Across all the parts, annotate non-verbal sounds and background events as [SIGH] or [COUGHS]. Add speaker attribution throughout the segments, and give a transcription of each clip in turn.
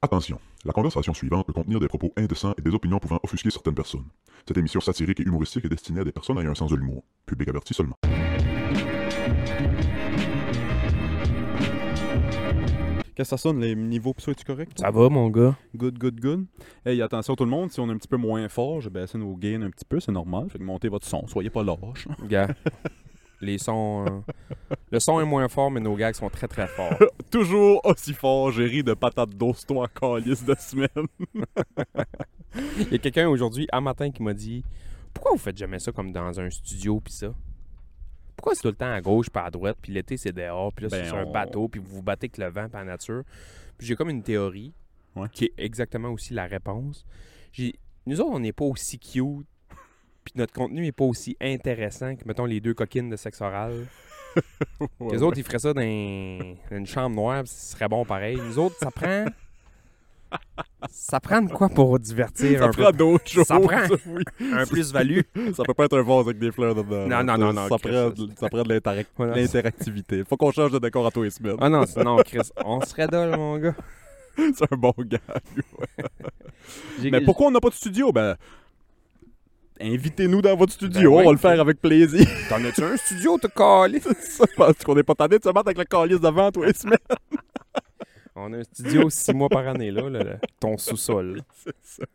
Speaker 1: Attention, la conversation suivante peut contenir des propos indécents et des opinions pouvant offusquer certaines personnes. Cette émission satirique et humoristique est destinée à des personnes ayant un sens de l'humour. Public averti seulement.
Speaker 2: Qu'est-ce que ça sonne, les niveaux pis ça, es-tu correct?
Speaker 3: Ça va, mon gars?
Speaker 2: Good, good, good. Hey, attention tout le monde, si on est un petit peu moins fort, je baisse nos gains un petit peu, c'est normal. Fait que montez votre son, soyez pas lâche.
Speaker 3: Gars, les sons. euh, Le son est moins fort, mais nos gags sont très très forts.
Speaker 2: [LAUGHS]
Speaker 3: [LAUGHS]
Speaker 2: Toujours aussi fort, j'ai ri de patate d'os, toi, calice de semaine.
Speaker 3: Il y a quelqu'un aujourd'hui, à matin, qui m'a dit Pourquoi vous faites jamais ça comme dans un studio, puis ça Pourquoi c'est tout le temps à gauche, pas à droite, puis l'été c'est dehors, puis là c'est
Speaker 2: Ben,
Speaker 3: sur un
Speaker 2: on-
Speaker 3: bateau, puis vous vous battez avec le vent, pas la nature Puis j'ai comme une théorie
Speaker 2: Ouais.
Speaker 3: qui est exactement aussi la réponse. J'ai... Nous autres, on n'est pas aussi cute, puis notre contenu n'est pas aussi intéressant que, mettons, les deux coquines de sexe oral. les autres, ils feraient ça dans, dans une chambre noire, puis ce serait bon pareil. Nous autres, ça prend. Ça prend de quoi pour divertir
Speaker 2: ça
Speaker 3: un peu
Speaker 2: prend d'autres choses. [LAUGHS]
Speaker 3: Ça prend.
Speaker 2: oui.
Speaker 3: un plus-value.
Speaker 2: Ça peut pas être un vase avec des fleurs dedans.
Speaker 3: Non, non, non, non,
Speaker 2: Ça,
Speaker 3: Chris,
Speaker 2: prend,
Speaker 3: ça,
Speaker 2: de- ça prend de l'interac-
Speaker 3: [LAUGHS] Voilà.
Speaker 2: l'interactivité. Faut qu'on change de décor à tous les semaines.
Speaker 3: Ah non, c'est- non, Chris, on serait dole, mon gars.
Speaker 2: [LAUGHS] C'est un bon gars.
Speaker 3: J'ai-
Speaker 2: Mais pourquoi on n'a pas de studio? Ben, invitez-nous dans votre studio.
Speaker 3: Ben oui.
Speaker 2: On va le faire avec plaisir. [LAUGHS]
Speaker 3: T'en as-tu un studio, t'as calé?
Speaker 2: Ça, Parce qu'on n'est pas tanné de se battre avec le calice devant tous les semaines.
Speaker 3: On a un studio six mois par année, là, là, là. ton sous-sol.
Speaker 2: [LAUGHS]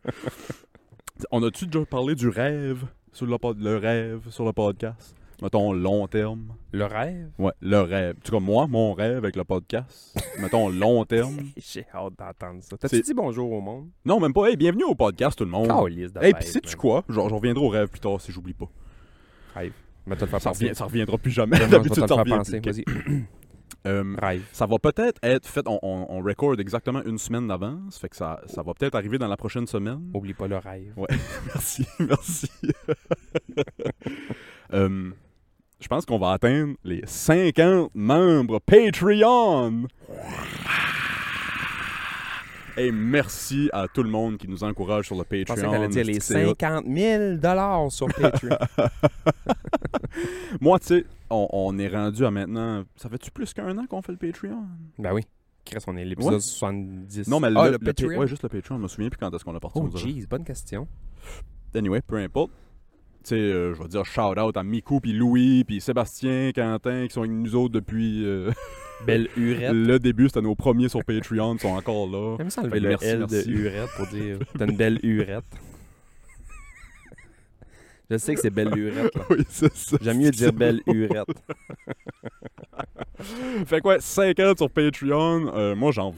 Speaker 2: On a-tu déjà parlé du rêve sur le, pod- le rêve sur le podcast? Mettons long terme.
Speaker 3: Le rêve?
Speaker 2: Ouais, le rêve. Tu sais, comme moi, mon rêve avec le [LAUGHS] podcast. Mettons long terme.
Speaker 3: J'ai hâte d'entendre ça. T'as-tu
Speaker 2: C'est-
Speaker 3: dit bonjour au monde?
Speaker 2: Non, même pas. Hey, bienvenue au podcast tout le monde.
Speaker 3: Calisse de
Speaker 2: hey,
Speaker 3: bête,
Speaker 2: pis sais-tu
Speaker 3: man.
Speaker 2: quoi? Genre, je reviendrai au rêve plus tard si j'oublie pas.
Speaker 3: Mais t'as le faire
Speaker 2: Ça,
Speaker 3: penser.
Speaker 2: revient- ça reviendra plus jamais.
Speaker 3: Non, je vais te
Speaker 2: D'habitude, ça
Speaker 3: le faire
Speaker 2: revient
Speaker 3: penser.
Speaker 2: plus.
Speaker 3: Vas-y,
Speaker 2: Euh,
Speaker 3: rêve.
Speaker 2: Ça va peut-être être fait, on, on, on record exactement une semaine d'avance, fait que ça, ça va peut-être arriver dans la prochaine semaine.
Speaker 3: Oublie pas le rêve.
Speaker 2: Merci, [LAUGHS] merci. Euh, je pense qu'on va atteindre les 50 membres Patreon. Et merci à tout le monde qui nous encourage sur le
Speaker 3: Je
Speaker 2: Patreon.
Speaker 3: pensais que t'allais dire les
Speaker 2: C'est hot.
Speaker 3: 50 000 sur Patreon.
Speaker 2: Moi, tu sais, on, on est rendu à maintenant. Ça fait-tu plus qu'un an qu'on fait le Patreon?
Speaker 3: ben oui. Chris, on est à l'épisode
Speaker 2: Ouais.
Speaker 3: 70.
Speaker 2: Non, mais le,
Speaker 3: Ah, le
Speaker 2: le pa-
Speaker 3: Patreon?
Speaker 2: ouais, juste le Patreon. Je me souviens plus quand est-ce qu'on l'a parti. on
Speaker 3: Oh,
Speaker 2: dirait.
Speaker 3: jeez, bonne question.
Speaker 2: Anyway, peu importe. Tu sais, euh, je vais dire shout-out à Miku, puis Louis, puis Sébastien, Quentin, qui sont avec nous autres depuis euh,
Speaker 3: Belle
Speaker 2: [LAUGHS]
Speaker 3: hurette.
Speaker 2: le début. C'était nos premiers sur Patreon, ils sont encore là.
Speaker 3: J'aime ça
Speaker 2: Fait
Speaker 3: enlever
Speaker 2: que
Speaker 3: le
Speaker 2: merci,
Speaker 3: L
Speaker 2: merci.
Speaker 3: de hurette pour dire t'as une belle hurette. [LAUGHS] Je sais que c'est belle hurette. là.
Speaker 2: [LAUGHS] Oui, c'est ça.
Speaker 3: J'aime mieux dire belle hurette.
Speaker 2: [LAUGHS] Fait quoi, 5 ans sur Patreon, euh, moi j'en.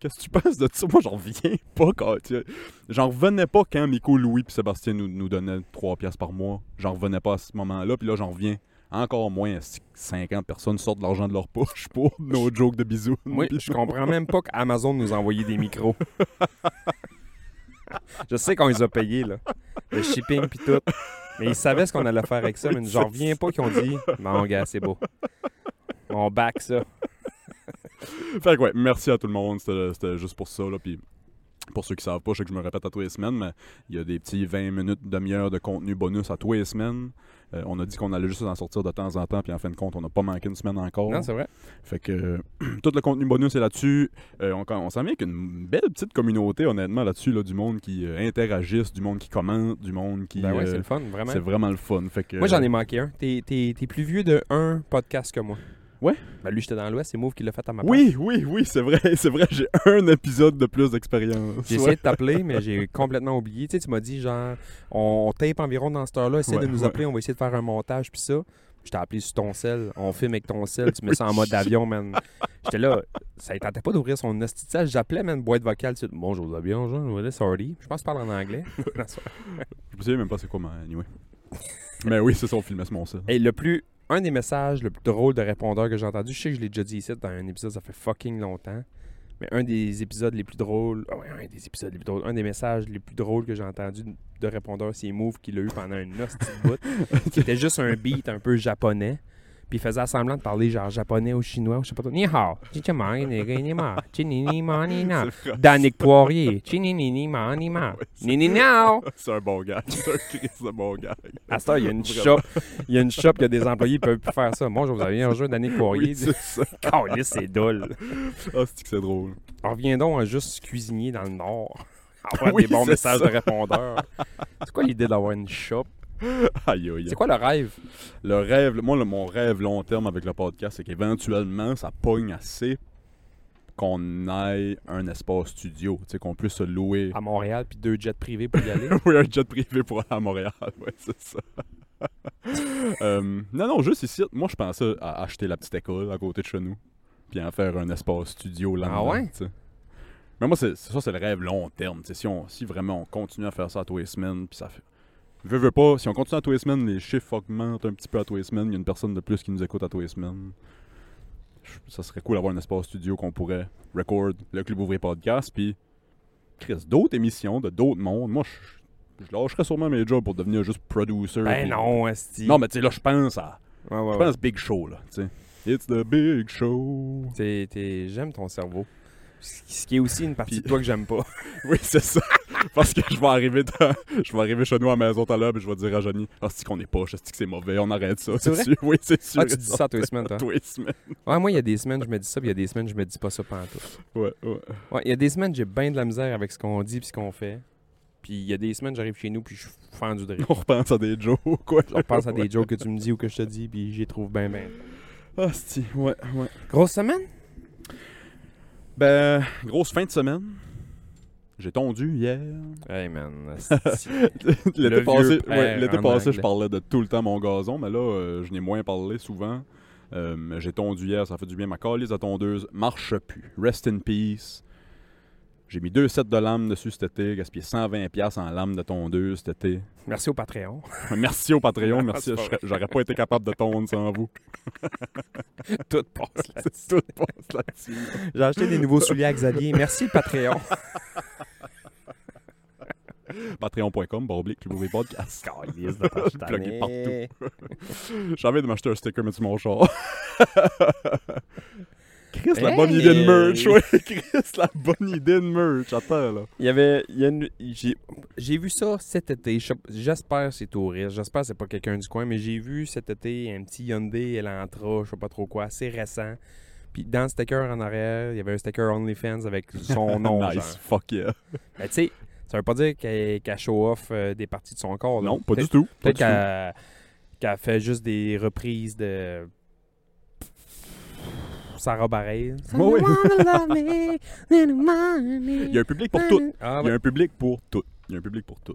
Speaker 2: Qu'est-ce que tu penses de ça? Moi j'en reviens [LAUGHS] pas quand. tu sais. J'en revenais pas quand Miko, Louis puis Sébastien nous, nous donnaient 3 piastres par mois. J'en revenais pas à ce moment-là, puis là j'en reviens. Encore moins, 50 personnes sortent de l'argent de leur poche pour [LAUGHS] nos jokes de bisous.
Speaker 3: Moi, je comprends même pas qu'Amazon nous a envoyé
Speaker 2: [LAUGHS]
Speaker 3: des micros. Je sais qu'on les a payés, là. Le shipping pis tout. Mais ils savaient ce qu'on allait faire avec ça, mais j'en reviens pas qu'ils ont dit Non, gars, c'est beau. On back ça.
Speaker 2: Fait que ouais, merci à tout le monde, c'était c'était juste pour ça, là, puis pour ceux qui savent pas, je sais que je me répète à tous les semaines, mais il y a des petits 20 minutes, demi-heure de contenu bonus à tous les semaines. Euh, on a dit qu'on allait juste en sortir de temps en temps, puis en fin de compte, on n'a pas manqué une semaine encore.
Speaker 3: Non, c'est vrai.
Speaker 2: fait que [CLEARS THROAT] euh, tout le contenu bonus est là-dessus. Euh, on on s'en vient avec une belle petite communauté, honnêtement, là-dessus, là, du monde qui euh, interagisse, du monde qui commente, du monde qui...
Speaker 3: Ben ouais, c'est
Speaker 2: euh,
Speaker 3: le fun, vraiment.
Speaker 2: c'est vraiment le fun. Fait que, euh,
Speaker 3: Moi, j'en ai manqué un. T'es, t'es- t'es plus vieux de un podcast que moi.
Speaker 2: Ouais?
Speaker 3: Ben, lui, j'étais dans l'Ouest, c'est Move qui l'a fait à ma place.
Speaker 2: Oui, oui, oui, c'est vrai, [LAUGHS] c'est vrai, j'ai un épisode de plus d'expérience.
Speaker 3: J'ai
Speaker 2: Ouais.
Speaker 3: essayé de t'appeler, mais j'ai
Speaker 2: [LAUGHS]
Speaker 3: complètement oublié. Tu sais, tu m'as dit, genre, on, on tape environ dans cette heure-là, essaie
Speaker 2: Ouais,
Speaker 3: de nous
Speaker 2: ouais.
Speaker 3: appeler, on va essayer de faire un montage, puis ça. Je t'ai appelé sur ton sel, on filme avec ton sel, tu mets ça
Speaker 2: [LAUGHS]
Speaker 3: en mode avion, man. J'étais là, ça ne tentait pas d'ouvrir son hostie de salle. J'appelais, man, boîte vocale, tu sais, bonjour, vous allez bien, genre, voilà, sorry. Je pense que je parle en anglais.
Speaker 2: Je me souviens même pas c'est quoi, mais anyway. mais oui, c'est ça, on filmait ce monstre.
Speaker 3: Et le plus, un des messages le plus drôle de répondeur que j'ai entendu, je sais que je l'ai déjà dit ici dans un épisode, ça fait fucking longtemps. Mais un des épisodes les plus drôles, ah ouais, un des épisodes les plus drôles, un des messages les plus drôles que j'ai entendu de
Speaker 2: [LAUGHS]
Speaker 3: répondeur, c'est Move qui l'a eu pendant une hostie de bout. qui était juste un beat un peu japonais. Puis il faisait semblant de parler genre japonais ou chinois ou je sais pas trop. Ni hao, chi chi ma, ni ni ni ma, chi ni ni ma, ni na.
Speaker 2: [LAUGHS] C'est vrai.
Speaker 3: Danick Poirier, chi ni ni ni ma, ni ma. Ni ni nao.
Speaker 2: [LAUGHS] C'est un bon gars. C'est un Chris de bon gars.
Speaker 3: À cette heure, il y a une
Speaker 2: Vraiment.
Speaker 3: shop, il y a une shop, il y a des employés qui peuvent plus faire ça. Bonjour, vous avez un jeu Danick
Speaker 2: [LAUGHS]
Speaker 3: Poirier.
Speaker 2: Oui, c'est ça.
Speaker 3: Calisse, c'est dole.
Speaker 2: Ah, c'est que c'est drôle.
Speaker 3: Reviendons à juste cuisinier dans le Nord. [LAUGHS] Avoir
Speaker 2: Oui,
Speaker 3: des bons
Speaker 2: c'est
Speaker 3: messages
Speaker 2: ça.
Speaker 3: de répondeurs. C'est quoi l'idée d'avoir une shop?
Speaker 2: Aïe, aïe.
Speaker 3: C'est quoi le rêve?
Speaker 2: Le rêve, moi, le- mon rêve long terme avec le podcast, c'est qu'éventuellement, ça pogne assez qu'on aille un espace studio, tu sais, qu'on puisse se louer.
Speaker 3: À Montréal, puis deux jets privés pour y
Speaker 2: [LAUGHS]
Speaker 3: aller.
Speaker 2: oui, un jet privé pour aller à Montréal, [LAUGHS] ouais, c'est ça. Euh, non, non, juste ici, moi, je pensais à acheter la petite école à côté de chez nous, puis en faire un espace studio là
Speaker 3: Ah ouais?
Speaker 2: Mais moi, c'est c'est ça, c'est le rêve long terme, tu sais, si, on- si vraiment on continue à faire ça à tous les semaines, puis ça fait... Veux, veux pas, si on continue à tous les semaines, les chiffres augmentent un petit peu à tous les semaines, il y a une personne de plus qui nous écoute à tous les semaines. Je- Ça serait cool d'avoir un espace studio qu'on pourrait record le Club Ouvrier Podcast, puis Chris, d'autres émissions de d'autres mondes. Moi, je, je lâcherais sûrement mes jobs pour devenir juste producer.
Speaker 3: Ben
Speaker 2: puis-
Speaker 3: non, Esti.
Speaker 2: Non, mais tu sais, là, je pense à.
Speaker 3: Ouais, ouais,
Speaker 2: Je
Speaker 3: ouais.
Speaker 2: pense Big Show, là. Tu sais. It's the Big
Speaker 3: [LAUGHS]
Speaker 2: Show.
Speaker 3: T'es- t'es- J'aime ton cerveau. Ce qui- ce qui est aussi une partie
Speaker 2: Puis-
Speaker 3: de toi que
Speaker 2: [LAUGHS]
Speaker 3: j'aime pas.
Speaker 2: Oui, c'est ça. Parce que je vais arriver dans- je vais arriver chez nous à la maison tout à l'heure, puis je vais dire à Johnny, ah, c'est qu'on est poche, c'est que c'est mauvais, on arrête ça.
Speaker 3: C'est vrai?
Speaker 2: sûr. [LAUGHS] Oui, c'est sûr.
Speaker 3: Ah, tu
Speaker 2: [LAUGHS]
Speaker 3: dis ça à tous les semaines, toi.
Speaker 2: Tous les semaines.
Speaker 3: Ouais, moi, il y a des semaines, je me dis ça, puis il y a des semaines, je me dis pas ça pendant tout.
Speaker 2: Ouais, ouais.
Speaker 3: Ouais, il y a des semaines, j'ai bien de la misère avec ce qu'on dit puis ce qu'on fait. Puis il y a des semaines, j'arrive chez nous, puis je suis fendu de rire.
Speaker 2: On repense à des jokes, quoi.
Speaker 3: Je
Speaker 2: [LAUGHS]
Speaker 3: repense [LAUGHS] à des jokes que tu me dis ou que je te dis, puis j'y trouve bien, bien.
Speaker 2: Ah, si, ouais, ouais.
Speaker 3: Grosse semaine?
Speaker 2: Ben, grosse fin de semaine. J'ai tondu hier.
Speaker 3: Hey, [LAUGHS] man.
Speaker 2: [LAUGHS] L'été
Speaker 3: Le
Speaker 2: passé,
Speaker 3: vieux père
Speaker 2: ouais, l'été
Speaker 3: en
Speaker 2: passé
Speaker 3: anglais.
Speaker 2: je parlais de tout le temps mon gazon, mais là, euh, je n'ai moins parlé souvent. Euh, mais j'ai tondu hier, ça fait du bien. Ma calise à tondeuse marche plus. Rest in peace. J'ai mis deux sets de lames dessus cet été, gaspillé 120$ en lames de tondeuse cet été. [LAUGHS]
Speaker 3: Merci au Patreon.
Speaker 2: Merci au Patreon, merci.
Speaker 3: C'est pas
Speaker 2: je-
Speaker 3: vrai.
Speaker 2: J'aurais pas été capable de tondre sans vous.
Speaker 3: [LAUGHS] [LAUGHS] Tout passe là.
Speaker 2: C'est tout passe là-dessus.
Speaker 3: J'ai acheté des nouveaux souliers à Xavier. Merci le [LAUGHS] Patreon.
Speaker 2: Patreon.com, barre oblique, Club Ouvrier podcast.
Speaker 3: Câlisse de poche
Speaker 2: Plugué
Speaker 3: tannée.
Speaker 2: J'ai envie de m'acheter un sticker, mais tu mon char. [LAUGHS] Chris, la
Speaker 3: Hey!
Speaker 2: bonne idée de merch, ouais. [LAUGHS] Chris, la bonne idée de merch. Attends, là.
Speaker 3: Il y avait. il y a une- j'ai, j'ai vu ça cet été. Je- J'espère que c'est touriste. J'espère que c'est pas quelqu'un du coin, mais j'ai vu cet été un petit Hyundai Elantra, je sais pas trop quoi, assez récent. Puis dans le sticker en arrière, il y avait un sticker OnlyFans avec
Speaker 2: [LAUGHS]
Speaker 3: son nom.
Speaker 2: nice,
Speaker 3: genre.
Speaker 2: fuck yeah.
Speaker 3: Mais tu sais, ça veut pas dire qu'elle, qu'elle show off euh, des parties de son corps. là.
Speaker 2: Non, pas
Speaker 3: Peut-être-
Speaker 2: du tout. Pas
Speaker 3: Peut-être
Speaker 2: du tout.
Speaker 3: qu'elle, qu'elle fait juste des reprises de. Sarah Bareilles.
Speaker 2: Ouais, ouais. Il
Speaker 4: Il
Speaker 2: y a un public pour tout.
Speaker 3: Ah,
Speaker 2: Il y a un public pour tout. Il y a un public pour tout.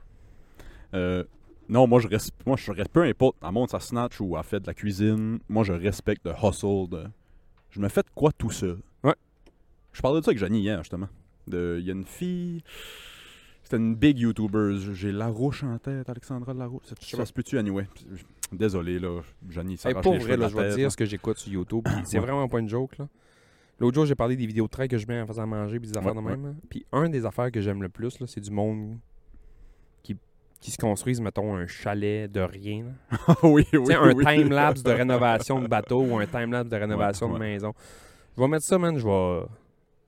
Speaker 2: Euh, non, moi je reste, moi je reste peu importe. Elle monte sa snatch ou elle fait de la cuisine. Moi je respecte le hustle. De, je me fais de quoi tout seul.
Speaker 3: Ouais.
Speaker 2: Je parlais de ça avec Johnny hier justement. De- Il y a une fille. C'était une big YouTuber. J'ai Larouche en tête, Alexandra Larouche. Ça,
Speaker 3: sais
Speaker 2: ça
Speaker 3: pas.
Speaker 2: se peut-tu anyway? Désolé là, Johnny, ça
Speaker 3: Hey,
Speaker 2: arrache
Speaker 3: pour
Speaker 2: les
Speaker 3: vrai,
Speaker 2: cheveux de
Speaker 3: là,
Speaker 2: la
Speaker 3: je vais te
Speaker 2: tête,
Speaker 3: dire
Speaker 2: là.
Speaker 3: ce que j'écoute sur YouTube. puis C'est
Speaker 2: Ouais.
Speaker 3: vraiment pas une joke. là. L'autre jour, j'ai parlé des vidéos de trail que je mets en faisant manger puis des affaires
Speaker 2: Ouais,
Speaker 3: de même. là. Puis un des affaires que j'aime le plus, là, c'est du monde qui, qui se construisent, mettons, un chalet de rien. là.
Speaker 2: Ah [LAUGHS] oui, oui,
Speaker 3: Tu sais, un
Speaker 2: oui. [LAUGHS]
Speaker 3: time-lapse de rénovation de bateau ou un time-lapse de rénovation
Speaker 2: ouais.
Speaker 3: de maison. Je vais mettre ça, man. Je vais.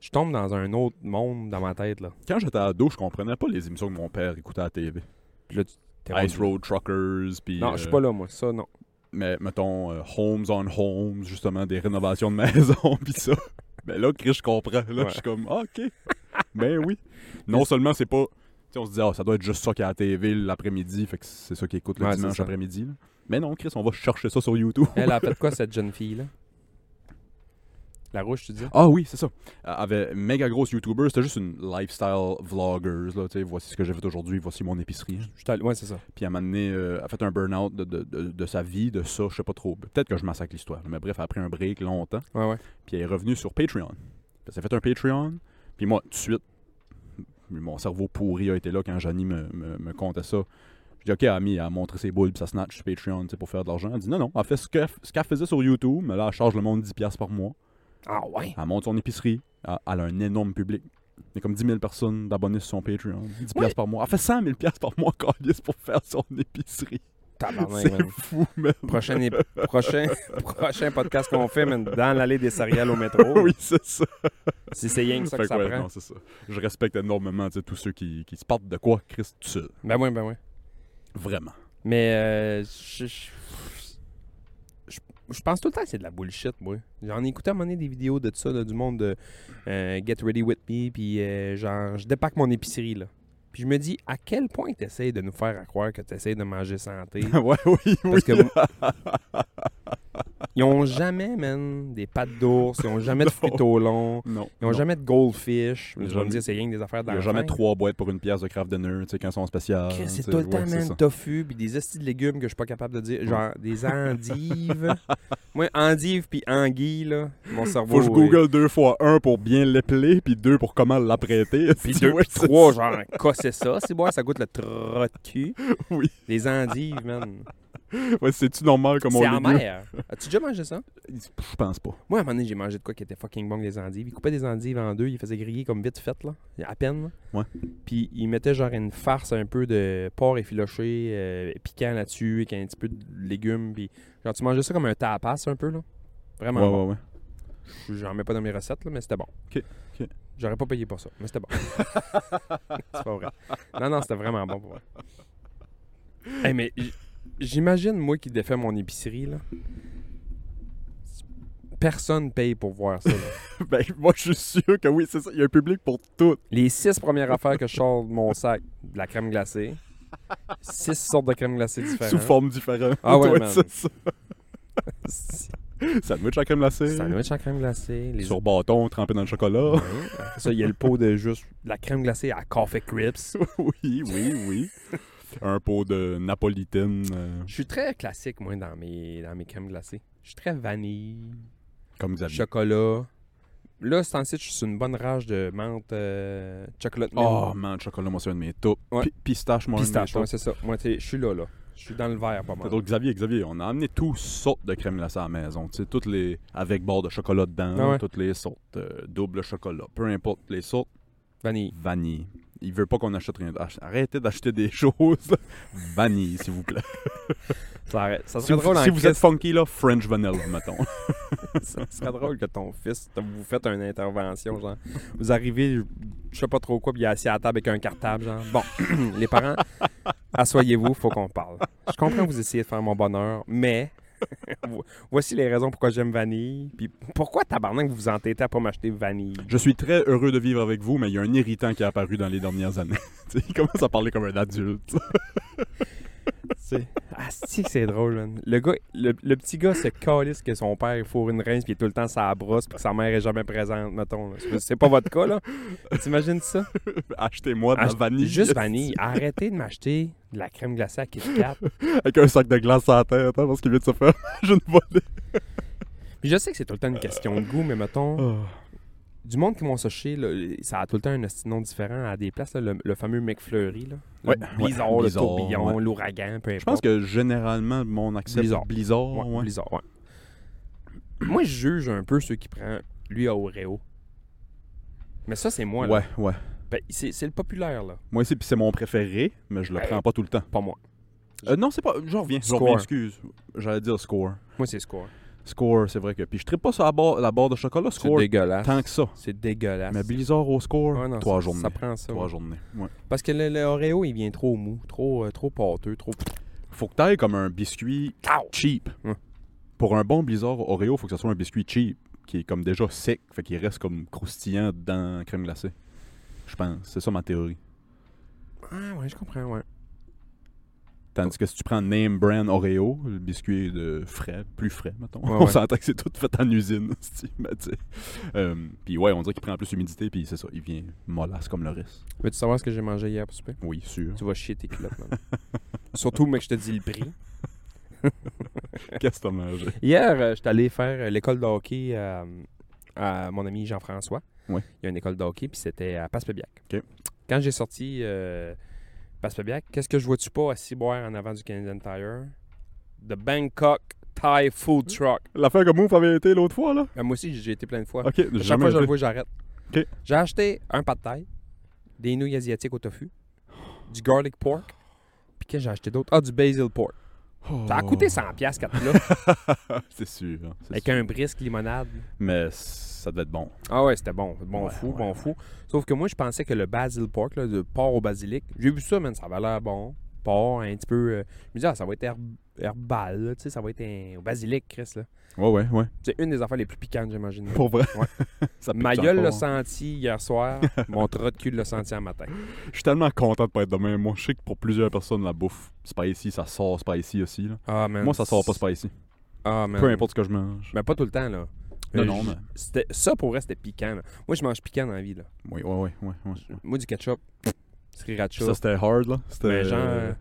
Speaker 3: Je tombe dans un autre monde dans ma tête. là.
Speaker 2: Quand j'étais ado, je comprenais pas les émissions que mon père écoutait à la TV.
Speaker 3: Puis là, tu- t'es
Speaker 2: Ice
Speaker 3: rendu-
Speaker 2: Road Truckers, puis.
Speaker 3: Non, je suis pas là, moi. Ça,
Speaker 2: [LAUGHS]
Speaker 3: non.
Speaker 2: mais mettons euh, homes on homes justement des rénovations de maisons [LAUGHS] puis ça ben là Chris je comprends là
Speaker 3: Ouais.
Speaker 2: je suis comme ah, ok ben oui non seulement c'est pas tu sais, on se dit ah ça doit être juste ça qu'il y a à la TV l'après-midi fait que c'est ça qu'ils écoutent le
Speaker 3: Ouais, c'est
Speaker 2: dimanche
Speaker 3: ça.
Speaker 2: après-midi là. mais non Chris on va chercher ça sur YouTube
Speaker 3: Elle a fait quoi, cette jeune fille-là La rouge, tu dis
Speaker 2: [LAUGHS] ah oui c'est ça Elle avait une méga grosse YouTuber c'était juste une lifestyle vloggers là tu sais voici ce que j'ai fait aujourd'hui voici mon épicerie
Speaker 3: Je suis allé- Ouais, c'est ça.
Speaker 2: Puis à un moment donné, euh, elle a fait un burn-out de, de- de- de sa vie, de ça, je sais pas trop. Peut-être que je massacre l'histoire. Mais bref, elle a pris un break longtemps.
Speaker 3: Ouais, ouais.
Speaker 2: puis elle est revenue sur Patreon. Puis elle s'est fait un Patreon, puis moi, tout de suite, mon cerveau pourri a été là quand Johnny me, me, me contait ça. Je dis, OK, Ami, elle a montré ses boules, puis ça snatch sur Patreon tu sais, pour faire de l'argent. Elle dit, non, non, elle fait ce qu'elle ce qu'elle faisait sur YouTube, mais là, elle charge le monde 10$ par mois.
Speaker 3: Ah ouais?
Speaker 2: Elle monte son épicerie, elle, elle a un énorme public. Il y a comme 10 000 personnes d'abonnés sur son Patreon, 10$
Speaker 3: Ouais.
Speaker 2: [LAUGHS] par mois. Elle fait 100 000$ par mois, câlisse, pour faire son épicerie.
Speaker 3: Tabarnak,
Speaker 2: C'est
Speaker 3: man.
Speaker 2: fou, man.
Speaker 3: Prochain, ép-
Speaker 2: [LAUGHS]
Speaker 3: prochain, prochain podcast qu'on fait, man, dans l'allée des céréales au métro.
Speaker 2: [LAUGHS] oui, c'est ça.
Speaker 3: Si c'est rien que ça
Speaker 2: Fait
Speaker 3: que
Speaker 2: que
Speaker 3: ça
Speaker 2: ouais,
Speaker 3: prend.
Speaker 2: non, c'est ça. Je respecte énormément tu sais, tous ceux qui, qui se partent de quoi, Chris, tout seul.
Speaker 3: Ben oui, ben oui.
Speaker 2: Vraiment.
Speaker 3: [LAUGHS] Mais euh, je, je- je- je pense tout le temps que c'est de la bullshit, moi. J'en ai écouté à un moment donné des vidéos de ça, là, du monde de euh, Get Ready With Me, puis euh, genre, je dépaque mon épicerie, là. Puis je me dis, à quel point t'essayes de nous faire à croire que t'essayes de manger santé?
Speaker 2: [LAUGHS] ouais, oui, oui.
Speaker 3: Parce que... [LAUGHS] ils ont jamais, man, des pâtes d'ours, ils
Speaker 2: [LAUGHS]
Speaker 3: ont jamais de fritos longs,
Speaker 2: Non.
Speaker 3: ils ont
Speaker 2: non.
Speaker 3: jamais de goldfish.
Speaker 2: Il y a
Speaker 3: Je vais me
Speaker 2: jamais-
Speaker 3: dire, c'est rien que des affaires
Speaker 2: Il n'y a
Speaker 3: d'argent.
Speaker 2: jamais trois boîtes pour une pièce de craft dinner, tu sais, quand ils sont spéciales.
Speaker 3: Chris,
Speaker 2: tu
Speaker 3: C'est
Speaker 2: sais,
Speaker 3: tout le
Speaker 2: ouais,
Speaker 3: temps,
Speaker 2: c'est
Speaker 3: man,
Speaker 2: ça.
Speaker 3: tofu, puis des hosties de légumes que je suis pas capable de dire. Genre,
Speaker 2: [LAUGHS]
Speaker 3: des endives. Moi, endives puis anguilles, là, mon cerveau.
Speaker 2: Faut que je
Speaker 3: est-
Speaker 2: google deux fois un pour bien l'épeler, puis deux pour comment l'apprêter. [LAUGHS]
Speaker 3: Puis
Speaker 2: Tu
Speaker 3: deux,
Speaker 2: vois,
Speaker 3: puis
Speaker 2: c'est
Speaker 3: trois,
Speaker 2: ça.
Speaker 3: genre, casser ça. C'est bon, ça goûte le trot de cul.
Speaker 2: [LAUGHS] Oui.
Speaker 3: Des endives, man.
Speaker 2: Ouais, c'est-tu normal comme on
Speaker 3: C'est
Speaker 2: le dit?
Speaker 3: amer. As-tu déjà mangé ça?
Speaker 2: Je pense pas.
Speaker 3: Moi, à un moment donné, j'ai mangé de quoi qui était fucking bon, les endives. Ils coupaient des endives en deux, ils faisaient griller comme vite fait, là, à peine. là.
Speaker 2: Ouais.
Speaker 3: Puis ils mettaient genre une farce un peu de porc effiloché, euh, piquant là-dessus, avec un petit peu de légumes. Puis genre, tu mangeais ça comme un tapas un peu, là.
Speaker 2: Ouais,
Speaker 3: Vraiment bon.
Speaker 2: ouais, [LAUGHS] ouais.
Speaker 3: Je- J'en mets pas dans mes recettes, là, mais c'était bon.
Speaker 2: Ok, ok.
Speaker 3: J'aurais pas payé pour ça, mais
Speaker 2: [LAUGHS]
Speaker 3: c'était bon. c'est pas vrai. Non, non, c'était vraiment bon pour moi. Hey, mais j- j'imagine, moi, qui défait mon épicerie, là. Personne paye pour
Speaker 2: [LAUGHS]
Speaker 3: voir ça. là.
Speaker 2: Ben, moi, je suis sûr que oui, c'est ça. Il y a un public pour tout.
Speaker 3: Les six premières affaires que je sors de mon sac, de la crème glacée. Six sortes de crème glacée
Speaker 2: Sous
Speaker 3: différentes.
Speaker 2: forme différente. [LAUGHS]
Speaker 3: Ah ouais, man.
Speaker 2: c'est ça.
Speaker 3: Sous
Speaker 2: Sandwich à crème glacée.
Speaker 3: Sandwich en crème glacée. Les
Speaker 2: Sur bâton, trempé dans le chocolat.
Speaker 3: Ouais. Après Ça, il y a le pot de juste de la crème glacée à Coffee Crips.
Speaker 2: [LAUGHS] oui, oui, oui. un pot de napolitaine. euh,
Speaker 3: Je suis très classique, moi, dans mes, dans mes crèmes glacées. Je suis très vanille,
Speaker 2: comme vous avez.
Speaker 3: chocolat. Là, c'est ensuite, je suis sur une bonne rage de menthe, euh, chocolat milk.
Speaker 2: Oh, man, chocolat, moi, c'est un de mes tops.
Speaker 3: Ouais.
Speaker 2: Pi- Pistache, moi,
Speaker 3: pistache.
Speaker 2: un de
Speaker 3: ouais,
Speaker 2: mes tops.
Speaker 3: c'est ça. Moi, t'sais, je suis là, là. Je suis dans le verre, pas mal.
Speaker 2: Donc, Xavier, Xavier, on a amené toutes sortes de crème glacée à la maison. Tu sais, toutes les. Avec bord de chocolat dedans,
Speaker 3: Ah ouais.
Speaker 2: toutes les sortes. euh, double chocolat, peu importe les sortes.
Speaker 3: Vanille.
Speaker 2: Vanille. Il veut pas qu'on achète rien. Ach- Arrêtez d'acheter des [LAUGHS] choses. là. Vanille, s'il vous plaît.
Speaker 3: Ça, arrête- ça
Speaker 2: Si
Speaker 3: serait
Speaker 2: vous,
Speaker 3: drôle hein, en
Speaker 2: si vous
Speaker 3: Christ-
Speaker 2: êtes funky, là, French vanilla, mettons. [LAUGHS]
Speaker 3: [LAUGHS] Ça serait drôle que ton fils, t- vous faites une intervention, genre. Vous arrivez, je sais pas trop quoi, puis il est assis à la table avec un cartable, genre. Bon, [CLEARS THROAT] les parents, asseyez-vous, faut qu'on parle. Je comprends que vous essayez de faire mon bonheur, mais [LAUGHS] vo- voici les raisons pourquoi j'aime Vanille, puis pourquoi tabarnak vous vous entêtez à pas m'acheter Vanille.
Speaker 2: Je suis très heureux de vivre avec vous, mais il y a un irritant qui est apparu dans les dernières années. [LAUGHS] Tu sais, il commence à parler comme un adulte.
Speaker 3: C'est... Ah, c'est que c'est drôle, man. Le, gars, le, le petit gars se calisse que son père il fourre une rince puis il est tout le temps sa brosse puis que sa mère est jamais présente, mettons. là. C'est- C'est pas votre cas, là. T'imagines ça?
Speaker 2: Achetez-moi de la
Speaker 3: Ach-
Speaker 2: Ah, vanille.
Speaker 3: Ah, Juste vanille. Arrêtez de m'acheter de la crème glacée à Kit Kat.
Speaker 2: [LAUGHS] Avec un sac de glace à la tête, hein, parce qu'il vient de se faire [LAUGHS] une volée.
Speaker 3: Puis je sais que c'est tout le temps une question de goût, mais mettons,
Speaker 2: Ah.
Speaker 3: du monde qui m'ont séché, ça a tout le temps un esti nom différent à des places. là, le, le fameux McFlurry, là. Le
Speaker 2: Ouais,
Speaker 3: blizzard,
Speaker 2: ouais,
Speaker 3: le
Speaker 2: blizzard,
Speaker 3: tourbillon,
Speaker 2: ouais.
Speaker 3: l'ouragan, peu importe.
Speaker 2: Je pense que généralement, mon accepte
Speaker 3: Blizzard.
Speaker 2: Blizzard. Blizzard,
Speaker 3: Ouais,
Speaker 2: ouais.
Speaker 3: blizzard, ouais. Moi, je juge un peu ceux qui prennent lui à Oreo. Mais ça, c'est moi, là.
Speaker 2: ouais, ouais.
Speaker 3: Ben, c'est, c'est le populaire, là.
Speaker 2: Moi, c'est, puis c'est mon préféré, mais je le
Speaker 3: Ben,
Speaker 2: prends pas tout le temps.
Speaker 3: Pas moi.
Speaker 2: Euh, non, c'est pas. Je reviens. Je
Speaker 3: Score.
Speaker 2: reviens, excuse. J'allais dire score.
Speaker 3: Moi, c'est Score.
Speaker 2: Score, c'est vrai que. Puis je tripe pas sur la barre, la barre de chocolat,
Speaker 3: C'est
Speaker 2: score,
Speaker 3: dégueulasse.
Speaker 2: tant que ça.
Speaker 3: C'est dégueulasse.
Speaker 2: Mais Blizzard au score,
Speaker 3: Ouais, non,
Speaker 2: trois
Speaker 3: ça,
Speaker 2: journées.
Speaker 3: ça prend ça.
Speaker 2: Trois
Speaker 3: ouais.
Speaker 2: journées. Ouais.
Speaker 3: Parce que le, le Oreo, il vient trop mou, trop, euh, trop pâteux, trop.
Speaker 2: Faut que t'ailles comme un biscuit cheap.
Speaker 3: Hum.
Speaker 2: Pour un bon Blizzard Oreo, faut que ce soit un biscuit cheap, qui est comme déjà sec, fait qu'il reste comme croustillant dans la crème glacée. Je pense. C'est ça ma théorie.
Speaker 3: Ah ouais, je comprends, ouais.
Speaker 2: Tandis que si tu prends name brand Oreo, le biscuit est de frais, plus frais, mettons.
Speaker 3: Ouais,
Speaker 2: [LAUGHS] on
Speaker 3: ouais.
Speaker 2: s'entend que c'est tout fait en usine, [LAUGHS] si, mais tu sais. Euh, Puis ouais, on dirait qu'il prend plus d'humidité, puis c'est ça, il vient mollasse comme le reste.
Speaker 3: Veux-tu savoir ce que j'ai mangé hier pour souper?
Speaker 2: Oui, sûr.
Speaker 3: [LAUGHS] Tu vas chier tes culottes, [LAUGHS] man. Surtout, mec, je te dis le prix.
Speaker 2: Qu'est-ce que t'as mangé?
Speaker 3: Hier, euh, j'étais allé faire euh, l'école de hockey euh, à mon ami Jean-François.
Speaker 2: Ouais.
Speaker 3: Il y a une école de hockey, puis c'était à Passepébiac.
Speaker 2: OK.
Speaker 3: Quand j'ai sorti euh, Passepébiac, qu'est-ce que je vois-tu pas à Ciboire en avant du Canadian Tire? The Bangkok Thai Food Truck.
Speaker 2: L'affaire comme ouf avait été l'autre fois, là?
Speaker 3: Ah, moi aussi, j'ai été plein de fois.
Speaker 2: Ok, j'ai
Speaker 3: À chaque fois
Speaker 2: jamais
Speaker 3: que je le
Speaker 2: été.
Speaker 3: vois, j'arrête.
Speaker 2: Ok.
Speaker 3: J'ai acheté un pad thai, des nouilles asiatiques au tofu, du garlic pork, puis qu'est-ce que j'ai acheté d'autre? Ah, du basil pork. Ça a coûté 100 pièces quatre plats
Speaker 2: Oh,
Speaker 3: [LAUGHS]
Speaker 2: C'est sûr. hein, c'est
Speaker 3: avec
Speaker 2: sûr.
Speaker 3: un brisque limonade.
Speaker 2: Mais ça devait être bon.
Speaker 3: Ah ouais, c'était bon, bon
Speaker 2: Ouais,
Speaker 3: fou,
Speaker 2: ouais,
Speaker 3: bon fou. Sauf que moi je pensais que le basil pork là, de porc au basilic, j'ai vu ça man, ça avait l'air bon. Porc un petit peu euh, je me disais ah, ça va être herb- herbal, là, tu sais ça va être un au basilic Chris là.
Speaker 2: Ouais, ouais, ouais.
Speaker 3: C'est une des affaires les plus piquantes j'imagine.
Speaker 2: Pour vrai.
Speaker 3: [LAUGHS] Ouais.
Speaker 2: ça pique
Speaker 3: Ma gueule
Speaker 2: encore.
Speaker 3: l'a senti hier soir, mon trot de cul l'a senti un matin.
Speaker 2: Je suis tellement content de pas être demain. Moi, je sais que pour plusieurs personnes, la bouffe spicy, ça sort spicy aussi. là.
Speaker 3: Ah man.
Speaker 2: Moi, ça sort pas spicy.
Speaker 3: Ah man.
Speaker 2: Peu importe ce que je mange.
Speaker 3: Mais pas tout le temps là.
Speaker 2: Non,
Speaker 3: Euh,
Speaker 2: non,
Speaker 3: j-
Speaker 2: mais-
Speaker 3: c'était- Ça pour vrai c'était piquant là. Moi je mange piquant dans la vie là.
Speaker 2: Oui, ouais, ouais, ouais. ouais.
Speaker 3: Moi du ketchup, sriracha.
Speaker 2: Ça, c'était hard, là. C'était.
Speaker 3: Mais genre,
Speaker 2: euh,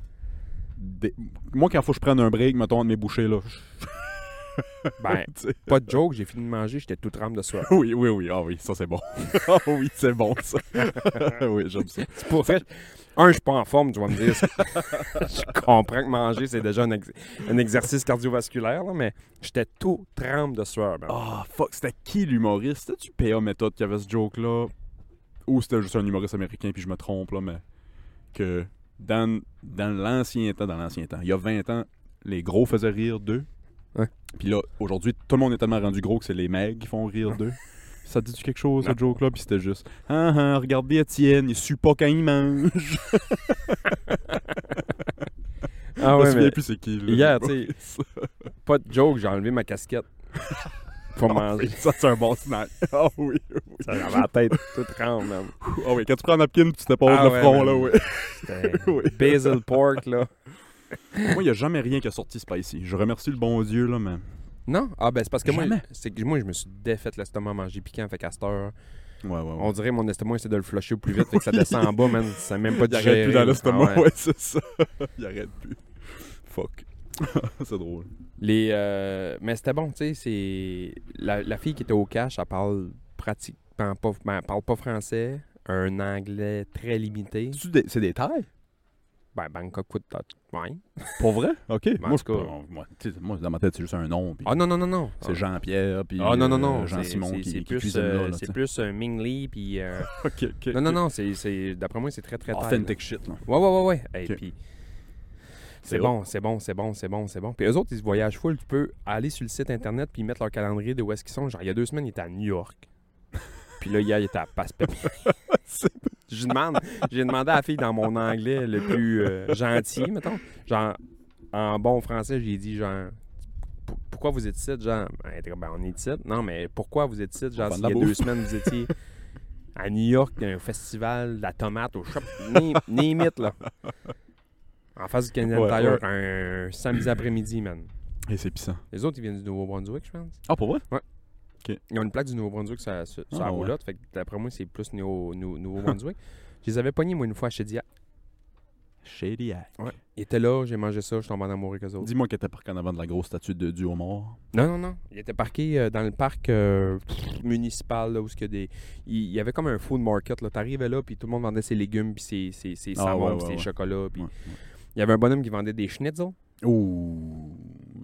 Speaker 2: des- Moi, quand faut que je prenne un break, mettons, de mes bouchées, là. je-
Speaker 3: [LAUGHS] ben
Speaker 2: [LAUGHS] tu sais.
Speaker 3: pas de joke, j'ai fini de manger, j'étais tout tremble de [LAUGHS] soir.
Speaker 2: Oui, oui, oui. Ah oui, ça, c'est bon. [LAUGHS] ah oui, c'est bon, ça. [LAUGHS] oui, j'aime ça.
Speaker 3: C'est pour vrai. Un, je suis pas en forme, tu vas me [LAUGHS] dire. je comprends que manger, c'est déjà un, ex- un exercice cardiovasculaire, là, mais j'étais tout tremble de ben. sueur. man.
Speaker 2: Ah, fuck, c'était qui l'humoriste? C'était-tu PA Méthode qui avait ce joke-là? Ou c'était juste un humoriste américain, puis je me trompe, là, mais... Que dans, dans l'ancien temps, dans l'ancien temps, il y a 20 ans, les gros faisaient rire d'eux.
Speaker 3: Ouais.
Speaker 2: Puis là, aujourd'hui, tout le monde est tellement rendu gros que c'est les mecs qui font rire
Speaker 3: [LAUGHS]
Speaker 2: d'eux. Ça te dit-tu quelque chose,
Speaker 3: Non.
Speaker 2: ce joke-là? Puis c'était juste, « Ah, ah, regardez Étienne, il sue pas quand il [LAUGHS] mange.
Speaker 3: Ah
Speaker 2: Je me
Speaker 3: ouais,
Speaker 2: souviens
Speaker 3: mais
Speaker 2: plus c'est qui, là.
Speaker 3: hier, tu sais, pas de joke, j'ai enlevé ma [LAUGHS] casquette pour
Speaker 2: Ah oui,
Speaker 3: manger.
Speaker 2: [LAUGHS] ça, c'est un bon snack. Ah oui, oui.
Speaker 3: Ça j'avais la tête tout tremble, man.
Speaker 2: Ah oui, quand tu prends un napkin, tu te poses
Speaker 3: Ah
Speaker 2: le
Speaker 3: ouais,
Speaker 2: front,
Speaker 3: man.
Speaker 2: là, oui.
Speaker 3: C'était
Speaker 2: Oui.
Speaker 3: basil pork, là.
Speaker 2: Moi, il n'y a jamais rien qui a sorti spicy. Je remercie le bon Dieu, là, mais.
Speaker 3: Non? Ah, ben, c'est parce que moi,
Speaker 2: Jamais.
Speaker 3: c'est que moi, je me suis défait l'estomac à manger piquant, fait qu'à cette heure,
Speaker 2: Ouais, ouais, ouais.
Speaker 3: on dirait mon estomac essaie de le flusher au plus vite, fait que ça descend en bas, man. Ça a même pas
Speaker 2: Il
Speaker 3: digéré.
Speaker 2: arrête plus dans
Speaker 3: là.
Speaker 2: l'estomac,
Speaker 3: Ah
Speaker 2: ouais, [LAUGHS]
Speaker 3: ouais.
Speaker 2: c'est ça. il arrête plus. Fuck. [LAUGHS] c'est drôle.
Speaker 3: Les, euh, mais c'était bon, tu sais, c'est... La, la fille qui était au cash, elle parle pratiquement pas... ben, elle parle pas français, un anglais très limité.
Speaker 2: C'est des tailles
Speaker 3: Ben, Bangkok Food Talk, ouais.
Speaker 2: Pour vrai Ok.
Speaker 3: Ben, en
Speaker 2: moi, je,
Speaker 3: tout cas-
Speaker 2: on- moi, tu sais, moi, dans ma tête, c'est juste un nom. puis
Speaker 3: Ah non, non, non, non.
Speaker 2: C'est Jean-Pierre, puis
Speaker 3: Ah non, non,
Speaker 2: euh,
Speaker 3: non. c'est-
Speaker 2: Jean-Simon
Speaker 3: c'est-
Speaker 2: qui,
Speaker 3: C'est
Speaker 2: qui
Speaker 3: plus,
Speaker 2: cuisine
Speaker 3: euh,
Speaker 2: là. là,
Speaker 3: c'est
Speaker 2: tu sais.
Speaker 3: plus euh, Ming Lee,
Speaker 2: [LAUGHS]
Speaker 3: puis... euh,
Speaker 2: Ok, ok,
Speaker 3: non, non,
Speaker 2: ok.
Speaker 3: non, c'est... c'est- D'après moi, c'est très, très... tard, là.
Speaker 2: Authentic shit, là.
Speaker 3: Ouais, ouais, ouais, ouais. Et
Speaker 2: Ok.
Speaker 3: puis...
Speaker 2: C'est
Speaker 3: C'est bon, c'est bon, c'est bon, c'est bon, c'est bon. Puis eux autres, ils se voyagent full. Tu peux aller sur le site internet puis mettre leur calendrier de où est-ce qu'ils sont. Genre, il y a deux semaines, ils étaient à New York.
Speaker 2: [LAUGHS]
Speaker 3: Puis là, hier, ils étaient à Passe-Papier.
Speaker 2: C'est-
Speaker 3: J'ai demandé, j'ai demandé à la fille dans mon anglais le plus euh, gentil, mettons. Genre, en bon français, j'ai dit, genre, Pou- pourquoi vous êtes ici? Genre, Ben, elle était comme, ben, on est ici. Non, mais pourquoi vous êtes ici?
Speaker 2: vend
Speaker 3: Genre,
Speaker 2: de
Speaker 3: s'il
Speaker 2: la
Speaker 3: y a
Speaker 2: bouffe.
Speaker 3: deux semaines, vous étiez à New York, il y a un festival de la tomate au shop. Ni- Name it, là. En face du Canadian
Speaker 2: Ouais,
Speaker 3: Tire, un samedi après-midi, man.
Speaker 2: Et c'est pissant.
Speaker 3: Les autres, ils viennent du Nouveau-Brunswick, je pense.
Speaker 2: Ah, pour vrai
Speaker 3: Ils ont une plaque du Nouveau-Brunswick sur, la- sur, sur
Speaker 2: Ah,
Speaker 3: la
Speaker 2: ouais.
Speaker 3: roulotte. Fait que d'après moi, c'est plus Néo- Nou- Nouveau-Brunswick. Je les avais pognés, moi, une fois à Chedia.
Speaker 2: Shady Act.
Speaker 3: Ouais. Ils étaient là, j'ai mangé ça, je suis tombé en amour avec eux autres.
Speaker 2: Dis-moi qu'elle était parquée en avant de la grosse statue de, du homard.
Speaker 3: Non, non, non. Ils étaient parqués euh, dans le parc euh, municipal, là, où ce que des... il il y avait comme un food market. Là. T'arrivais là, puis tout le monde vendait ses légumes, puis ses, ses, ses
Speaker 2: Ah,
Speaker 3: savons,
Speaker 2: ouais,
Speaker 3: puis
Speaker 2: ouais,
Speaker 3: ses
Speaker 2: ouais.
Speaker 3: chocolats. Puis...
Speaker 2: Ouais,
Speaker 3: Il y avait un bonhomme qui vendait des schnitzels.
Speaker 2: Ouh.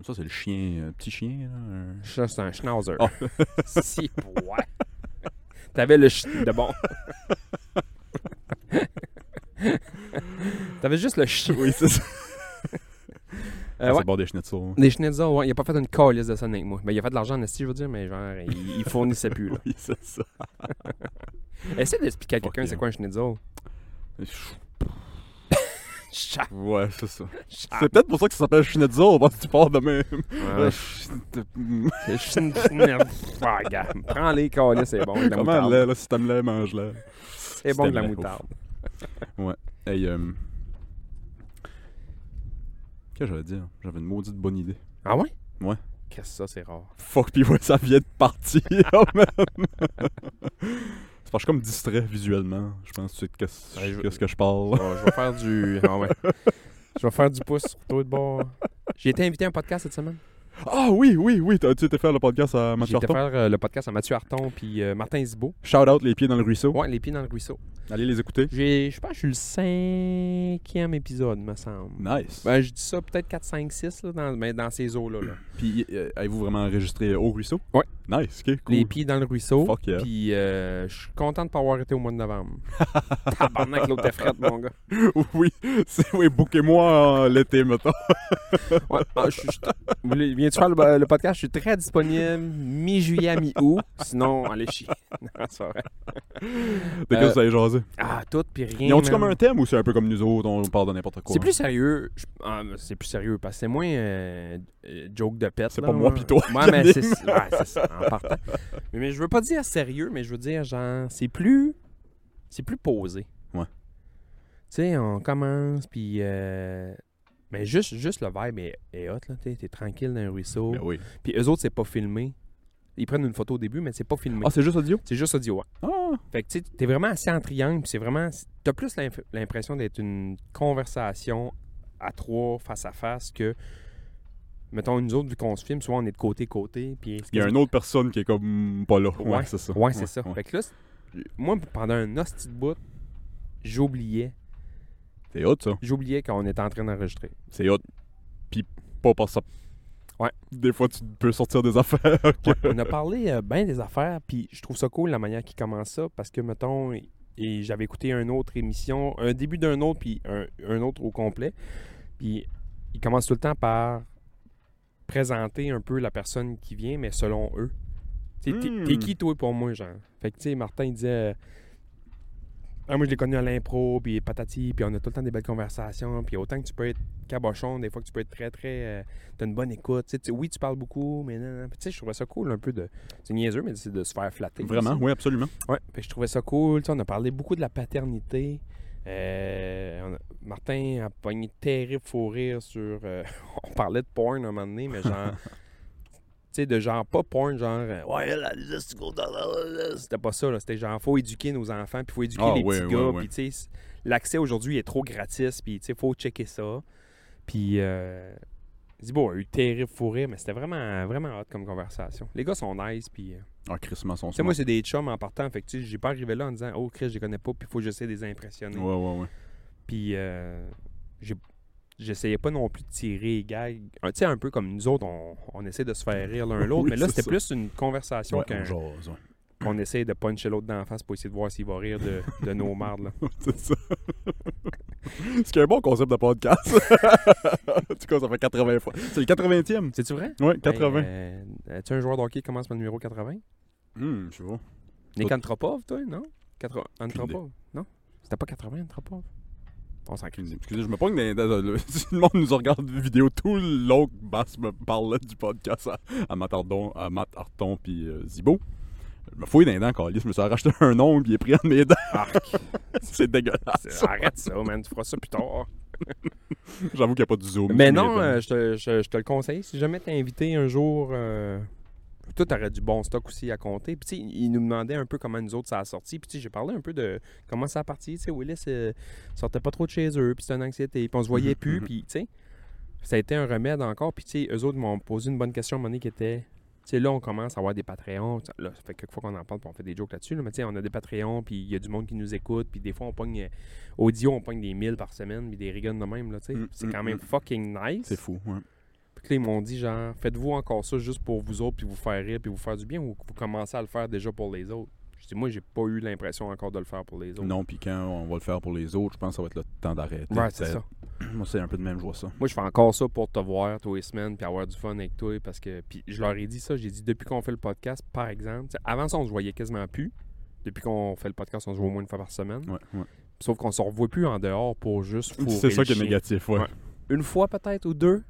Speaker 2: Ça, c'est le chien, euh, petit chien, là. un-
Speaker 3: Ça, c'est un schnauzer.
Speaker 2: Ah.
Speaker 3: [LAUGHS] si, ouais. T'avais le ch- de bon. T'avais juste le chien.
Speaker 2: Oui, c'est ça.
Speaker 3: Euh,
Speaker 2: c'est
Speaker 3: ouais.
Speaker 2: le bord des schnitzels. hein.
Speaker 3: Des schnitzels, ouais. Il a pas fait une calice de ça avec moi. Mais il a fait de l'argent en esti, je veux dire, mais genre, il, il
Speaker 2: [LAUGHS]
Speaker 3: fournissait plus, là.
Speaker 2: Oui, c'est ça.
Speaker 3: Essaie d'expliquer à quelqu'un
Speaker 2: Fuck
Speaker 3: c'est
Speaker 2: yeah.
Speaker 3: quoi un schnitzel.
Speaker 2: [LAUGHS] Ouais, c'est ça. C'est peut-être pour ça que ça s'appelle Schnitzel, parce que tu pars de même.
Speaker 3: Ouais.
Speaker 2: [LAUGHS]
Speaker 3: Je suis une Ah, gars, Prends les calais, c'est bon. avec de La
Speaker 2: Comment
Speaker 3: moutarde.
Speaker 2: lait, là, si t'aimes lait, mange-le.
Speaker 3: C'est bon de la
Speaker 2: C'était-
Speaker 3: moutarde.
Speaker 2: Hey, euh... Qu'est-ce que j'allais dire? J'avais une maudite bonne idée.
Speaker 3: Ah ouais?
Speaker 2: Ouais.
Speaker 3: Qu'est-ce que ça, c'est rare.
Speaker 2: Fuck, pis ouais, ça vient de partir, [LAUGHS] oh, man. C'est parce que je suis comme distrait visuellement. Je pense tu sais de qu'est-ce
Speaker 3: Ouais, je-
Speaker 2: qu'est-ce que je parle.
Speaker 3: Bon, je vais faire du. Ah ouais. Je vais faire du pouce sur toi de bord. J'ai été invité à un podcast cette semaine.
Speaker 2: Ah oui, oui, oui, t'as- tu été faire le podcast à
Speaker 3: J'ai
Speaker 2: Mathieu
Speaker 3: été
Speaker 2: Arton?
Speaker 3: faire euh, le podcast à Mathieu Harton puis euh, Martin Zibo.
Speaker 2: Shout out les pieds dans le ruisseau.
Speaker 3: Ouais, les pieds dans le ruisseau.
Speaker 2: Allez les écouter.
Speaker 3: J'ai- Je pense que je suis le cinquième épisode, me semble.
Speaker 2: Nice.
Speaker 3: Ben, je dis ça peut-être 4, 5, 6, là, dans, mais dans ces eaux-là. là.
Speaker 2: Puis, euh, avez-vous vraiment enregistré au ruisseau?
Speaker 3: Ouais.
Speaker 2: Nice, ok, cool.
Speaker 3: Les pieds dans le ruisseau.
Speaker 2: Fuck yeah.
Speaker 3: Puis euh, je suis content de ne pas avoir été au mois
Speaker 2: [LAUGHS]
Speaker 3: de novembre. Tabarnak, l'autre était frette, mon gars.
Speaker 2: [LAUGHS] oui, c'est, oui, bookez-moi euh, l'été, mettons.
Speaker 3: Ouais, ah, je suis- je suis- Vous voulez- Viens-tu faire le, le podcast? Je suis très disponible mi-juillet, à mi-août. Sinon, allez chier. [LAUGHS] Non, c'est pas vrai.
Speaker 2: De quoi
Speaker 3: Euh,
Speaker 2: vous avez jasé?
Speaker 3: Ah, tout, puis rien.
Speaker 2: Ils ont-tu
Speaker 3: man.
Speaker 2: comme un thème ou c'est un peu comme nous autres, on parle de n'importe quoi?
Speaker 3: C'est plus sérieux. je- ah, mais c'est plus sérieux parce que c'est moins euh, euh, joke de pète.
Speaker 2: C'est
Speaker 3: là,
Speaker 2: pas moi
Speaker 3: ouais.
Speaker 2: pis toi
Speaker 3: Ouais,
Speaker 2: qui
Speaker 3: mais c'est
Speaker 2: anime.
Speaker 3: ouais, c'est ça,
Speaker 2: [LAUGHS]
Speaker 3: en partant. Mais, mais je veux pas dire sérieux, mais je veux dire genre, c'est plus. C'est plus posé.
Speaker 2: Ouais.
Speaker 3: Tu sais, on commence, puis. euh, mais juste, juste le vibe est, est hot, là. T'es, t'es tranquille dans un ruisseau.
Speaker 2: Ben oui.
Speaker 3: Puis eux autres, c'est pas filmé. Ils prennent une photo au début, mais c'est pas filmé.
Speaker 2: Ah, c'est juste audio?
Speaker 3: c'est juste audio. ouais.
Speaker 2: Ah,
Speaker 3: Fait que tu sais, t'es vraiment assis en triangle, puis c'est vraiment. T'as plus l'inf- l'impression d'être une conversation à trois, face à face, que. Mettons, nous autres, vu qu'on se filme, souvent on est de côté-côté, puis.
Speaker 2: il y a une autre personne qui est comme pas là. Ouais,
Speaker 3: Ouais.
Speaker 2: c'est ça.
Speaker 3: Ouais, c'est ça.
Speaker 2: ouais.
Speaker 3: Fait que là, c'est- moi, pendant un hostie de bout, j'oubliais.
Speaker 2: C'est hot, ça.
Speaker 3: J'oubliais qu'on était en train d'enregistrer.
Speaker 2: C'est hot. Puis pas par ça.
Speaker 3: Ouais.
Speaker 2: Des fois, tu peux sortir des affaires. [LAUGHS] que-
Speaker 3: on a parlé euh, ben des affaires, puis je trouve ça cool la manière qu'il commence ça, parce que, mettons, et, et j'avais écouté une autre émission, un début d'un autre, puis un, un autre au complet, puis il commence tout le temps par présenter un peu la personne qui vient, mais selon eux. Tu sais, T'es
Speaker 2: Hmm.
Speaker 3: t'es qui, toi, pour moi, genre? Fait que, tu sais, Martin, il disait... euh, Ah, moi, je l'ai connu à l'impro, puis patati, puis on a tout le temps des belles conversations, puis autant que tu peux être cabochon, des fois que tu peux être très, très... euh, t'as une bonne écoute. Tu sais, tu- oui, tu parles beaucoup, mais non, non. Puis, tu sais, je trouvais ça cool un peu de. C'est niaiseux, mais c'est de se faire flatter.
Speaker 2: Vraiment, oui, absolument.
Speaker 3: Ouais. Puis je trouvais ça cool. Tu sais, on a parlé beaucoup de la paternité. Euh, on a- Martin a pogné terrible faux rire sur. euh, [LAUGHS] on parlait de porn à un moment donné,
Speaker 2: [LAUGHS]
Speaker 3: mais genre. tu sais, de genre pas porn, genre. euh, Ouais, la liste, go dans la liste. c'était pas ça, là. C'était genre, faut éduquer nos enfants, puis faut éduquer
Speaker 2: Ah,
Speaker 3: les
Speaker 2: ouais,
Speaker 3: petits
Speaker 2: ouais,
Speaker 3: gars.
Speaker 2: ouais.
Speaker 3: Puis, tu sais, c- l'accès aujourd'hui est trop gratis, puis, tu sais, faut checker ça. Puis, euh, Zibo a eu terrible fou rire, mais c'était vraiment, vraiment hot comme conversation. Les gars sont nice, puis. euh,
Speaker 2: Ah, Chris, son
Speaker 3: tu sais, moi, c'est des chums en partant. Fait que, tu sais, j'ai pas arrivé là en disant, oh, Chris, je les connais pas, puis faut que j'essaie de les impressionner.
Speaker 2: Ouais, ouais, ouais.
Speaker 3: Puis, euh, j'ai- j'essayais pas non plus de tirer les gags. Un- Tu sais, un peu comme nous autres, on, on essaie de se faire rire l'un l'autre.
Speaker 2: [LAUGHS] Oui,
Speaker 3: mais là,
Speaker 2: c'est
Speaker 3: c'était
Speaker 2: ça.
Speaker 3: plus une conversation
Speaker 2: Ouais,
Speaker 3: qu'un-
Speaker 2: on jase, ouais.
Speaker 3: qu'on essaie de puncher l'autre dans la face pour essayer de voir s'il va rire de,
Speaker 2: [LAUGHS]
Speaker 3: de nos mardes. là.
Speaker 2: C'est ça. Ce qui est un bon concept de podcast. en tout cas, ça fait 80 fois. C'est le Ben, 80e.
Speaker 3: C'est-tu vrai?
Speaker 2: Ouais, 80.
Speaker 3: Hey, Ben, euh, tu un joueur d'hockey qui commence par le numéro 80?
Speaker 2: Hum, je sais pas.
Speaker 3: Nick Antropov, toi, non? 80,
Speaker 2: Aucune idée.
Speaker 3: Antropov? Non? C'était pas 80, Antropov? On s'en [LAUGHS] crée.
Speaker 2: Excusez, je me pogne dans- dans- dans- Si le [LAUGHS] monde nous regarde vidéo tout le long que Bass me parle du podcast à, à Matt Ardon, à Matt Harton puis euh, Zibo, je me fouille dans les dents, câlisse. Je me suis racheté un ongle puis il est pris entre mes dents. [LAUGHS] C'est dégueulasse.
Speaker 3: Arrête ça, man. Tu feras ça plus tard.
Speaker 2: J'avoue qu'il n'y a pas du zoom.
Speaker 3: Mais
Speaker 2: sur mes
Speaker 3: non,
Speaker 2: dents.
Speaker 3: euh, je, te, je- je te le conseille. Si jamais t'es invité un jour, euh, toi, t'aurais du bon stock aussi à compter. Puis, tu sais, il nous demandait un peu comment nous autres ça a sorti. Puis, tu sais, j'ai parlé un peu de comment ça a parti. Tu sais, Willis euh, sortait pas trop de chez eux. Puis, c'était une anxiété. Puis, on se voyait
Speaker 2: Mhm,
Speaker 3: plus.
Speaker 2: mhm.
Speaker 3: Puis, tu sais, ça a été un remède encore. Puis, tu sais, eux autres m'ont posé une bonne question à un moment donné qui était. Tu sais, là, on commence à avoir des Patreons. Tu sais, Là, ça fait quelques fois qu'on en parle, puis on fait des jokes là-dessus. là. Mais tu sais, on a des Patreons, puis il y a du monde qui nous écoute. Puis des fois, on pogne, euh, audio, on pogne des 1000 par semaine, puis des rigoles de même. Là, tu sais.
Speaker 2: Mm,
Speaker 3: c'est
Speaker 2: mm,
Speaker 3: quand
Speaker 2: mm.
Speaker 3: même fucking nice.
Speaker 2: C'est fou, ouais.
Speaker 3: Puis là, ils m'ont dit, genre, faites-vous encore ça juste pour vous autres, puis vous faire rire, puis vous faire du bien, ou vous commencez à le faire déjà pour les autres? Je dis, moi, j'ai pas eu l'impression encore de le faire pour les autres.
Speaker 2: Non, puis quand on va le faire pour les autres, je pense que ça va être le temps d'arrêter.
Speaker 3: Ouais, c'est ça.
Speaker 2: Moi, c'est un peu de même, je vois ça.
Speaker 3: Moi, je fais encore ça pour te voir, toi les semaines, puis avoir du fun avec toi, parce que, puis je leur ai dit ça, j'ai dit, depuis qu'on fait le podcast, par exemple, tu sais, avant ça, on se voyait quasiment plus. Depuis qu'on fait le podcast, on se voit au moins une fois par semaine.
Speaker 2: Ouais, ouais.
Speaker 3: Sauf qu'on se revoit plus en dehors pour juste fourrer
Speaker 2: C'est ça
Speaker 3: le
Speaker 2: qui est
Speaker 3: chien.
Speaker 2: négatif, ouais.
Speaker 3: Ouais. Une fois peut-être, ou deux.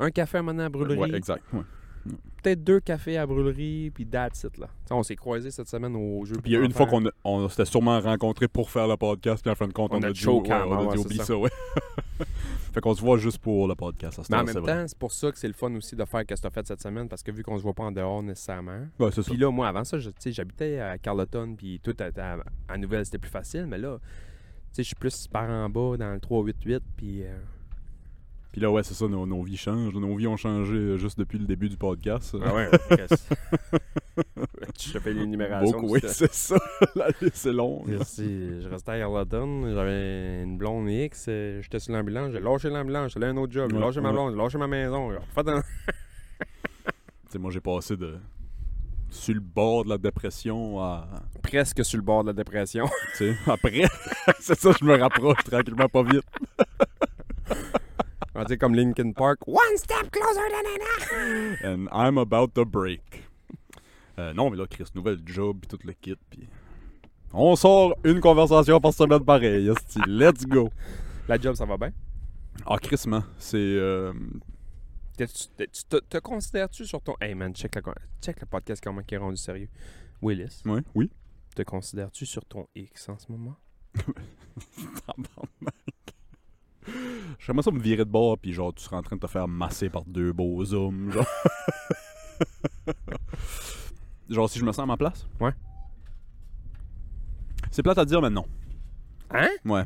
Speaker 3: Un café à mener à la brûlerie.
Speaker 2: Ouais, exact. ouais.
Speaker 3: peut-être deux cafés à brûlerie, puis that's it, là. T'sais, on s'est croisés cette semaine au jeu.
Speaker 2: Puis il y a une fois qu'on a- on s'était sûrement rencontrés pour faire le podcast, puis en fin de compte, on,
Speaker 3: On a
Speaker 2: a, dit,
Speaker 3: choqué,
Speaker 2: ouais, on a
Speaker 3: ouais,
Speaker 2: dit
Speaker 3: c'est
Speaker 2: oublie
Speaker 3: ça.
Speaker 2: ça, ouais. [LAUGHS] fait qu'on se voit juste pour le podcast, ça
Speaker 3: Mais en
Speaker 2: c'est
Speaker 3: même
Speaker 2: vrai.
Speaker 3: temps, c'est pour ça que c'est le fun aussi de faire ce que tu as fait cette semaine, parce que vu qu'on se voit pas en dehors nécessairement.
Speaker 2: Ouais, c'est ça.
Speaker 3: Puis là, moi, avant ça, je- t'sais, j'habitais à Carleton, puis tout à, à, à Nouvelle, c'était plus facile, mais là, tu sais, je suis plus par en bas dans le 388, puis. euh,
Speaker 2: Puis
Speaker 3: puis
Speaker 2: là, ouais, c'est ça, nos, nos vies changent. Nos vies ont changé euh, juste depuis le début du podcast.
Speaker 3: Ah ouais, [LAUGHS]
Speaker 2: [LAUGHS]
Speaker 3: tu fais l'énumération.
Speaker 2: Beaucoup, oui, [LAUGHS]
Speaker 3: [LAUGHS]
Speaker 2: c'est ça. La liste est longue.
Speaker 3: Merci. Je restais à Harleton, j'avais une blonde X, euh, j'étais sur l'ambulance, j'ai lâché l'ambulance, j'allais à un autre job, j'ai
Speaker 2: Ouais,
Speaker 3: lâché ma
Speaker 2: ouais.
Speaker 3: blonde, j'ai lâché ma maison, j'ai refait un-
Speaker 2: Tu sais, moi, j'ai passé de. sur le bord de la dépression à.
Speaker 3: presque sur le bord de la dépression. [LAUGHS]
Speaker 2: Tu sais, [LAUGHS] après. c'est ça, je me rapproche tranquillement, pas vite.
Speaker 3: On dit comme Linkin Park, One step closer than an
Speaker 2: And I'm about to break. Euh, non, mais là, Chris, nouvelle job, puis tout le kit, puis. On sort une conversation par semaine pareil, esti. Let's go!
Speaker 3: La job, ça va bien?
Speaker 2: Ah, Chris, man, c'est. euh,
Speaker 3: T'es- tu- t'es- tu te, te considères-tu sur ton... Hey man, check le, con- check le podcast comment qui est rendu sérieux. Willis,
Speaker 2: Ouais, [LAUGHS] oui.
Speaker 3: te considères-tu sur ton X en ce moment?
Speaker 2: Tabarnak. J'aimerais ça me virer de bord, puis genre, tu serais en train de te faire masser par deux beaux hommes, genre. [LAUGHS] genre, si je me sens à ma place?
Speaker 3: Ouais.
Speaker 2: C'est plate à dire, mais non.
Speaker 3: Hein?
Speaker 2: Ouais.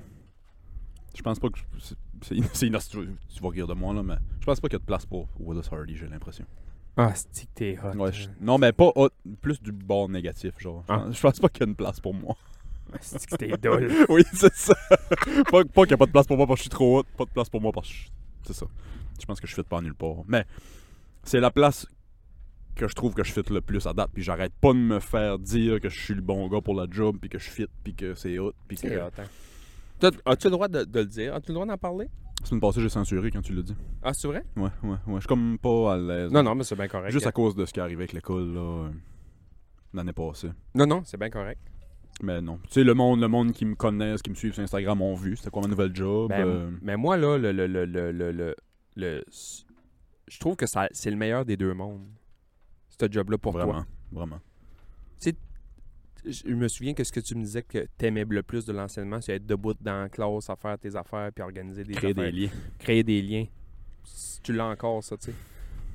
Speaker 2: Je pense pas que. je- c'est- C'est [LAUGHS] c'est innoc- Tu vas rire de moi, là, mais je pense pas qu'il y a de place pour Willis Hardy, j'ai l'impression.
Speaker 3: Ah, stick t'es hot. hein?
Speaker 2: Ouais, [LAUGHS] je- non, mais pas hot, plus du bord négatif, genre. Je
Speaker 3: Ah.
Speaker 2: pense- Je pense pas qu'il y a une place pour moi. [LAUGHS]
Speaker 3: Stick t'es dole.
Speaker 2: Oui, c'est ça. [LAUGHS] pas pas qu'il n'y a pas de place pour moi parce que je suis trop haute, pas de place pour moi parce que je suis- C'est ça. Je pense que je fit pas nulle part. Mais c'est la place que je trouve que je fit le plus à date, puis j'arrête pas de me faire dire que je suis le bon gars pour la job, puis que je fit, puis que c'est hot, puis que...
Speaker 3: C'est hot, hein. T'as- As-tu le droit de, de le dire? As-tu le droit d'en parler?
Speaker 2: La semaine passée, j'ai censuré quand tu l'as dit.
Speaker 3: Ah, c'est vrai?
Speaker 2: Ouais, ouais, ouais. Je suis comme pas à l'aise.
Speaker 3: Non, non, mais c'est bien correct.
Speaker 2: Juste à cause de ce qui est arrivé avec l'école, là, euh, l'année passée.
Speaker 3: Non, non, c'est bien correct.
Speaker 2: Mais non. Tu sais, le monde, le monde qui me connaissent, qui me suivent sur Instagram ont vu. C'était quoi ma nouvelle job?
Speaker 3: Ben,
Speaker 2: euh,
Speaker 3: Mais moi, là, le... le, le, le, le, le- le- je trouve que ça- c'est le meilleur des deux mondes. Ce job-là pour
Speaker 2: vraiment,
Speaker 3: toi.
Speaker 2: Vraiment.
Speaker 3: Je me souviens que ce que tu me disais que t'aimais le plus de l'enseignement, c'est être debout dans la classe, à faire tes affaires, puis organiser des
Speaker 2: Créer
Speaker 3: affaires.
Speaker 2: des liens.
Speaker 3: créer des liens. Si tu l'as encore, ça, tu sais.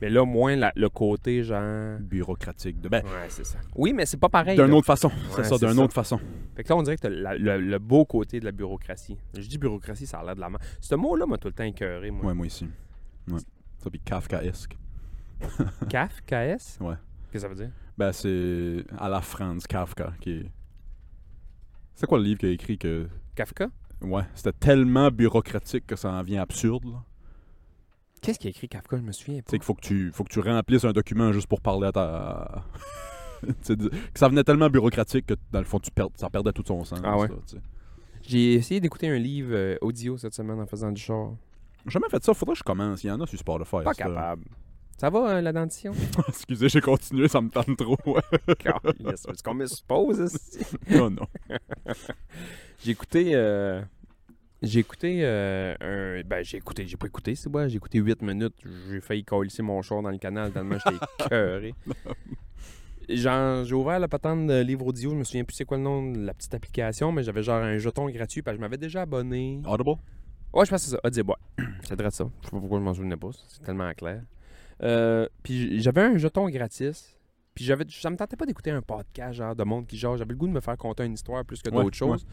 Speaker 3: Mais là, moins la- le côté, genre...
Speaker 2: bureaucratique de ben,
Speaker 3: Ouais, c'est ça. Oui, mais c'est pas pareil.
Speaker 2: d'une
Speaker 3: là.
Speaker 2: autre façon
Speaker 3: Ouais,
Speaker 2: c'est ça
Speaker 3: c'est
Speaker 2: d'une
Speaker 3: ça.
Speaker 2: autre façon
Speaker 3: Fait que là, on dirait que t'as la- le, le beau côté de la bureaucratie. Je dis bureaucratie, ça a l'air de la main. Ce mot-là m'a tout le temps écœuré, moi.
Speaker 2: ouais moi ici ouais ça puis kafkaesque
Speaker 3: CAF, KS?
Speaker 2: Ouais.
Speaker 3: Qu'est-ce que ça veut dire?
Speaker 2: ben c'est à la Franz Kafka qui est c'est quoi le livre qu'il a écrit que
Speaker 3: Kafka?
Speaker 2: ouais c'était tellement bureaucratique que ça en vient absurde là.
Speaker 3: Qu'est-ce qu'il a écrit Kafka? Je me souviens
Speaker 2: tu
Speaker 3: pas.
Speaker 2: sais qu'il faut que tu faut que tu remplisses un document juste pour parler à ta [LAUGHS] Tu sais, que ça venait tellement bureaucratique que dans le fond tu perds ça perdait tout son sens
Speaker 3: Ah ouais.
Speaker 2: ça, tu sais.
Speaker 3: J'ai essayé d'écouter un livre euh, audio cette semaine en faisant du char.
Speaker 2: J'ai jamais fait ça faudrait que je commence il y en a sur Spotify
Speaker 3: Pas
Speaker 2: ça.
Speaker 3: capable. Ça va, euh, la [LAUGHS] dentition?
Speaker 2: [LAUGHS] excusez j'ai continué ça me tente trop [LAUGHS]
Speaker 3: Calisse, C'est ce qu'on me suppose, esti.
Speaker 2: non non
Speaker 3: J'ai écouté. euh, J'ai écouté euh, un. Ben, j'ai écouté, j'ai pas écouté, c'est quoi? J'ai écouté 8 minutes. J'ai failli colisser mon char dans le canal tellement j'étais écœuré. Genre, j'ai ouvert la patente de livre audio, je me souviens plus c'est quoi le nom de la petite application, mais j'avais genre un jeton gratuit, parce que je m'avais déjà abonné.
Speaker 2: Audible
Speaker 3: Ouais, je pense que c'est ça. Audible, ouais. C'est vrai de ça. [CLEARS THROAT] Je sais pas pourquoi je m'en souvenais pas. C'est tellement clair. Euh, puis j'avais un jeton gratis. Puis j'avais, ça me tentait pas d'écouter un podcast genre de monde qui genre, j'avais le goût de me faire conter une histoire plus que
Speaker 2: Ouais,
Speaker 3: d'autres choses.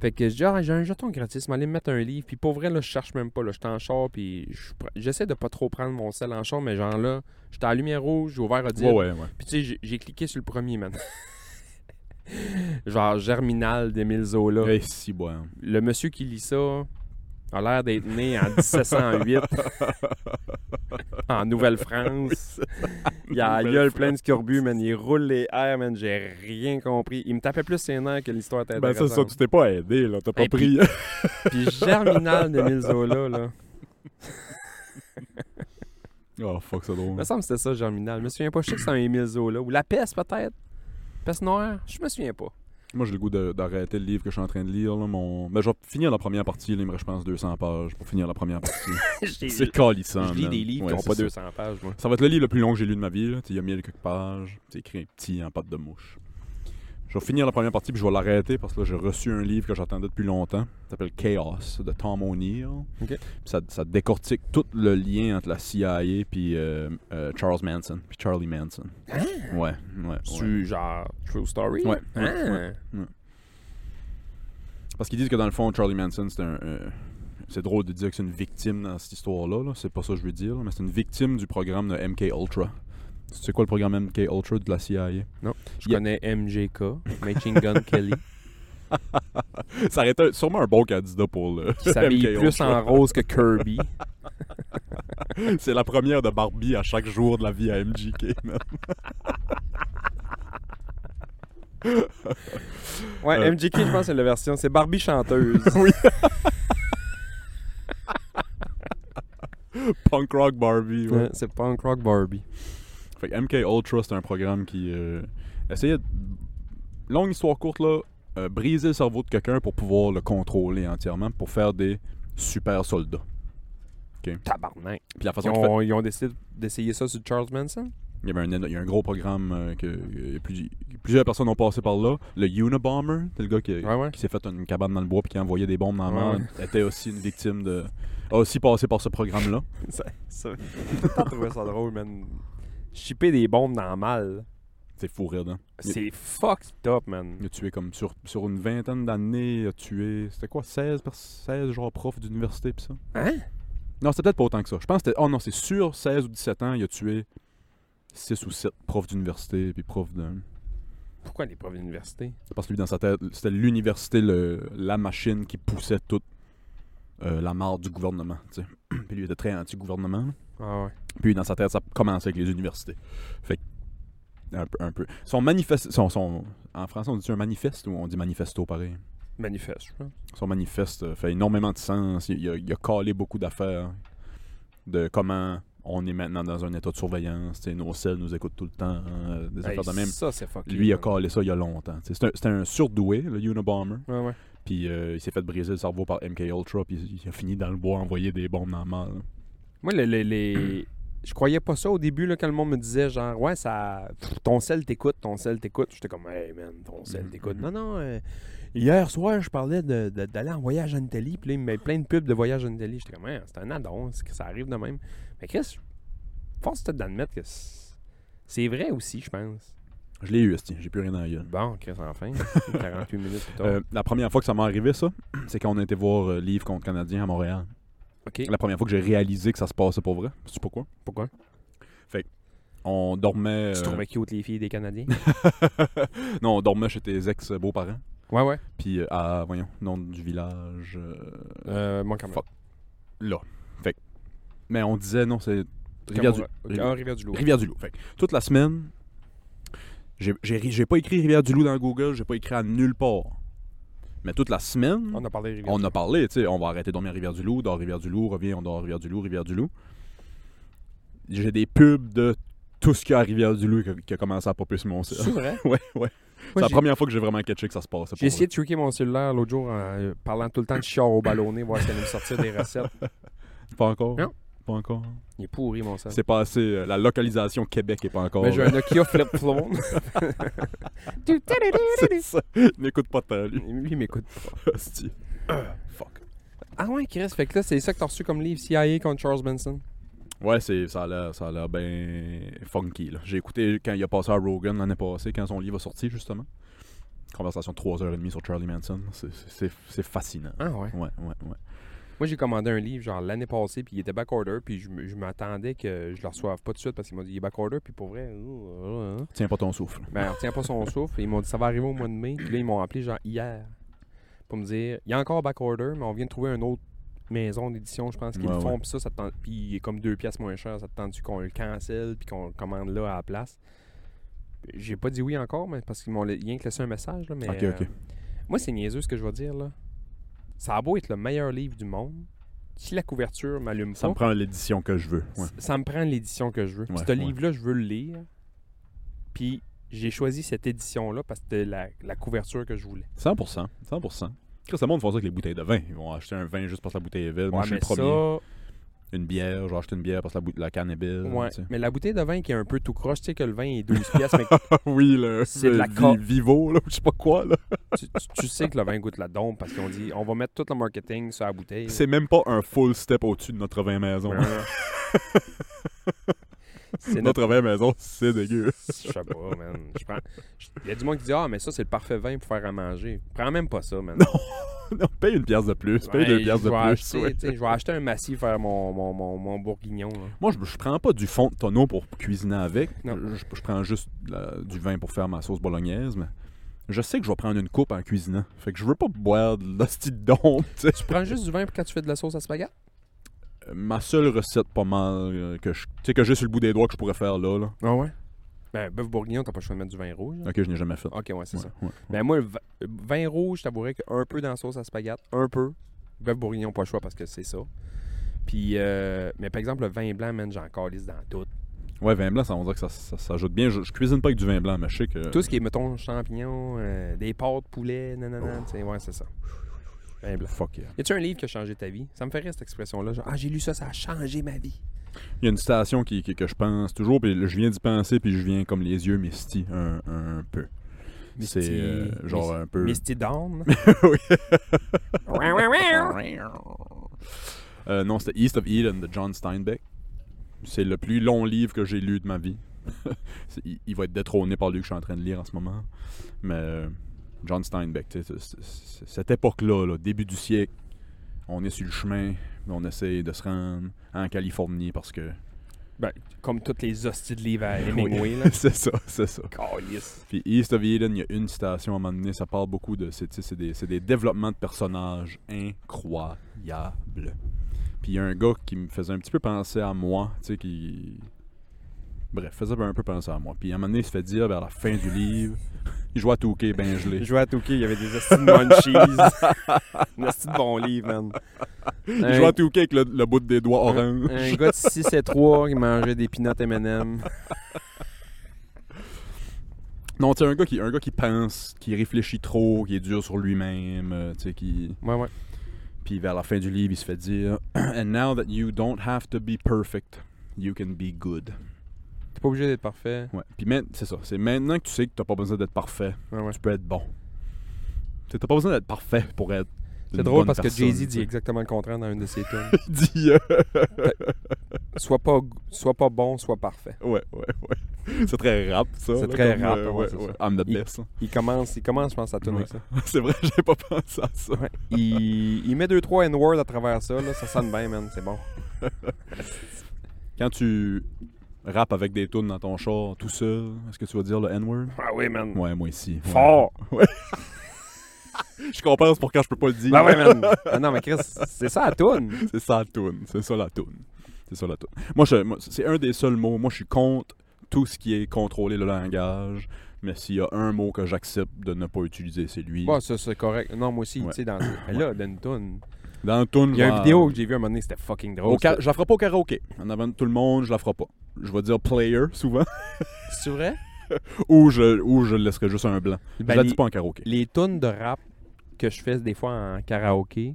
Speaker 3: Fait que je dis, ah, j'ai un jeton gratis, mais allez me mettre un livre. Puis pour vrai, là, je cherche même pas. Là, je suis en char, puis je suis pr- j'essaie de pas trop prendre mon sel en char, mais genre là, j'étais à la lumière rouge, j'ai ouvert Audible.
Speaker 2: ouais ouais ouais
Speaker 3: Puis tu sais, j'ai- j'ai cliqué sur le premier, man. [LAUGHS] genre Germinal d'Émile Zola
Speaker 2: Eh, si, bon. hein.
Speaker 3: le monsieur qui lit ça a l'air d'être né
Speaker 2: [LAUGHS]
Speaker 3: en 1708 en Nouvelle-France. Il a la gueule plein de scorbut, man. Il roule les airs, man. J'ai rien compris. Il me tapait plus ses nerfs que l'histoire était
Speaker 2: Ben, c'est ça,
Speaker 3: intéressante.
Speaker 2: tu t'es pas aidé, là. T'as pas
Speaker 3: Hey,
Speaker 2: pris.
Speaker 3: Puis Germinal de
Speaker 2: [LAUGHS]
Speaker 3: Milzola, là.
Speaker 2: oh, fuck, c'est
Speaker 3: Il
Speaker 2: drôle.
Speaker 3: me semble que c'était ça, Germinal. Je me souviens pas. Je sais que c'est un Émile Zola. Ou La Peste, peut-être. Peste noire. Je me souviens pas.
Speaker 2: Moi, j'ai le goût de- d'arrêter le livre que je suis en train de lire, là. Mon... Ben, je vais finir la première partie, là. Il me reste, je pense, 200 pages pour finir la première
Speaker 3: [LAUGHS]
Speaker 2: partie. c'est calissant,
Speaker 3: Je lis
Speaker 2: man.
Speaker 3: des livres
Speaker 2: Ouais,
Speaker 3: qui n'ont
Speaker 2: c'est
Speaker 3: pas
Speaker 2: ça.
Speaker 3: 200 pages, moi.
Speaker 2: Ça va être le livre le plus long que j'ai lu de ma vie, là. Tu sais, Il y a mille quelques pages. C'est écrit petit en pâte de mouche. Je vais finir la première partie, puis je vais l'arrêter parce que là, j'ai reçu un livre que j'attendais depuis longtemps. Ça s'appelle Chaos de Tom O'Neill.
Speaker 3: Ok.
Speaker 2: Puis Ça, ça décortique tout le lien entre la CIA puis euh, euh, Charles Manson, puis Charlie Manson. Ouais, ouais. ouais.
Speaker 3: Ah! Tu, genre, True Story.
Speaker 2: Ouais,
Speaker 3: Ah.
Speaker 2: ouais, Parce qu'ils disent que dans le fond, Charlie Manson, c'est un, euh, C'est drôle de dire que c'est une victime dans cette histoire-là. là. C'est pas ça que je veux dire, mais c'est une victime du programme de MK Ultra. Tu sais quoi le programme MK Ultra de la CIA
Speaker 3: Je
Speaker 2: Yeah.
Speaker 3: connais MJK, Machine Gun [LAUGHS] Kelly,
Speaker 2: Ça aurait été sûrement un bon candidat pour le. [LAUGHS]
Speaker 3: qui s'habille
Speaker 2: MK
Speaker 3: plus en
Speaker 2: Ultra.
Speaker 3: rose que Kirby.
Speaker 2: C'est la première de Barbie à chaque jour de la vie à MJK, [LAUGHS] man.
Speaker 3: Ouais,
Speaker 2: Euh.
Speaker 3: MJK, je pense, c'est la version. C'est Barbie [LAUGHS] chanteuse.
Speaker 2: Punk rock Barbie, ouais.
Speaker 3: Ouais, c'est Punk Rock Barbie.
Speaker 2: Fait que MK Ultra, c'est un programme qui euh, essayait, de- longue histoire courte là, euh, briser le cerveau de quelqu'un pour pouvoir le contrôler entièrement, pour faire des super soldats.
Speaker 3: Tabarnak.
Speaker 2: Puis la façon
Speaker 3: Ils
Speaker 2: qu'il fait-
Speaker 3: ont, ils ont décidé d'essayer ça sur Charles Manson.
Speaker 2: il y avait un, éno- il y a un gros programme euh, que, que plus- que plusieurs personnes ont passé par là. Le Unabomber, c'est le gars qui,
Speaker 3: Ouais, ouais.
Speaker 2: qui s'est fait une cabane dans le bois puis qui a envoyé des bombes dans la
Speaker 3: Ouais,
Speaker 2: mer, était aussi une victime de, a aussi passé par ce programme là.
Speaker 3: [LAUGHS] Ça, ça, [LAUGHS] t'as trouvé ça drôle, man. Chipper des bombes dans le mal.
Speaker 2: C'est fou rire, hein. Il-
Speaker 3: C'est fucked up, man.
Speaker 2: Il a tué comme sur, sur une vingtaine d'années, il a tué, c'était quoi, 16, pers- 16 genre profs d'université pis ça?
Speaker 3: Hein?
Speaker 2: Non, c'était peut-être pas autant que ça. Je pense que c'était, oh non, c'est sûr, 16 ou 17 ans, il a tué 6 ou 7 profs d'université puis profs de...
Speaker 3: Pourquoi les profs d'université?
Speaker 2: Parce que lui, dans sa tête, c'était l'université, le- la machine qui poussait toute euh, la marde du gouvernement, tu sais. [CLEARS THROAT] puis lui, il était très anti-gouvernement, là.
Speaker 3: Ah ouais.
Speaker 2: Puis dans sa tête, ça commençait avec les universités. Fait que, un peu, un peu. Son manifeste, son, son- en français, on dit un manifeste ou on dit manifesto pareil?
Speaker 3: Manifeste, je pense.
Speaker 2: Son manifeste euh, fait énormément de sens. Il, il a, il a calé beaucoup d'affaires de comment on est maintenant dans un état de surveillance. Tu sais, nos cellules nous écoutent tout le temps. euh, des
Speaker 3: Hey,
Speaker 2: affaires de même.
Speaker 3: Ça, c'est fucké.
Speaker 2: Lui, il a
Speaker 3: man.
Speaker 2: calé ça il y a longtemps. Tu sais, C'était un, c'était un surdoué, le Unabomber.
Speaker 3: Ouais, ouais.
Speaker 2: Puis euh, il s'est fait briser le cerveau par MK Ultra. Puis il a fini dans le bois, à envoyer des bombes dans la mort, là.
Speaker 3: Moi, les. les, les- Je croyais pas ça au début, là, quand le monde me disait, genre, ouais, ça. pff, Ton sel t'écoute, ton sel t'écoute. J'étais comme, hey, man, ton sel
Speaker 2: Mhm,
Speaker 3: t'écoute.
Speaker 2: mhm.
Speaker 3: Non, non. euh, hier soir, je parlais de- de- d'aller en voyage en Italie, puis là, il me met plein de pubs de voyage en Italie. J'étais comme, Hein, c'est un addon, c'est que ça arrive de même. Mais Chris, force peut-être d'admettre que c'est c'est vrai aussi, je pense.
Speaker 2: Je l'ai eu, esti. J'ai plus rien dans la gueule.
Speaker 3: Bon, Chris, enfin. [LAUGHS] 48 minutes plus tard.
Speaker 2: Euh, la première fois que ça m'est arrivé, ça, [CLEARS THROAT] c'est quand on a été voir euh, Livre contre Canadien à Montréal.
Speaker 3: OK.
Speaker 2: La première fois que j'ai réalisé que ça se passait pour vrai. Sais-tu pourquoi?
Speaker 3: Pourquoi?
Speaker 2: On dormait.
Speaker 3: Tu
Speaker 2: euh,
Speaker 3: trouvais cute les filles des Canadiens?
Speaker 2: [LAUGHS] non, on dormait chez tes ex-beaux-parents.
Speaker 3: ouais, ouais.
Speaker 2: Puis euh, à, voyons, nom du village. euh,
Speaker 3: Euh, mon camarade.
Speaker 2: Fuck. là. Fait que- Mais on disait, non, c'est Rivière-du-Loup.
Speaker 3: Cameroun. Ok, ah, Rivière-du-Loup.
Speaker 2: Rivière-du-Loup. Fait que toute la semaine, j'ai- j'ai ri- j'ai pas écrit Rivière-du-Loup dans Google, j'ai pas écrit à nulle part. Mais toute la semaine,
Speaker 3: On a parlé de
Speaker 2: [LAUGHS] on a parlé, tu sais, on va arrêter de dormir à Rivière-du-Loup, dort Rivière-du-Loup, revient, on dort à Rivière-du-Loup, Rivière-du-Loup. J'ai des pubs de tout ce qu'il y a à Rivière-du-Loup qui, a- qui a commencé à popper sur mon site.
Speaker 3: [LAUGHS] C'est vrai?
Speaker 2: [LAUGHS] ouais, ouais. C'est
Speaker 3: Moi,
Speaker 2: la
Speaker 3: j'ai-
Speaker 2: première fois que j'ai vraiment catché que ça se passe.
Speaker 3: J'ai essayé de tricker mon cellulaire l'autre jour en euh, parlant tout le temps de chiard au ballonné, voir si elle allait me sortir des recettes.
Speaker 2: Pas encore.
Speaker 3: Non. Euh.
Speaker 2: Pas encore.
Speaker 3: Il est pourri, mon sel.
Speaker 2: C'est pas assez. euh, La localisation Québec est pas encore.
Speaker 3: Mais j'ai
Speaker 2: euh,
Speaker 3: un Nokia flip phone.
Speaker 2: [LAUGHS] c'est ça. Il [LAUGHS] N'écoute pas tant, lui.
Speaker 3: Lui, il m'écoute. [COUGHS]
Speaker 2: Hostie. Fuck.
Speaker 3: Ah ouais, Chris, fait que là, c'est ça que t'as reçu comme livre CIA contre Charles Benson.
Speaker 2: Ouais, c'est, ça a l'air, ça a l'air ben funky. Là. J'ai écouté quand il a passé à Rogan l'année passée, quand son livre a sorti, justement. Conversation de 3h30 sur Charlie Manson. C'est, c'est, c'est fascinant.
Speaker 3: Ah ouais.
Speaker 2: Ouais, ouais, ouais.
Speaker 3: Moi, j'ai commandé un livre, genre, l'année passée, puis il était backorder, puis je, me- je m'attendais que je le reçoive pas tout de suite parce qu'il m'a dit, il est backorder, puis pour vrai. euh, euh, euh.
Speaker 2: Tiens pas ton souffle.
Speaker 3: Ben, on retient pas son souffle. Ils m'ont dit, ça va arriver au mois de mai. Puis là, ils m'ont appelé, genre, hier, pour me dire, il y a encore backorder, mais on vient de trouver une autre maison d'édition, je pense, qu'ils le
Speaker 2: Ouais,
Speaker 3: font.
Speaker 2: ouais.
Speaker 3: Puis ça, ça te tente- puis il est comme deux pièces moins cher. Ça te tente-tu qu'on le cancelle, puis qu'on le commande là à la place? J'ai pas dit oui encore, mais parce qu'ils m'ont la- rien que laissé un message. Là, mais,
Speaker 2: Ok,
Speaker 3: euh,
Speaker 2: ok.
Speaker 3: moi, c'est niaiseux ce que je vais dire, là. Ça a beau être le meilleur livre du monde. Si la couverture m'allume
Speaker 2: Ça
Speaker 3: pas,
Speaker 2: me prend l'édition que je veux. Ouais.
Speaker 3: c- ça me prend l'édition que je veux. Puis
Speaker 2: Ouais,
Speaker 3: ce
Speaker 2: ouais.
Speaker 3: livre-là, je veux le lire. Puis j'ai choisi cette édition-là parce que c'était la, la couverture que je voulais.
Speaker 2: 100%. 100%. Chris, le monde font ça avec les bouteilles de vin. Ils vont acheter un vin juste parce que la bouteille est vide. Moi,
Speaker 3: Ouais,
Speaker 2: je suis le
Speaker 3: mais
Speaker 2: premier.
Speaker 3: ça-
Speaker 2: une bière, j'ai acheté une bière parce que la, bou- la canne est belle.
Speaker 3: ouais.
Speaker 2: Euh, tu [LAUGHS] sais.
Speaker 3: Mais la bouteille de vin qui est un peu tout croche, tu sais que le vin est 12 pièces, mais
Speaker 2: Ah oui, le,
Speaker 3: C'est de
Speaker 2: le
Speaker 3: la
Speaker 2: vi-
Speaker 3: co-
Speaker 2: vivo, là, ou je sais pas quoi. Là.
Speaker 3: tu, tu- tu sais que le vin goûte la dompe parce qu'on dit on va mettre tout le marketing sur la bouteille.
Speaker 2: C'est même pas un full step au-dessus de notre vin maison.
Speaker 3: Ouais, ouais.
Speaker 2: [LAUGHS]
Speaker 3: C'est
Speaker 2: Notre travail à la maison, c'est dégueu. [LAUGHS]
Speaker 3: Je sais pas, man. Je prends... je- Il y a du monde qui dit Ah, mais ça, c'est le parfait vin pour faire à manger. Prends même pas ça, man.
Speaker 2: On paye une pièce de plus, paye
Speaker 3: Ouais,
Speaker 2: deux pièces
Speaker 3: je
Speaker 2: de
Speaker 3: vais
Speaker 2: plus.
Speaker 3: acheter,
Speaker 2: ouais.
Speaker 3: tu sais, Je vais acheter un massif faire mon, mon, mon, mon bourguignon. là.
Speaker 2: Moi, je, je prends pas du fond de tonneau pour cuisiner avec.
Speaker 3: Non.
Speaker 2: Je, je prends juste la- du vin pour faire ma sauce bolognaise, mais je sais que je vais prendre une coupe en cuisinant. Fait que je veux pas boire de l'hostie de don, [LAUGHS] tu sais. Euh,
Speaker 3: Tu prends juste du vin pour quand tu fais de la sauce à spaghetti
Speaker 2: Ma seule recette pas mal euh, que je- tu sais, que j'ai sur le bout des doigts que je pourrais faire là, là.
Speaker 3: Ah ouais Ben, bœuf bourguignon, t'as pas le choix de mettre du vin rouge. là.
Speaker 2: Ok, je n'ai jamais fait.
Speaker 3: Ok, ouais, c'est
Speaker 2: Ouais,
Speaker 3: ça.
Speaker 2: ouais.
Speaker 3: Ben, moi, le vi- le vin rouge, je t'avouerais qu'un peu dans la sauce à spaghetti, un peu. Bœuf bourguignon, pas le choix parce que c'est ça. Puis, euh, mais par exemple, le vin blanc, man, j'en calisse dans tout.
Speaker 2: Ouais, vin blanc, ça on dirait que ça, ça, ça ajoute bien. Je, je cuisine pas avec du vin blanc, euh, mais je sais que.
Speaker 3: Tout ce qui est, mettons, champignons, euh, des pâtes, poulet, nanana, tu sais, ouais, c'est ça. Vin blanc.
Speaker 2: Fuck yeah.
Speaker 3: Y a-tu un livre qui a changé ta vie? Ça me fait rire cette expression-là. genre, ah, j'ai lu ça, ça a changé ma vie.
Speaker 2: Il y a une citation qui, qui- que je pense toujours, puis je viens d'y penser, puis je viens comme les yeux mistis un, un peu.
Speaker 3: Misty-
Speaker 2: C'est euh, genre
Speaker 3: mis-
Speaker 2: un peu.
Speaker 3: Misty [LAUGHS] Dawn.
Speaker 2: Oui.
Speaker 3: Ouin, ouin, ouin.
Speaker 2: Euh, non, c'était East of Eden de John Steinbeck. C'est le plus long livre que j'ai lu de ma vie. [LAUGHS] C'est- il, il va être détrôné par lui que je suis en train de lire en ce moment. Mais euh, John Steinbeck, tu sais, c'est- c'est- c'est- cette époque-là, là, début du siècle, on est sur le chemin, mais on essaie de se rendre en Californie parce que.
Speaker 3: Ben, comme toutes les hosties de livres
Speaker 2: Ben
Speaker 3: à Hemingway, [LAUGHS] là.
Speaker 2: [LAUGHS] c'est ça, c'est ça.
Speaker 3: Calisse.
Speaker 2: Puis East of Eden, il y a une citation à un moment donné, ça parle beaucoup de. C'est tu sais, c'est des, c'est des développements de personnages incroyables. Puis il y a un gars qui me faisait un petit peu penser à moi, tu sais, qui. Bref, faisait un peu penser à moi. Puis à un moment donné, il se fait dire vers la fin du livre, [LAUGHS] il joue à Touquet, ben gelé.
Speaker 3: [LAUGHS] Je jouais à Touquet, il y avait des hosties de munchies. [LAUGHS] un hostie de bon livre, man.
Speaker 2: Il joue à Touquet avec le, le bout des doigts orange.
Speaker 3: Un [LAUGHS] gars de 6 et 3 qui mangeait des peanuts M&M.
Speaker 2: Non, tu sais, un gars, qui, un gars qui pense, qui réfléchit trop, qui est dur sur lui-même, euh, tu sais, qui.
Speaker 3: Ouais, ouais.
Speaker 2: Puis vers la fin du livre, il se fait dire [CLEARS THROAT] And now that you don't have to be perfect, you can be good.
Speaker 3: T'es pas obligé d'être parfait.
Speaker 2: Ouais. Puis main- c'est ça. C'est maintenant que tu sais que t'as pas besoin d'être parfait,
Speaker 3: Ouais, ouais.
Speaker 2: tu peux être bon. T'sais, T'as pas besoin d'être parfait pour être.
Speaker 3: C'est drôle parce que Jay-Z dit exactement le contraire dans une de ses tunes.
Speaker 2: [LAUGHS] dit. euh,
Speaker 3: Sois pas, sois pas bon, sois parfait.
Speaker 2: ouais, ouais, ouais. C'est très rap, ça.
Speaker 3: C'est
Speaker 2: là,
Speaker 3: très
Speaker 2: comme,
Speaker 3: rap,
Speaker 2: euh,
Speaker 3: ouais,
Speaker 2: ouais,
Speaker 3: c'est
Speaker 2: ouais.
Speaker 3: ça.
Speaker 2: I'm the
Speaker 3: Il-
Speaker 2: best. hein.
Speaker 3: Il commence, il commence, je pense, à tourner
Speaker 2: Ouais.
Speaker 3: ça.
Speaker 2: [LAUGHS] c'est vrai, j'avais pas pensé à ça.
Speaker 3: Ouais. Il, il met 2-3 N-word à travers ça, là. ça sonne bien, man, c'est bon.
Speaker 2: Quand tu rappes avec des tunes dans ton char tout seul, est-ce que tu vas dire le N-word
Speaker 3: Ah oui, man.
Speaker 2: Ouais, moi ici. Ouais.
Speaker 3: Fort.
Speaker 2: [LAUGHS] Je compense pour quand je peux pas le dire.
Speaker 3: Ah ouais, man. Ah non, mais Chris, c'est ça la toune.
Speaker 2: C'est ça la toune. C'est ça la toune. C'est ça la toune. Moi, je- moi, c'est un des seuls mots. Moi, je suis contre tout ce qui est contrôler le langage. Mais s'il y a un mot que j'accepte de ne pas utiliser, c'est lui.
Speaker 3: Bon, ça, c'est correct. Non, moi aussi,
Speaker 2: Ouais.
Speaker 3: tu sais, dans. Mais Là, dans une toune.
Speaker 2: Dans la toune,
Speaker 3: Il y a
Speaker 2: je
Speaker 3: une
Speaker 2: vais-
Speaker 3: vidéo Oh, que j'ai vue à un moment donné, c'était fucking drôle.
Speaker 2: Au
Speaker 3: [LAUGHS]
Speaker 2: ca- Je la ferai pas au karaoké. En avant de tout le monde, je la ferai pas. Je vais dire player souvent. [LAUGHS]
Speaker 3: C'est vrai?
Speaker 2: ou, je, ou je laisserai juste un blanc.
Speaker 3: Ben,
Speaker 2: je la
Speaker 3: les,
Speaker 2: dis pas en karaoké.
Speaker 3: les tunes de rap que je fais des fois en karaoké,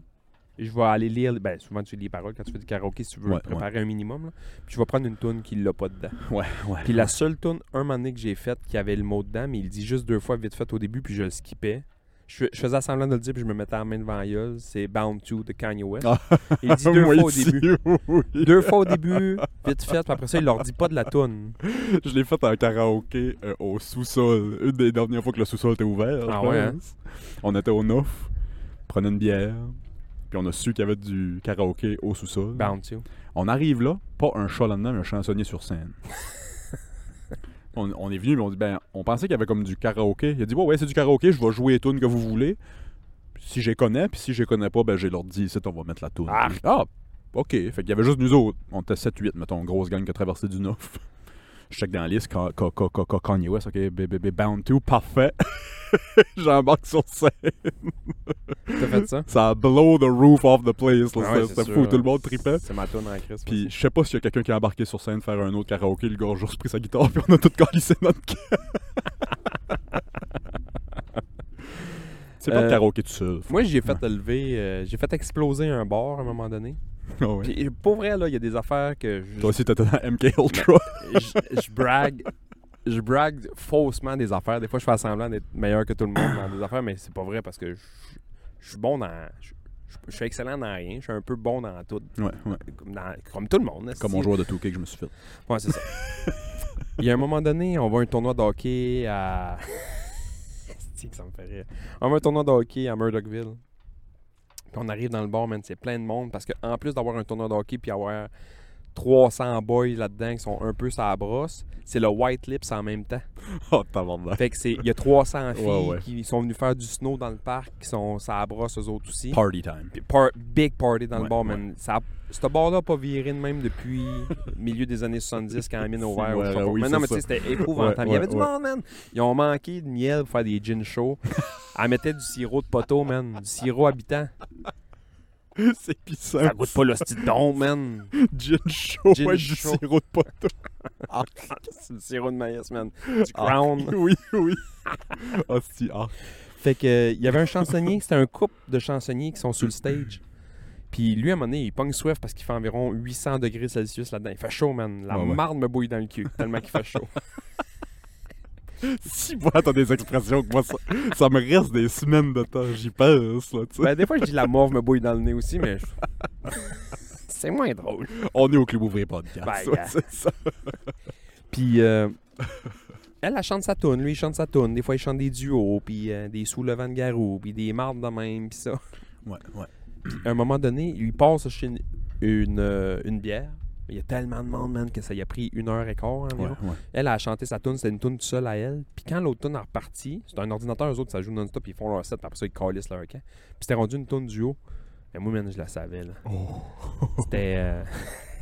Speaker 3: je vais aller lire. Ben, souvent, tu lis les paroles quand tu fais du karaoké si tu veux
Speaker 2: Ouais,
Speaker 3: préparer un minimum. là. Puis je vais prendre une tune qui l'a pas dedans.
Speaker 2: Ouais, ouais.
Speaker 3: Puis la seule tune un moment donné que j'ai faite qui avait le mot dedans, mais il dit juste deux fois vite fait au début, puis je le skippais. Je, fais- je faisais semblant de le dire, puis je me mettais en main devant la gueule. C'est Bound to de Kanye West.
Speaker 2: Ah.
Speaker 3: Il [LAUGHS] dit
Speaker 2: [LAUGHS]
Speaker 3: deux
Speaker 2: Moi
Speaker 3: fois au
Speaker 2: ici,
Speaker 3: début.
Speaker 2: oui.
Speaker 3: Deux fois au début, vite fait, puis après ça, il leur dit pas de la tune.
Speaker 2: [LAUGHS] Je l'ai fait en karaoké euh, au sous-sol. Une des dernières fois que le sous-sol était ouvert.
Speaker 3: Ah
Speaker 2: je
Speaker 3: ouais, hein?
Speaker 2: pense. On était au neuf, prenait une bière, puis on a su qu'il y avait du karaoké au sous-sol.
Speaker 3: Bound to.
Speaker 2: On arrive là, pas un chat là-dedans, mais un chansonnier sur
Speaker 3: [LAUGHS]
Speaker 2: scène. on, on est venu, mais on dit, ben, on pensait qu'il y avait comme du karaoké. Il a dit, ouais, ouais, c'est du karaoké, je vais jouer les tunes que vous voulez. Puis Si je les connais, puis si je les connais pas, ben, j'ai leur dit, c'est on va mettre la tune.
Speaker 3: Ah!
Speaker 2: Ah, ok. Fait qu'il y avait juste nous autres. On était 7-8, mettons, grosse gang qui a traversé du neuf. Je check dans la liste, Ka- Ka- Ka- Ka- Ka- Kanye West, ok, b- b- b- Bound to, parfait. [LAUGHS] J'embarque sur scène.
Speaker 3: T'as fait ça?
Speaker 2: Ça blow the roof off the place. là.
Speaker 3: Ah ouais,
Speaker 2: C'était-
Speaker 3: c'est
Speaker 2: C'était
Speaker 3: sûr,
Speaker 2: fou,
Speaker 3: là.
Speaker 2: tout le monde tripait.
Speaker 3: C'est ma tune en Christ.
Speaker 2: Puis je sais pas s'il y a quelqu'un qui a embarqué sur scène faire un autre karaoké, le gars a juste pris sa guitare, puis on a tout calissé notre camp. C'est pas
Speaker 3: Euh,
Speaker 2: le karaoké tout seul.
Speaker 3: Moi, j'ai fait lever, euh, j'ai fait exploser un bar à un moment donné.
Speaker 2: [LAUGHS] Ah ouais.
Speaker 3: Puis, pour vrai, là, il y a des affaires que je,
Speaker 2: Toi aussi, t'étais dans MK Ultra.
Speaker 3: je- je brague. Je brague faussement des affaires. Des fois, je fais semblant d'être meilleur que tout le monde dans des affaires, mais c'est pas vrai parce que je je suis bon dans. Je je Je, je suis excellent dans rien. Je suis un peu bon dans tout.
Speaker 2: Ouais, [LAUGHS] ouais.
Speaker 3: Comme, dans- comme tout le monde. là,
Speaker 2: Comme
Speaker 3: si-
Speaker 2: mon joueur de 2K que je me suis fait.
Speaker 3: Ouais, c'est ça. Il y a un moment donné, on va à un tournoi de hockey à. [LAUGHS] C'est que ça me fait rire. On va à un tournoi de hockey à Murdochville. Puis on arrive dans le bar, man, c'est plein de monde. Parce qu'en plus d'avoir un tournoi de hockey puis avoir 300 boys là-dedans qui sont un peu sur la brosse, c'est le White Lips en même temps.
Speaker 2: [LAUGHS] Oh, tabarnak.
Speaker 3: Fait que c'est. Il y a 300
Speaker 2: [LAUGHS]
Speaker 3: filles
Speaker 2: Ouais, ouais.
Speaker 3: qui sont venues faire du snow dans le parc, qui sont sur la brosse eux autres aussi.
Speaker 2: Party time.
Speaker 3: Puis par- big party dans
Speaker 2: Ouais,
Speaker 3: le bar, man. Ça a- ce bar-là n'a pas viré de même depuis [LAUGHS] milieu des années 70 quand Amine a ouvert. ou je sais pas
Speaker 2: Ouais,
Speaker 3: quoi.
Speaker 2: oui,
Speaker 3: mais non,
Speaker 2: c'est
Speaker 3: mais tu sais, c'était épouvantable.
Speaker 2: Ouais,
Speaker 3: Il y avait
Speaker 2: ouais,
Speaker 3: du
Speaker 2: ouais.
Speaker 3: monde, man. Ils ont manqué de miel pour faire des
Speaker 2: [LAUGHS]
Speaker 3: gin shows. Elle mettait du sirop de poteau, man. Du sirop habitant.
Speaker 2: [LAUGHS] c'est pissant.
Speaker 3: Ça goûte pas l'ostidon, man.
Speaker 2: Gin chaud,
Speaker 3: Gin
Speaker 2: ouais, du
Speaker 3: chaud.
Speaker 2: sirop de poteau. [LAUGHS]
Speaker 3: C'est du sirop de maïs, man. Du
Speaker 2: Ah.
Speaker 3: crown.
Speaker 2: Oui, oui. Hostie, ah.
Speaker 3: Fait que euh, il y avait un chansonnier, c'était un couple de chansonniers qui sont sur le stage. Puis lui, à un moment donné, il pogne soif parce qu'il fait environ 800 degrés Celsius là-dedans. Il fait chaud, man. La
Speaker 2: Ouais, ouais.
Speaker 3: marde me bouille dans le cul, tellement qu'il fait chaud.
Speaker 2: Si moi, t'as des expressions que moi, ça, ça me reste des semaines de temps, j'y pense, là, tu sais.
Speaker 3: Ben, des fois, je dis la morve me bouille dans le nez aussi, mais je- [LAUGHS] c'est moins drôle.
Speaker 2: On est au Club Ouvrier Podcast.
Speaker 3: Ben,
Speaker 2: [LAUGHS] ouais,
Speaker 3: gars.
Speaker 2: c'est ça.
Speaker 3: Puis, euh, elle, elle chante sa toune, lui, il chante sa toune. Des fois, il chante des duos, puis euh, des sous-levants de garou, puis des mardes de même, puis ça.
Speaker 2: Ouais, ouais.
Speaker 3: à un moment donné, il lui passe chez une, une, euh, une bière. Il y a tellement de monde, man, que ça y a pris une heure et quart environ.
Speaker 2: ouais.
Speaker 3: Elle a chanté sa tune, c'était une tune toute seule à elle. Puis quand l'autre tune est repartie, c'est un ordinateur, eux autres, ça joue non-stop, ils font leur set, puis après ça, ils calissent leur camp. Puis c'était rendu une tune duo. Mais moi, man, je la savais, là.
Speaker 2: Oh.
Speaker 3: [LAUGHS] C'était. euh,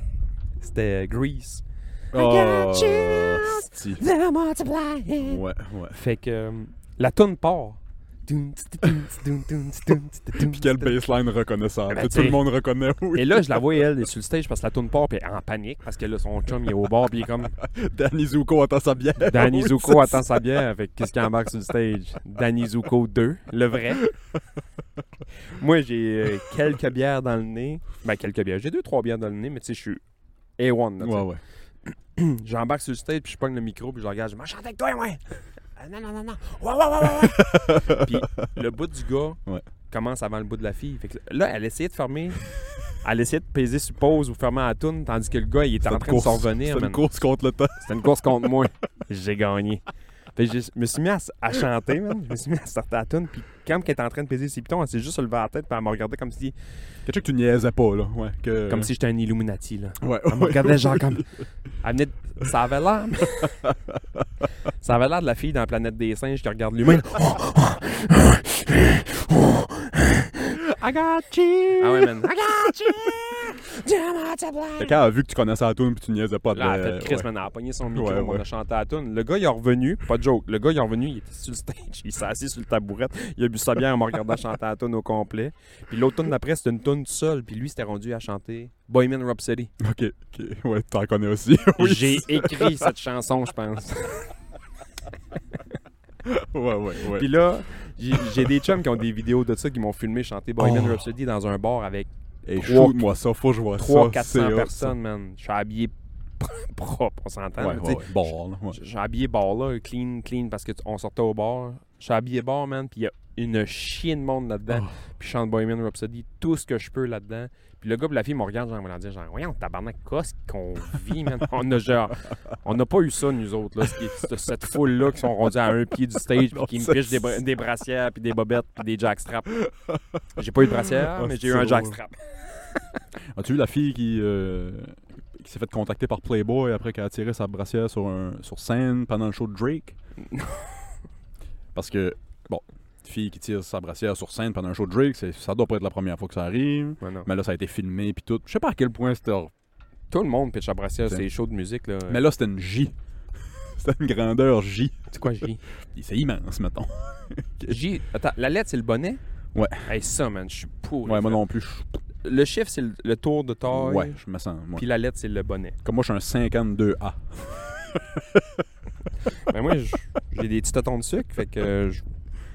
Speaker 3: [LAUGHS] c'était euh, Grease.
Speaker 2: Oh, hostie.
Speaker 3: They're multiplying.
Speaker 2: Ouais, ouais.
Speaker 3: Fait que euh, la tune part. Puis
Speaker 2: Puis quelle baseline reconnaissable.
Speaker 3: Ben,
Speaker 2: tout
Speaker 3: t'sais.
Speaker 2: le monde reconnaît, oui.
Speaker 3: Et là, je la vois, elle, sur le stage parce que la tourne part, puis elle est en panique parce que là, son chum, il est au bord, puis il est comme
Speaker 2: Danny Zuko attend sa bière.
Speaker 3: [LAUGHS]
Speaker 2: Ah,
Speaker 3: Danny
Speaker 2: Oui,
Speaker 3: Zuko
Speaker 2: c'est
Speaker 3: attend sa bière avec qu'est-ce qui embarque sur le stage Danny Zuko 2, le vrai. [LAUGHS] Moi, j'ai euh, quelques bières dans le nez. Ben, quelques bières. J'ai deux, trois bières dans le nez, mais tu sais, je suis A1.
Speaker 2: ça.
Speaker 3: là, tu sais.
Speaker 2: Ouais, ouais.
Speaker 3: J'embarque sur le stage, puis je pogne le micro, puis je regarde, je m'en chante avec toi, ouais. Ah, non, non, non, non. Ouais, ouais, ouais, ouais, [LAUGHS] ouais. puis le bout du gars
Speaker 2: Ouais.
Speaker 3: commence avant le bout de la fille. Fait que là, elle essayait de fermer. Elle essayait de peser sur pause ou fermer la toune, tandis que le gars, il était
Speaker 2: C'était
Speaker 3: en
Speaker 2: une
Speaker 3: train de s'en
Speaker 2: course-
Speaker 3: revenir.
Speaker 2: C'était une
Speaker 3: man.
Speaker 2: course contre le temps.
Speaker 3: C'était une course contre moi. [LAUGHS] J'ai gagné. Fait que je me suis mis à, s- à chanter, man. Je me suis mis à sortir la toune, puis quand elle était en train de peser ses pitons, elle s'est juste levée la tête, puis elle me regardait comme si,
Speaker 2: Quelque chose que tu niaisais pas, là. Ouais, que...
Speaker 3: comme si j'étais un Illuminati, là.
Speaker 2: Ouais,
Speaker 3: Elle me regardait genre
Speaker 2: [LAUGHS]
Speaker 3: comme. [LAUGHS] Elle venait de- Ça avait l'air. [LAUGHS] ça avait l'air de la fille dans la planète des singes qui regarde [LAUGHS] l'humain.
Speaker 2: I got you!
Speaker 3: Ah ouais, man.
Speaker 2: Fait quand elle a vu que tu connaissais la tune puis tu niaisais pas,
Speaker 3: Là, elle a
Speaker 2: ben,
Speaker 3: fait Chris,
Speaker 2: ouais.
Speaker 3: man, elle a pogné son micro,
Speaker 2: Ouais,
Speaker 3: on
Speaker 2: ouais.
Speaker 3: a chanté à la toune. Le gars, il est revenu, pas de joke, le gars, il est revenu, il était sur le stage, il s'est assis sur le tabourette, il a bu sa bière en me regardant chanter à la toune au complet. Puis l'autre toune d'après, c'était une toune seule, puis lui, s'était rendu à chanter Boyman Rhapsody.
Speaker 2: Ok, ok. Ouais, t'en connais aussi. [LAUGHS] oui.
Speaker 3: J'ai écrit cette chanson, je pense.
Speaker 2: Ouais, ouais, ouais.
Speaker 3: [LAUGHS] Puis là, j'ai j'ai des chums qui ont des vidéos de ça qui m'ont filmé chanter Boyman
Speaker 2: Oh.
Speaker 3: Rhapsody dans un bar avec
Speaker 2: Et
Speaker 3: trois-
Speaker 2: shoot-moi ça, faut que je vois ça.
Speaker 3: 300-400
Speaker 2: c'est-
Speaker 3: personnes, man. Je suis habillé [LAUGHS] propre, on s'entend.
Speaker 2: Ouais,
Speaker 3: là, tu
Speaker 2: ouais,
Speaker 3: sais.
Speaker 2: ouais. Bon, là, ouais.
Speaker 3: J'ai habillé bar là, clean, clean, parce qu'on sortait au bar. J'ai habillé bar, man, puis il y a une chienne de monde là-dedans.
Speaker 2: Oh.
Speaker 3: Puis je chante Bohemian Rhapsody, tout ce que je peux là-dedans. Puis le gars et la fille me regardent, genre, me dire, genre, voyons, tabarnak, qu'est-ce qu'on vit, man? On a genre, on n'a pas eu ça, nous autres, là. ce- ce- Cette foule-là qui sont rendus à un pied du stage, puis
Speaker 2: Non,
Speaker 3: qui me
Speaker 2: c'est-
Speaker 3: pichent des, bra- des brassières, puis des bobettes, puis des jackstraps. J'ai pas eu de brassière,
Speaker 2: Ah,
Speaker 3: mais
Speaker 2: c'est
Speaker 3: j'ai eu un
Speaker 2: drôle.
Speaker 3: jackstrap.
Speaker 2: As-tu vu la fille qui, euh, qui s'est fait contacter par Playboy après qu'elle a tiré sa brassière sur, un, sur scène pendant le show de
Speaker 3: [LAUGHS]
Speaker 2: Drake? Parce que, bon, fille qui tire sa brassière sur scène pendant un show de Drake, c'est- ça doit pas être la première fois que ça arrive.
Speaker 3: Ouais, non.
Speaker 2: Mais là, ça a été filmé puis tout. Je sais pas à quel point c'était. hors-
Speaker 3: Tout le monde pitch la brassière,
Speaker 2: C'est-
Speaker 3: c'est chaud de musique, là.
Speaker 2: Mais là, c'était une J. [LAUGHS] c'était une grandeur J.
Speaker 3: c'est quoi, j'ai
Speaker 2: C'est immense, mettons.
Speaker 3: J, attends, la lettre, c'est le bonnet?
Speaker 2: Ouais.
Speaker 3: Hey, ça, man, je suis pourri.
Speaker 2: Ouais, moi
Speaker 3: frère.
Speaker 2: non plus. je-
Speaker 3: Le chiffre, c'est le, le tour de taille.
Speaker 2: Ouais, je me sens. moi.
Speaker 3: Puis la lettre, c'est le bonnet.
Speaker 2: Comme moi, je suis un 52A.
Speaker 3: Mais Ben, moi, je- j'ai des petits totons de sucre, fait que je-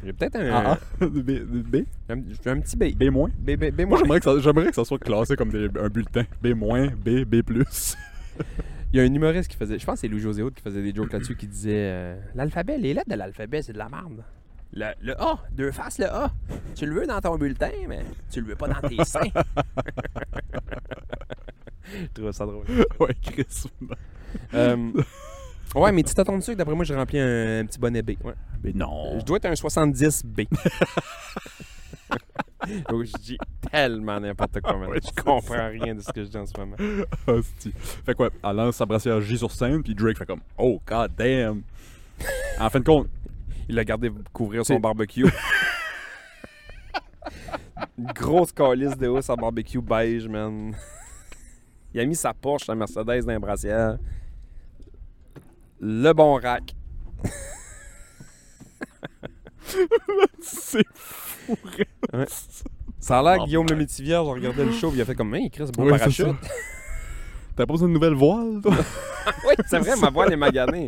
Speaker 3: j'ai peut-être un,
Speaker 2: AA? [LAUGHS] B, B?
Speaker 3: un, j'ai un petit B.
Speaker 2: B-. moins?
Speaker 3: B, B, B
Speaker 2: Moi,
Speaker 3: moins.
Speaker 2: j'aimerais que, ça, j'aimerais que ça soit classé comme des- un bulletin. B-, B, B+.
Speaker 3: Il y a un humoriste qui faisait, je pense que c'est Louis-José Hood qui faisait des jokes là-dessus, qui disait euh, L'alphabet, les lettres de l'alphabet, c'est de la merde. Le, le A, deux faces, le A. Tu le veux dans ton bulletin, mais tu le veux pas
Speaker 2: [LAUGHS]
Speaker 3: dans tes seins. Je trouve ça drôle.
Speaker 2: [LAUGHS] ouais, Chris.
Speaker 3: Euh, ouais, mais tu t'attends de sucre, d'après moi, j'ai rempli un, un petit bonnet B. Ouais.
Speaker 2: Mais non.
Speaker 3: Je dois être
Speaker 2: [LAUGHS]
Speaker 3: un 70B. Donc, je dis tellement n'importe quoi, man.
Speaker 2: Ouais,
Speaker 3: je
Speaker 2: c'est
Speaker 3: comprends rien de ce que je dis en ce moment.
Speaker 2: [LAUGHS] Hostie. Fait quoi, elle lance sa brassière J sur scène, puis Drake fait comme Oh god damn. en fin de compte,
Speaker 3: Il a gardé couvrir
Speaker 2: C'est- [LAUGHS]
Speaker 3: son barbecue. Une grosse calice de housse en barbecue beige, man. Il a mis sa Porsche, sa Mercedes dans les brassières. Le bon rack.
Speaker 2: c'est fou.
Speaker 3: Ouais. Ça a l'air
Speaker 2: Oh,
Speaker 3: que Guillaume le Métivier, j'ai regardé le show, puis il a fait comme, hein, Chris, bon
Speaker 2: Oui, c'est
Speaker 3: parachute.
Speaker 2: ça. T'as pas besoin de nouvelle voile, toi?
Speaker 3: Oui, c'est vrai, ma voix est maganée.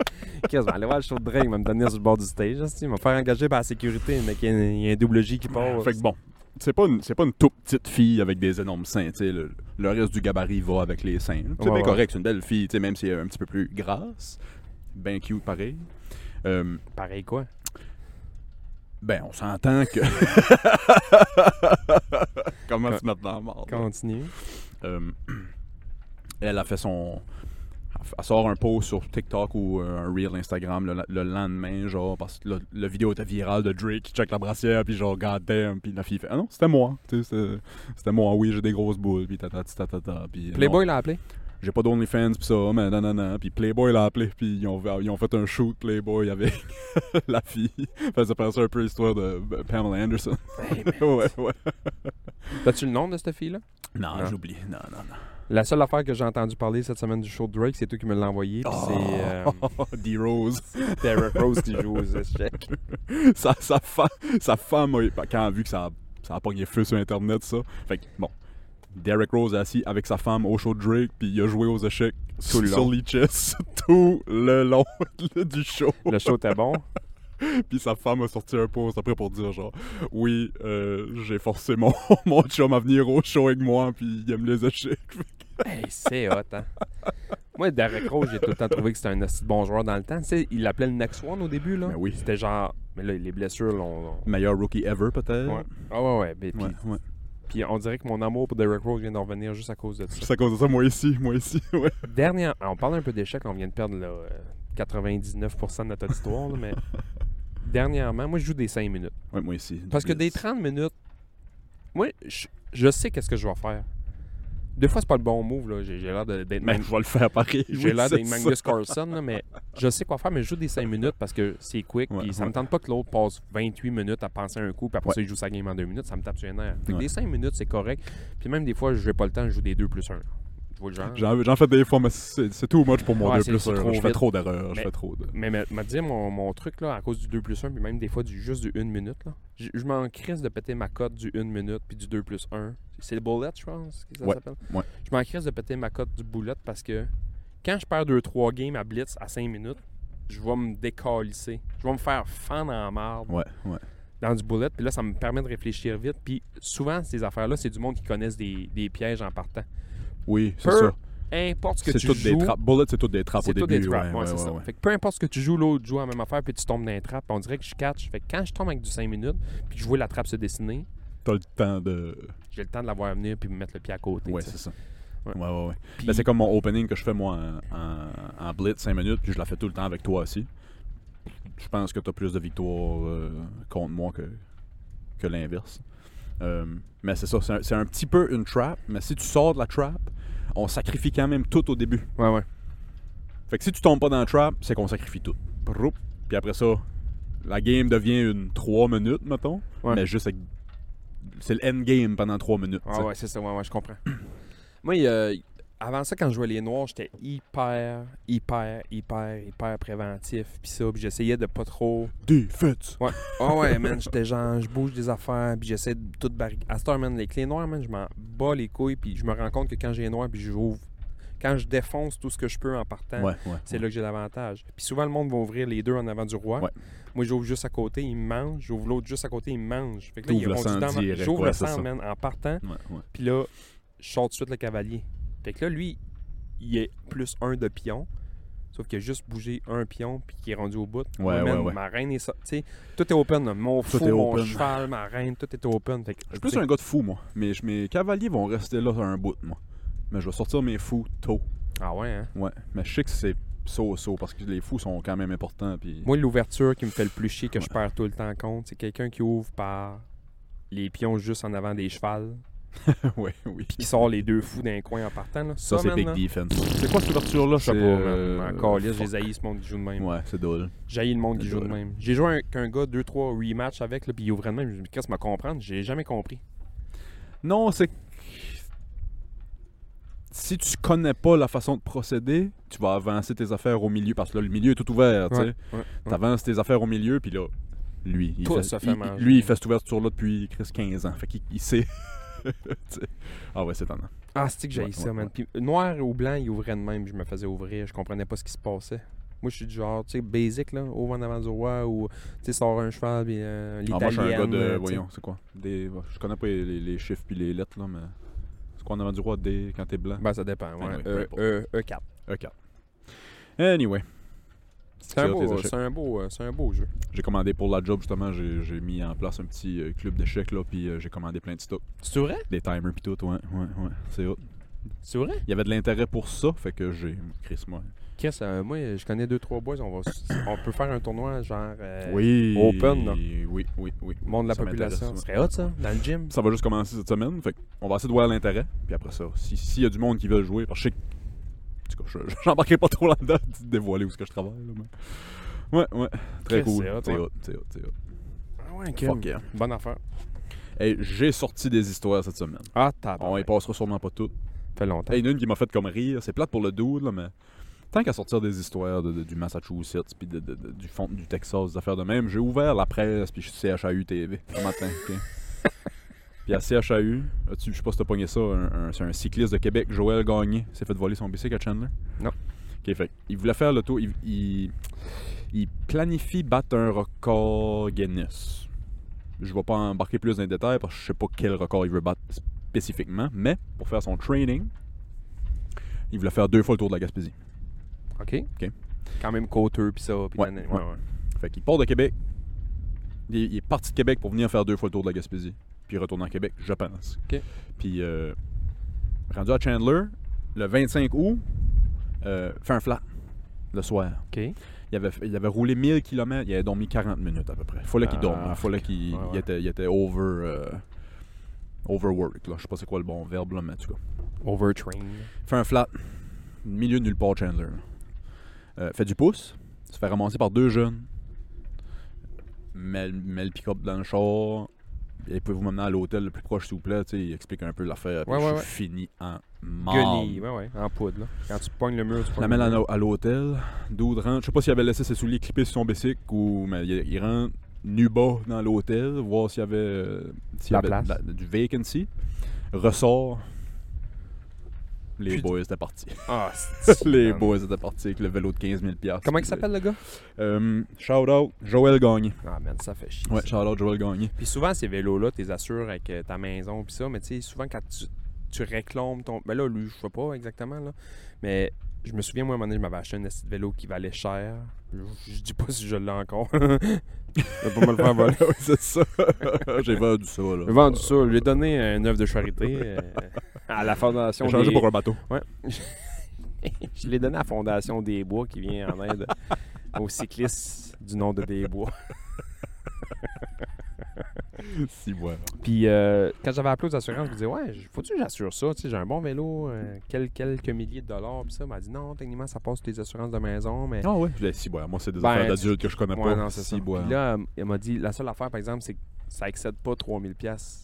Speaker 3: Qu'est-ce que aller voir le show de Drake, il va me donner sur le bord du stage. hostie, Il va me faire engager par la sécurité, mais qu'il y a un- il y a un double J qui part.
Speaker 2: fait que bon, c'est pas, une, c'est pas une toute petite fille avec des énormes seins. tu sais, Le, le reste du gabarit va avec les seins. là. C'est
Speaker 3: Ouais,
Speaker 2: bien
Speaker 3: ouais.
Speaker 2: correct, c'est une belle fille, tu sais, même si elle est un petit peu plus grasse. Ben cute pareil. Euh,
Speaker 3: Pareil quoi.
Speaker 2: ben, on s'entend que. Comment tu notes dans la marde?
Speaker 3: Continue.
Speaker 2: Euh, elle a fait son. Elle sort un post sur TikTok ou euh, un reel Instagram le, le lendemain, genre, parce que le- la vidéo était virale de Drake qui check la brassière, puis genre, god damn, puis la fille fait, ah non, c'était moi, tu sais, c'était- c'était moi, oui, j'ai des grosses boules, puis tatati tatata, puis. non,
Speaker 3: Playboy l'a appelé.
Speaker 2: J'ai pas d'OnlyFans, puis ça, mais non, non, non, puis Playboy l'a appelé, puis ils ont, ils ont fait un shoot Playboy avec [LAUGHS] la fille. Fait que ça pensait un peu l'histoire de euh, Pamela Anderson. [LAUGHS] ouais, ouais.
Speaker 3: [LAUGHS] T'as-tu le nom de cette fille-là?
Speaker 2: Non,
Speaker 3: Non.
Speaker 2: j'oublie, non, non, non.
Speaker 3: La seule affaire que j'ai entendu parler cette semaine du show de Drake, c'est toi qui me l'as envoyé. puis
Speaker 2: Ah.
Speaker 3: C'est euh,
Speaker 2: Oh! [LAUGHS] D-Rose.
Speaker 3: Derrick Rose qui joue aux
Speaker 2: [LAUGHS]
Speaker 3: échecs.
Speaker 2: sa, sa, fa- sa femme, a, ben, quand elle a vu que ça a, ça a pogné feu sur Internet, ça. Fait que, bon. Derek Rose est assis avec sa femme au show de Drake, puis il a joué aux échecs
Speaker 3: Tout le
Speaker 2: sur
Speaker 3: long.
Speaker 2: les chess [LAUGHS] tout le long [LAUGHS] du show.
Speaker 3: Le show était bon.
Speaker 2: Puis sa femme a sorti un post après pour dire genre Oui, euh, j'ai forcé mon, [LAUGHS] mon chum à venir au show avec moi, puis il aime les échecs.
Speaker 3: Hey, c'est hot, hein? Moi, Derrick Rose, j'ai tout le temps trouvé que c'était un esti de bon joueur dans le temps. Tu sais, il l'appelait le Next One au début, là.
Speaker 2: Ben oui.
Speaker 3: C'était genre. Mais là, les blessures l'ont. l'ont-
Speaker 2: Meilleur rookie ever, peut-être.
Speaker 3: Ouais. Ah ouais, ouais. ben, puis-
Speaker 2: Ouais, ouais.
Speaker 3: Puis on dirait que mon amour pour Derrick Rose vient d'en revenir juste à cause de ça.
Speaker 2: C'est à cause de ça, moi ici, moi ici. [LAUGHS] Ouais.
Speaker 3: Dernière, ah, on parle un peu d'échecs, on vient de perdre là, euh, 99% de notre histoire, là, mais dernièrement, moi je joue des 5 minutes.
Speaker 2: Ouais, moi ici.
Speaker 3: Parce que des 30 minutes, moi je, je sais qu'est-ce que je vais faire. Des fois, c'est pas le bon move, là. J'ai j'ai l'air de- d'être
Speaker 2: Mais
Speaker 3: Mag-
Speaker 2: je vais le faire pareil.
Speaker 3: [LAUGHS] j'ai
Speaker 2: oui,
Speaker 3: l'air
Speaker 2: c'est
Speaker 3: d'être
Speaker 2: ça.
Speaker 3: Magnus Carlson, là, mais je sais quoi faire, mais je joue des 5 minutes parce que c'est quick,
Speaker 2: Ouais,
Speaker 3: puis ça me
Speaker 2: ouais.
Speaker 3: tente pas que l'autre passe 28 minutes à penser à un coup, puis après
Speaker 2: Ouais.
Speaker 3: ça, il joue sa game en 2 minutes, ça me tape sur les nerfs. Fait que
Speaker 2: Ouais.
Speaker 3: des 5 minutes, c'est correct. Puis même des fois, je n'ai pas le temps, je joue des 2 plus 1. Tu vois le genre?
Speaker 2: J'en j'en fais des fois, mais c'est c'est too much pour moi.
Speaker 3: Ouais,
Speaker 2: deux
Speaker 3: c'est-
Speaker 2: plus
Speaker 3: c'est
Speaker 2: un.
Speaker 3: trop
Speaker 2: je fais
Speaker 3: vite.
Speaker 2: trop d'erreurs. Je
Speaker 3: Mais-
Speaker 2: fais trop de.
Speaker 3: Mais me dire mon, mon truc là, à cause du 2 plus 1, puis même des fois du juste du 1 minute, là. Je, je m'en crisse de péter ma cote du 1 minute puis du 2 plus 1. C'est le bullet, je pense, que ça
Speaker 2: Ouais,
Speaker 3: s'appelle.
Speaker 2: ouais.
Speaker 3: Je m'en crisse de péter ma cote du bullet parce que quand je perds 2-3 games à blitz à 5 minutes, je vais me décalisser. Je vais me faire fendre en marde
Speaker 2: Ouais, ouais.
Speaker 3: dans du bullet. Puis là, ça me permet de réfléchir vite. Puis souvent, ces affaires-là, c'est du monde qui connaissent des, des pièges en partant.
Speaker 2: Oui, c'est
Speaker 3: Peu
Speaker 2: ça.
Speaker 3: importe ce que
Speaker 2: C'est
Speaker 3: tu
Speaker 2: toutes des
Speaker 3: joues,
Speaker 2: trappes. Bullet, c'est toutes des trappes Ah, au
Speaker 3: c'est
Speaker 2: début.
Speaker 3: tout des traps.
Speaker 2: ouais,
Speaker 3: ouais,
Speaker 2: ouais,
Speaker 3: c'est
Speaker 2: ouais,
Speaker 3: ça.
Speaker 2: ouais.
Speaker 3: Fait que peu importe ce que tu joues, l'autre joue la même affaire, puis tu tombes dans les trappes. On dirait que je catch. Fait que quand je tombe avec du 5 minutes, puis que je vois la trappe se dessiner,
Speaker 2: T'as le temps de.
Speaker 3: j'ai le temps de la voir venir, puis me mettre le pied à côté.
Speaker 2: Ouais,
Speaker 3: tu sais.
Speaker 2: c'est ça. Ouais,
Speaker 3: Ouais.
Speaker 2: ouais, ouais.
Speaker 3: Puis-
Speaker 2: Ben, c'est comme mon opening que je fais moi en, en- en blitz 5 minutes, puis je la fais tout le temps avec toi aussi. Je pense que t'as plus de victoires euh, contre moi que, que l'inverse. Euh, mais c'est ça, c'est un, c'est un petit peu une trap, mais si tu sors de la trap, on sacrifie quand même tout au début.
Speaker 3: Ouais, ouais.
Speaker 2: Fait que si tu tombes pas dans le trap, c'est qu'on sacrifie tout. Proup. Puis après ça, la game devient une 3 minutes, mettons.
Speaker 3: Ouais.
Speaker 2: Mais juste avec- C'est le endgame pendant 3 minutes.
Speaker 3: Ah
Speaker 2: t'sais.
Speaker 3: ouais, c'est ça, ouais, ouais,
Speaker 2: [CLEARS THROAT]
Speaker 3: je comprends. Moi, euh, avant ça, quand je jouais les noirs, j'étais hyper, hyper, hyper, hyper préventif, puis ça, puis j'essayais de
Speaker 2: [LAUGHS]
Speaker 3: pas trop.
Speaker 2: Défaite!
Speaker 3: Ouais. Ah ouais, man, j'étais genre, je bouge des affaires, puis j'essaie de tout barricader. À cette heure, man, les clés noires, man, je m'en bats les couilles, puis je me rends compte que quand j'ai les noirs, puis j'ouvre, quand je défonce tout ce que je peux en partant,
Speaker 2: Ouais, ouais.
Speaker 3: c'est là que j'ai l'avantage. Puis souvent, le monde va ouvrir les deux en avant du roi.
Speaker 2: Ouais.
Speaker 3: Moi, j'ouvre juste à côté, il me mange. J'ouvre l'autre juste à côté, il me mange. Fait que là,
Speaker 2: T'ouvres
Speaker 3: ils
Speaker 2: le
Speaker 3: vont du
Speaker 2: sang
Speaker 3: temps à-
Speaker 2: direct,
Speaker 3: J'ouvre
Speaker 2: ouais,
Speaker 3: le
Speaker 2: c'est
Speaker 3: sang,
Speaker 2: ça.
Speaker 3: man, en partant.
Speaker 2: ouais, ouais.
Speaker 3: Puis là, je sors tout de suite le cavalier. Fait que là, lui, il est plus un de pion. Sauf qu'il a juste bougé un pion puis qui est rendu au bout.
Speaker 2: Ouais,
Speaker 3: man,
Speaker 2: ouais, ouais.
Speaker 3: Ma reine est ça. Tu sais, tout est open. là. Mon
Speaker 2: Tout
Speaker 3: fou,
Speaker 2: est
Speaker 3: mon
Speaker 2: open.
Speaker 3: cheval, ma reine, tout est open. Fait que,
Speaker 2: Je suis plus un gars de fou, moi. Mais je- mes cavaliers vont rester là un bout, moi. Mais je vais sortir mes fous tôt.
Speaker 3: Ah ouais, hein?
Speaker 2: Ouais. Mais je sais que c'est so-so parce que les fous sont quand même importants. Puis...
Speaker 3: Moi, l'ouverture qui me fait le plus chier, que je perds tout le temps compte, c'est quelqu'un qui ouvre par les pions juste en avant des chevals,
Speaker 2: [LAUGHS] ouais, oui.
Speaker 3: puis hein. qui sort les deux fous d'un coin en partant. Là.
Speaker 2: Ça, c'est
Speaker 3: man,
Speaker 2: big
Speaker 3: là,
Speaker 2: defense.
Speaker 3: C'est quoi cette ouverture-là? Je sais
Speaker 2: C'est,
Speaker 3: pas,
Speaker 2: euh,
Speaker 3: man. Encore, là,
Speaker 2: fuck.
Speaker 3: j'ai haï ce monde qui joue de même.
Speaker 2: Ouais, c'est dole.
Speaker 3: J'ai haï le monde qui
Speaker 2: C'est
Speaker 3: joue de
Speaker 2: drôle.
Speaker 3: même. J'ai joué un- qu'un gars 2-3 rematch avec, là, puis il ouvrait de même. Je me dis, qu'est-ce que me comprendre? J'ai jamais compris.
Speaker 2: Non, c'est. que- Si tu connais pas la façon de procéder, tu vas avancer tes affaires au milieu parce que là, le milieu est tout ouvert, tu sais.
Speaker 3: Ouais, ouais, ouais.
Speaker 2: T'avances tes affaires au milieu, puis là, lui, il
Speaker 3: Tout
Speaker 2: fait,
Speaker 3: se fait
Speaker 2: il- il-
Speaker 3: manger.
Speaker 2: lui, il fait cette ouverture-là depuis Chris, 15 ans. Fait qu'il il sait. [LAUGHS] Tu sais. ah ouais, c'est tendant.
Speaker 3: Ah, c'est que j'ai
Speaker 2: Ouais,
Speaker 3: ça,
Speaker 2: ouais,
Speaker 3: man.
Speaker 2: ouais.
Speaker 3: Puis noir ou blanc, il ouvrait de même, je me faisais ouvrir, je comprenais pas ce qui se passait. Moi, je suis du genre, tu sais, basic, là, ouvre en avant du roi, ou, tu sais, sort un cheval, puis euh,
Speaker 2: Ah, moi, je suis un gars
Speaker 3: l'italienne,
Speaker 2: de.
Speaker 3: euh, tu sais.
Speaker 2: voyons, c'est quoi Des, Je connais pas les, les- les chiffres puis les lettres, là, mais. C'est quoi en avant du roi D quand t'es blanc
Speaker 3: Ben, ça dépend, ouais.
Speaker 2: Anyway, peu
Speaker 3: Euh,
Speaker 2: importe.
Speaker 3: euh, E4.
Speaker 2: E4. Anyway.
Speaker 3: C'est un,
Speaker 2: Tire tes
Speaker 3: beau,
Speaker 2: échecs.
Speaker 3: c'est un, beau, euh, c'est un beau jeu.
Speaker 2: J'ai commandé pour la job justement, j'ai j'ai mis en place un petit euh, club d'échecs là, puis euh, j'ai commandé plein de stocks,
Speaker 3: C'est vrai?
Speaker 2: des timers puis tout, ouais, ouais, ouais, c'est hot.
Speaker 3: C'est vrai?
Speaker 2: Il y avait de l'intérêt pour ça, fait que j'ai, Chris moi.
Speaker 3: Chris, euh, moi, je connais deux, trois boys, on, va, on peut faire un tournoi, genre, euh,
Speaker 2: oui.
Speaker 3: open, là.
Speaker 2: Oui, oui, oui.
Speaker 3: monde de la
Speaker 2: Ça m'intéresse,
Speaker 3: population.
Speaker 2: ouais.
Speaker 3: Ce serait hot, ça, dans le gym.
Speaker 2: Ça va juste commencer cette semaine, fait on va essayer de voir l'intérêt, puis après ça, si- s'il y a du monde qui veut jouer, parce que je sais que, en tout cas, je- [LAUGHS] j'embarquerai pas trop là-dedans, de dévoiler où ce que je travaille là, mais- Ouais, ouais, très
Speaker 3: Chris,
Speaker 2: cool,
Speaker 3: c'est hot,
Speaker 2: c'est
Speaker 3: ouais.
Speaker 2: hot, c'est hot, c'est hot.
Speaker 3: Ah ouais, ok.
Speaker 2: Fuck yeah.
Speaker 3: Bonne affaire.
Speaker 2: Hey, j'ai sorti des histoires cette semaine.
Speaker 3: Ah, t'as
Speaker 2: On y passera sûrement pas toutes.
Speaker 3: fait longtemps.
Speaker 2: Hey, il y en a une qui m'a fait comme rire. C'est plate pour le dude, là, mais tant qu'à sortir des histoires de- de- du Massachusetts, puis de- de- de- du fond du Texas, des affaires de même, j'ai ouvert la presse, puis je suis CHAU TV le matin.
Speaker 3: [LAUGHS]
Speaker 2: ok? Puis à CHAU, as-tu- je sais pas si t'as pogné ça, un- un- c'est un cycliste de Québec, Joël Gagné, s'est fait voler son bicycle à Chandler.
Speaker 3: Non.
Speaker 2: Ok, fait. Il voulait faire le tour. Il, il- il planifie battre un record Guinness. Je vais pas embarquer plus dans les détails parce que je sais pas quel record il veut battre spécifiquement, mais pour faire son training, il voulait faire deux fois le tour de la Gaspésie.
Speaker 3: OK.
Speaker 2: Ok.
Speaker 3: Quand même coûteux, puis ça. Pis
Speaker 2: Ouais,
Speaker 3: nan-
Speaker 2: ouais. Fait qu'il part de Québec. Il, est- il est parti de Québec pour venir faire deux fois le tour de la Gaspésie. Puis retourner en Québec, je pense.
Speaker 3: Ok.
Speaker 2: Puis euh, rendu à Chandler, le 25 août, euh, fait un flat le soir.
Speaker 3: ouais. OK.
Speaker 2: Il avait, il avait roulé 1000 km, il avait dormi 40 minutes à peu près. Fallait qu'il
Speaker 3: Ah,
Speaker 2: dorme, il fallait
Speaker 3: ok.
Speaker 2: qu'il
Speaker 3: Ouais,
Speaker 2: il
Speaker 3: ouais.
Speaker 2: était, il était over, euh, overwork. Là. Je sais pas c'est quoi le bon verbe, là, mais en tout cas.
Speaker 3: Overtrain.
Speaker 2: Fait un flat, milieu de nulle part, Chandler. Euh, fait du pouce, se fait ramasser par deux jeunes. Met, met le pick-up dans le char. Et pouvez-vous m'amener à l'hôtel le plus proche, s'il vous plaît? Tu sais, il explique un peu l'affaire. puis
Speaker 3: Ouais,
Speaker 2: je
Speaker 3: ouais,
Speaker 2: suis
Speaker 3: ouais.
Speaker 2: fini en mort.
Speaker 3: Guenille, ouais, ouais, en poudre. Là. Quand tu pognes le mur, tu pognes
Speaker 2: L'amène
Speaker 3: le
Speaker 2: à,
Speaker 3: mur.
Speaker 2: l'hô- à l'hôtel. Dude rentre. Je sais pas s'il avait laissé ses souliers clippés sur son bicycle ou. Mais il, il rentre nu bas dans l'hôtel, voir s'il y avait, euh, s'il y
Speaker 3: La
Speaker 2: avait de
Speaker 3: place.
Speaker 2: la- du vacancy. Ressort. Les
Speaker 3: Puis-
Speaker 2: boys étaient partis.
Speaker 3: Ah, c'est-
Speaker 2: [LAUGHS] Les
Speaker 3: man.
Speaker 2: boys étaient partis avec le vélo de 15 000
Speaker 3: Comment il s'appelle le gars
Speaker 2: Euh, shout out Joël Gagné.
Speaker 3: Ah, man, ça fait chier.
Speaker 2: Ouais,
Speaker 3: ça.
Speaker 2: shout out Joël [LAUGHS] Gagné.
Speaker 3: Puis souvent, ces vélos-là, tu les assures avec euh, ta maison, puis ça. Mais tu sais, souvent, quand tu, tu réclames ton. Ben là, lui, je sais pas exactement, là. Mais je me souviens, moi, à un moment donné, je m'avais acheté un esti de vélo qui valait cher. Je, je dis pas si je l'ai encore. [LAUGHS] je vais pas me le faire voler.
Speaker 2: Ouais, c'est ça. [LAUGHS] J'ai vendu ça, là.
Speaker 3: J'ai vendu ça. J'ai donné un œuvre de charité euh, à la fondation.
Speaker 2: J'ai changé
Speaker 3: des-
Speaker 2: pour un
Speaker 3: [LAUGHS]
Speaker 2: bateau.
Speaker 3: Je l'ai donné à la Fondation des Bois qui vient en aide aux cyclistes du nom de Des Bois.
Speaker 2: Si, ouais.
Speaker 3: Puis euh, quand j'avais appelé aux assurances, je disais Ouais, j- faut-tu que j'assure ça Tu sais, J'ai un bon vélo, euh, quel- quelques milliers de dollars. Puis ça, elle m'a dit Non, techniquement, ça passe les assurances de maison. Mais
Speaker 2: Ah ouais. Ben, Si, ouais. Moi, c'est des
Speaker 3: Ben,
Speaker 2: affaires d'adultes que je connais
Speaker 3: Ouais,
Speaker 2: pas.
Speaker 3: non, c'est
Speaker 2: Si,
Speaker 3: ça.
Speaker 2: ouais.
Speaker 3: Puis là, elle m'a dit La seule affaire, par exemple, c'est que ça excède pas 3000 pièces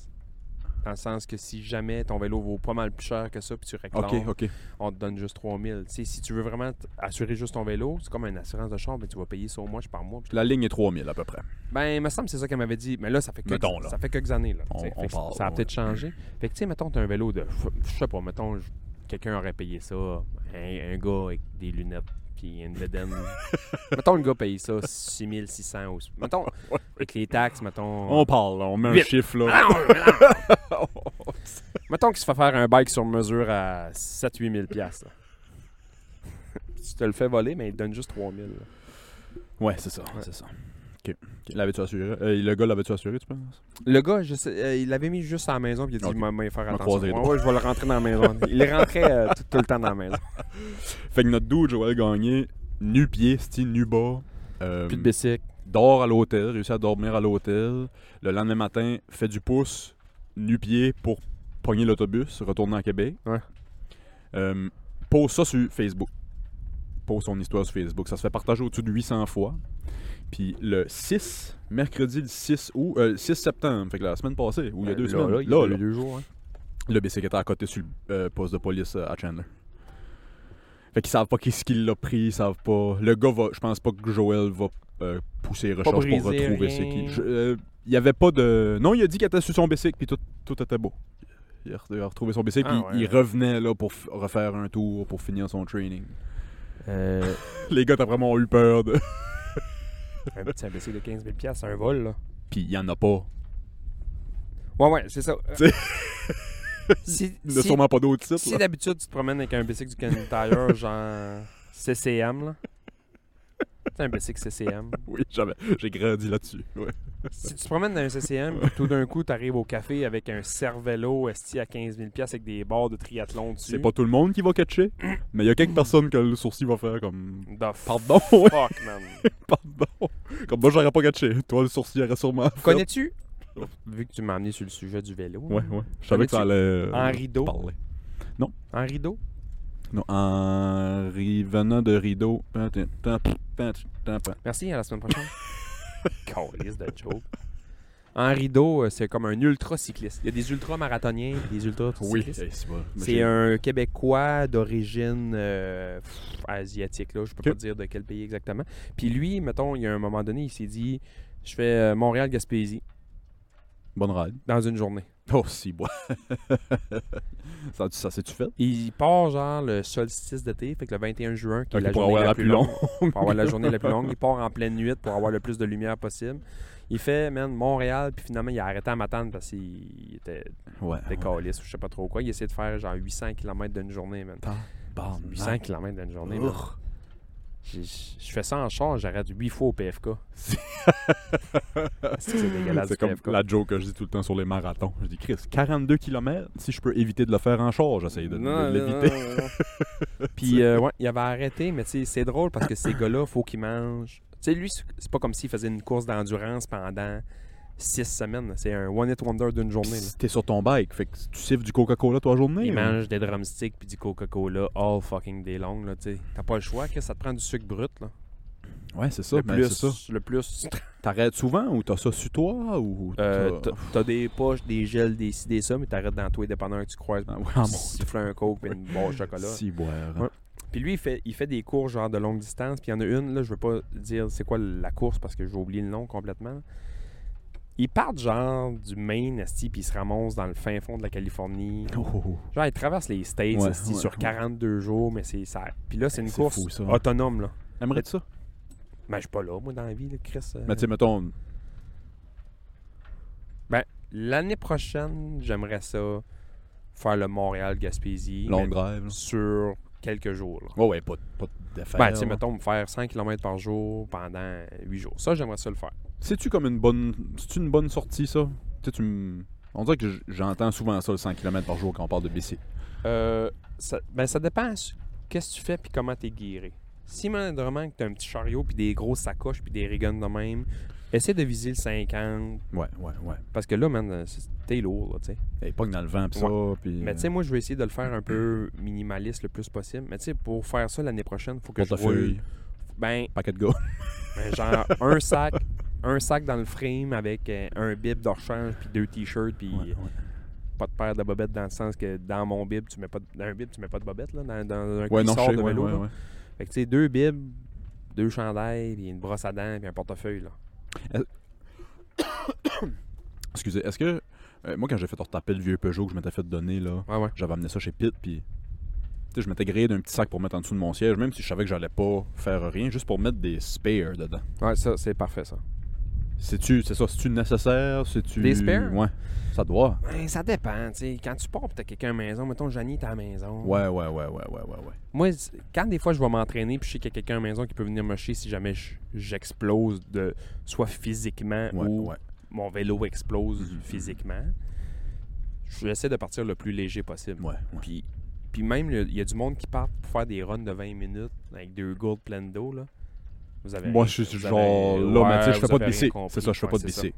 Speaker 3: Dans le sens que si jamais ton vélo vaut pas mal plus cher que ça, puis tu réclames.
Speaker 2: Ok, ok.
Speaker 3: on te donne juste 3000. Tu sais, si tu veux vraiment t- assurer juste ton vélo, c'est comme une assurance de chambre, mais tu vas payer ça au mois par mois. Puis
Speaker 2: La ligne est 3000 à peu près.
Speaker 3: je- Ben, il me semble que c'est ça qu'elle m'avait dit. Mais là, ça fait quelques,
Speaker 2: Mettons, là.
Speaker 3: Ça fait quelques années. Là,
Speaker 2: On-
Speaker 3: tu sais.
Speaker 2: on
Speaker 3: Fait que
Speaker 2: parle,
Speaker 3: ça a
Speaker 2: ouais.
Speaker 3: peut-être changé. Fait que, tu sais, mettons, tu as un vélo de. Je sais pas, mettons, je- quelqu'un aurait payé ça. Un, un gars avec des lunettes puis une [LAUGHS] bedaine. mettons, le gars paye ça 6600. Ou... [LAUGHS] Mettons, avec les taxes, mettons.
Speaker 2: On parle, là, on met un
Speaker 3: Vite.
Speaker 2: chiffre là.
Speaker 3: Ah, non, non. mettons qu'il se fait faire un bike sur mesure à 7-8 000 piastres, là. puis [LAUGHS] tu te le fais voler, mais il te donne juste 3000. là.
Speaker 2: [LAUGHS] Ouais, c'est ça. C'est ça. Ok. Ok. L'avais-tu assuré Euh, Le gars l'avait-tu assuré, tu penses
Speaker 3: Le gars, je sais, euh, il l'avait mis juste à la maison, puis il a dit
Speaker 2: Ok.
Speaker 3: Je vais- vais faire
Speaker 2: M'a
Speaker 3: attention.
Speaker 2: croisé les
Speaker 3: Ouais,
Speaker 2: doigts.
Speaker 3: ouais, je vais le rentrer dans
Speaker 2: [LAUGHS]
Speaker 3: la maison. il les rentrait euh, tout, tout le temps dans la maison.
Speaker 2: Fait que notre dude, Joël Gagné, nu pied, sti nu bas. euh,
Speaker 3: Plus de bicycle.
Speaker 2: dort à l'hôtel, réussit à dormir à l'hôtel. Le lendemain matin, fait du pouce, nu-pied pour pogner l'autobus, retourner à Québec.
Speaker 3: Ouais.
Speaker 2: Euh, pose ça sur Facebook. Pose son histoire sur Facebook. Ça se fait partager au-dessus de 800 fois. Puis le 6, mercredi le 6 août, euh, 6 septembre, fait que la semaine passée, ou il y a deux semaines,
Speaker 3: Euh, Ben Là, il y a deux- deux jours. hein.
Speaker 2: le bicycle était à côté sur le euh, poste de police euh, à Chandler. Fait qu'ils savent pas qui ce qui l'a pris, ils savent pas. Le gars va. Je pense pas que Joel va euh, pousser les recherches pour
Speaker 3: briser
Speaker 2: retrouver
Speaker 3: rien.
Speaker 2: c'est qui. Je- euh, Il y avait pas de. Non, il a dit qu'il était sur son bicycle puis tout, tout était beau. Il a, re- il a retrouvé son bicycle
Speaker 3: Ah,
Speaker 2: puis
Speaker 3: ouais.
Speaker 2: il revenait là pour f- refaire un tour pour finir son training. [LAUGHS]
Speaker 3: [LAUGHS] Euh,
Speaker 2: Les gars t'as vraiment eu peur de. [LAUGHS]
Speaker 3: un petit imbécile de 15 000 piastres, c'est un vol, là.
Speaker 2: Puis il y en a pas.
Speaker 3: Ouais, ouais, c'est ça. Euh, [LAUGHS] si
Speaker 2: Il n'y a
Speaker 3: si-
Speaker 2: sûrement pas d'autres sites.
Speaker 3: si
Speaker 2: là.
Speaker 3: d'habitude tu te promènes avec un bicycle du Canadian
Speaker 2: [LAUGHS]
Speaker 3: Tire, genre CCM, là. C'est un bicycle CCM.
Speaker 2: Oui, j'avais- j'ai grandi là-dessus. Ouais.
Speaker 3: Si tu te promènes dans un CCM, puis tout d'un coup, tu arrives au café avec un cervello esti à 15 000 piastres avec des barres de triathlon dessus.
Speaker 2: C'est pas tout le monde qui va catcher, mais il y a
Speaker 3: [CLEARS THROAT]
Speaker 2: quelques personnes que le sourcil va faire comme.
Speaker 3: The
Speaker 2: Pardon, [LAUGHS] ouais.
Speaker 3: fuck, man.
Speaker 2: Pardon. Comme moi, j'aurais pas catché. Toi, le sourcil aurait sûrement. fait.
Speaker 3: Connais-tu? Vu que tu m'as amené sur le sujet du vélo.
Speaker 2: Ouais, ouais. Je savais que ça
Speaker 3: Connais-tu
Speaker 2: allait. euh,
Speaker 3: Henri rideau.
Speaker 2: Parler.
Speaker 3: En rideau?
Speaker 2: Non, Henri venant de rideau. Pan, tin, tan, pan, tin, tan, pan.
Speaker 3: Merci, à la
Speaker 2: [LAUGHS]
Speaker 3: semaine prochaine. Calice de joke. En rideau, euh, c'est comme un ultra-cycliste. Il y a des ultra-marathoniens et des
Speaker 2: Oui,
Speaker 3: ultra-cyclistes.
Speaker 2: hey, c'est pas.
Speaker 3: C'est un Québécois d'origine euh, pff, asiatique, là. Je peux
Speaker 2: Ok.
Speaker 3: pas dire de quel pays exactement. Puis lui, mettons, il y a un moment donné, il s'est dit « Je fais euh, Montréal-Gaspésie
Speaker 2: Bonne ride.
Speaker 3: dans une journée.
Speaker 2: Oh, si, bois. [LAUGHS] ça ça s'est-tu fait? »
Speaker 3: Il part genre le solstice d'été, fait que le 21 juin, qui est
Speaker 2: Ok,
Speaker 3: la
Speaker 2: pour
Speaker 3: journée
Speaker 2: avoir la plus longue.
Speaker 3: pour avoir la journée la plus longue. Il part en pleine nuit pour avoir le plus de lumière possible. Il fait, man, Montréal, puis finalement, il a arrêté à Matane parce qu'il était
Speaker 2: [LAUGHS] Ah Ouais.
Speaker 3: était calice ou je sais pas trop quoi. Il essaie de faire genre 800 km d'une journée, man.
Speaker 2: Bon,
Speaker 3: 800 km d'une journée, man. J'ai- Je fais ça en char, j'arrête 8 fois
Speaker 2: [LAUGHS]
Speaker 3: au PFK.
Speaker 2: C'est-
Speaker 3: C'est dégueulasse,
Speaker 2: C'est
Speaker 3: du
Speaker 2: comme
Speaker 3: PFK.
Speaker 2: la joke que je dis tout le temps sur les marathons. Je dis, Chris, 42 km, si je peux éviter de le faire en char, j'essaye de, de
Speaker 3: Non, non,
Speaker 2: l'éviter. [LAUGHS]
Speaker 3: non, non, non. Puis, euh, ouais, il avait arrêté, mais tu sais, c'est drôle parce
Speaker 2: [COUGHS]
Speaker 3: que ces gars-là, faut qu'ils mangent. Tu sais, lui, c'est c'est pas comme s'il faisait une course d'endurance pendant 6 semaines. là. C'est un one-hit wonder d'une journée. là.
Speaker 2: Pis T'es sur ton bike, fait que tu siffles du Coca-Cola toute la journée.
Speaker 3: Il
Speaker 2: ou-
Speaker 3: mange des drumsticks puis du Coca-Cola all fucking day long, là, tu sais. T'as pas le choix, que ça te prend du sucre brut, là.
Speaker 2: Ouais, c'est ça.
Speaker 3: le,
Speaker 2: ben,
Speaker 3: plus,
Speaker 2: c'est ça.
Speaker 3: le plus.
Speaker 2: T'arrêtes souvent ou t'as ça sur toi ou
Speaker 3: Euh,
Speaker 2: t'as-
Speaker 3: t'as- T'as des poches, des gels, des ci, des ça, mais t'arrêtes dans toi, dépendant que tu croises.
Speaker 2: Ah, ouais,
Speaker 3: pour
Speaker 2: en
Speaker 3: siffler un coke puis une barre de chocolat.
Speaker 2: Si hein. boire.
Speaker 3: Ah, Ouais. Puis lui, il fait, il fait des courses genre de longue distance. Puis il y en a une, là, je veux pas dire c'est quoi la course parce que j'ai oublié le nom complètement. Ils partent genre du Maine, esti, puis ils se ramassent dans le fin fond de la Californie.
Speaker 2: Oh, oh, oh.
Speaker 3: Genre, ils traversent les States,
Speaker 2: Ouais,
Speaker 3: esti,
Speaker 2: ouais,
Speaker 3: sur
Speaker 2: ouais.
Speaker 3: 42 jours, mais c'est ça. Puis là, c'est une
Speaker 2: C'est
Speaker 3: course
Speaker 2: fou, ça.
Speaker 3: autonome, là.
Speaker 2: Aimerais-tu ça?
Speaker 3: Mais je suis pas là, moi, dans la vie, là, Chris. euh.
Speaker 2: Mais tu sais, mettons,
Speaker 3: Ben, l'année prochaine, j'aimerais ça faire le Montréal-Gaspésie.
Speaker 2: long
Speaker 3: mais
Speaker 2: drive. là.
Speaker 3: Sur quelques jours, là.
Speaker 2: Ouais, ouais, pas, pas de défaire.
Speaker 3: Ben, tu sais,
Speaker 2: là.
Speaker 3: mettons, me faire 100 km par jour pendant 8 jours. Ça, j'aimerais ça le faire.
Speaker 2: C'est-tu comme une bonne. C'est-tu une bonne sortie, ça? Tu sais, tu me- On dirait que j- j'entends souvent ça, le 100 km par jour, quand on parle de BC.
Speaker 3: Euh, ça, ben, ça dépend su- qu'est-ce que tu fais puis comment t'es guéri. Si malheureusement que t'as un petit chariot puis des grosses sacoches puis des riggans de même, essaie de viser le 50
Speaker 2: Ouais, ouais, ouais.
Speaker 3: parce que là, man, euh, c'est- t'es lourd, là, tu sais.
Speaker 2: Et pas que dans le vent, pis ça. Pis,
Speaker 3: Mais
Speaker 2: euh,
Speaker 3: tu sais, moi, je vais essayer de le faire un peu minimaliste le plus possible. Mais tu sais, pour faire ça l'année prochaine, faut que je roule.
Speaker 2: portefeuille,
Speaker 3: Ben,
Speaker 2: paquet de gars.
Speaker 3: ben, genre
Speaker 2: [LAUGHS]
Speaker 3: un sac, un sac dans le frame avec euh, un bib de rechange puis deux t-shirts puis
Speaker 2: Ouais, ouais.
Speaker 3: pas de paire de bobettes dans le sens que dans mon bib, tu mets pas de, dans un bib, tu mets pas de bobette là, dans, dans un
Speaker 2: Ouais, non, je
Speaker 3: sort
Speaker 2: sais,
Speaker 3: de
Speaker 2: ouais,
Speaker 3: vélo.
Speaker 2: ouais,
Speaker 3: là.
Speaker 2: ouais.
Speaker 3: Fait que tu sais, deux bibs, deux chandails, puis une brosse à dents, puis un portefeuille là.
Speaker 2: Excusez, est-ce que. euh, moi, quand j'ai fait retaper le vieux Peugeot que je m'étais fait donner, là,
Speaker 3: Ouais ouais.
Speaker 2: j'avais amené ça chez Pete, puis. Tu sais, je m'étais grillé d'un petit sac pour mettre en dessous de mon siège, même si je savais que j'allais pas faire rien, juste pour mettre des spares dedans.
Speaker 3: Ouais, ça c'est parfait ça.
Speaker 2: C'est-tu, c'est ça, c'est-tu nécessaire? C'est-tu...
Speaker 3: Des spares?
Speaker 2: Ouais, ça doit.
Speaker 3: Ben, ça dépend, tu sais. Quand tu pars pis t'as quelqu'un à la maison, mettons, Janie est à la maison.
Speaker 2: Ouais, ouais, ouais, ouais, ouais, ouais, ouais.
Speaker 3: Moi, c- quand des fois je vais m'entraîner puis je sais qu'il y a quelqu'un à la maison qui peut venir me chier si jamais je- j'explose, de soit physiquement
Speaker 2: Ouais,
Speaker 3: ou
Speaker 2: ouais.
Speaker 3: mon vélo explose
Speaker 2: Mhm.
Speaker 3: physiquement, j'essaie de partir le plus léger possible.
Speaker 2: Ouais, ouais.
Speaker 3: Puis, puis même, le- il y a du monde qui part pour faire des runs de 20 minutes avec deux goals pleines d'eau, là. Vous avez
Speaker 2: Moi,
Speaker 3: rien-
Speaker 2: je suis
Speaker 3: Ben, vous
Speaker 2: genre
Speaker 3: avez-
Speaker 2: là, mais tu sais,
Speaker 3: ouais,
Speaker 2: je fais
Speaker 3: vous
Speaker 2: pas de
Speaker 3: avez rien
Speaker 2: BC.
Speaker 3: compris.
Speaker 2: C'est ça, je fais
Speaker 3: Ouais,
Speaker 2: pas de
Speaker 3: c'est ça.
Speaker 2: BC.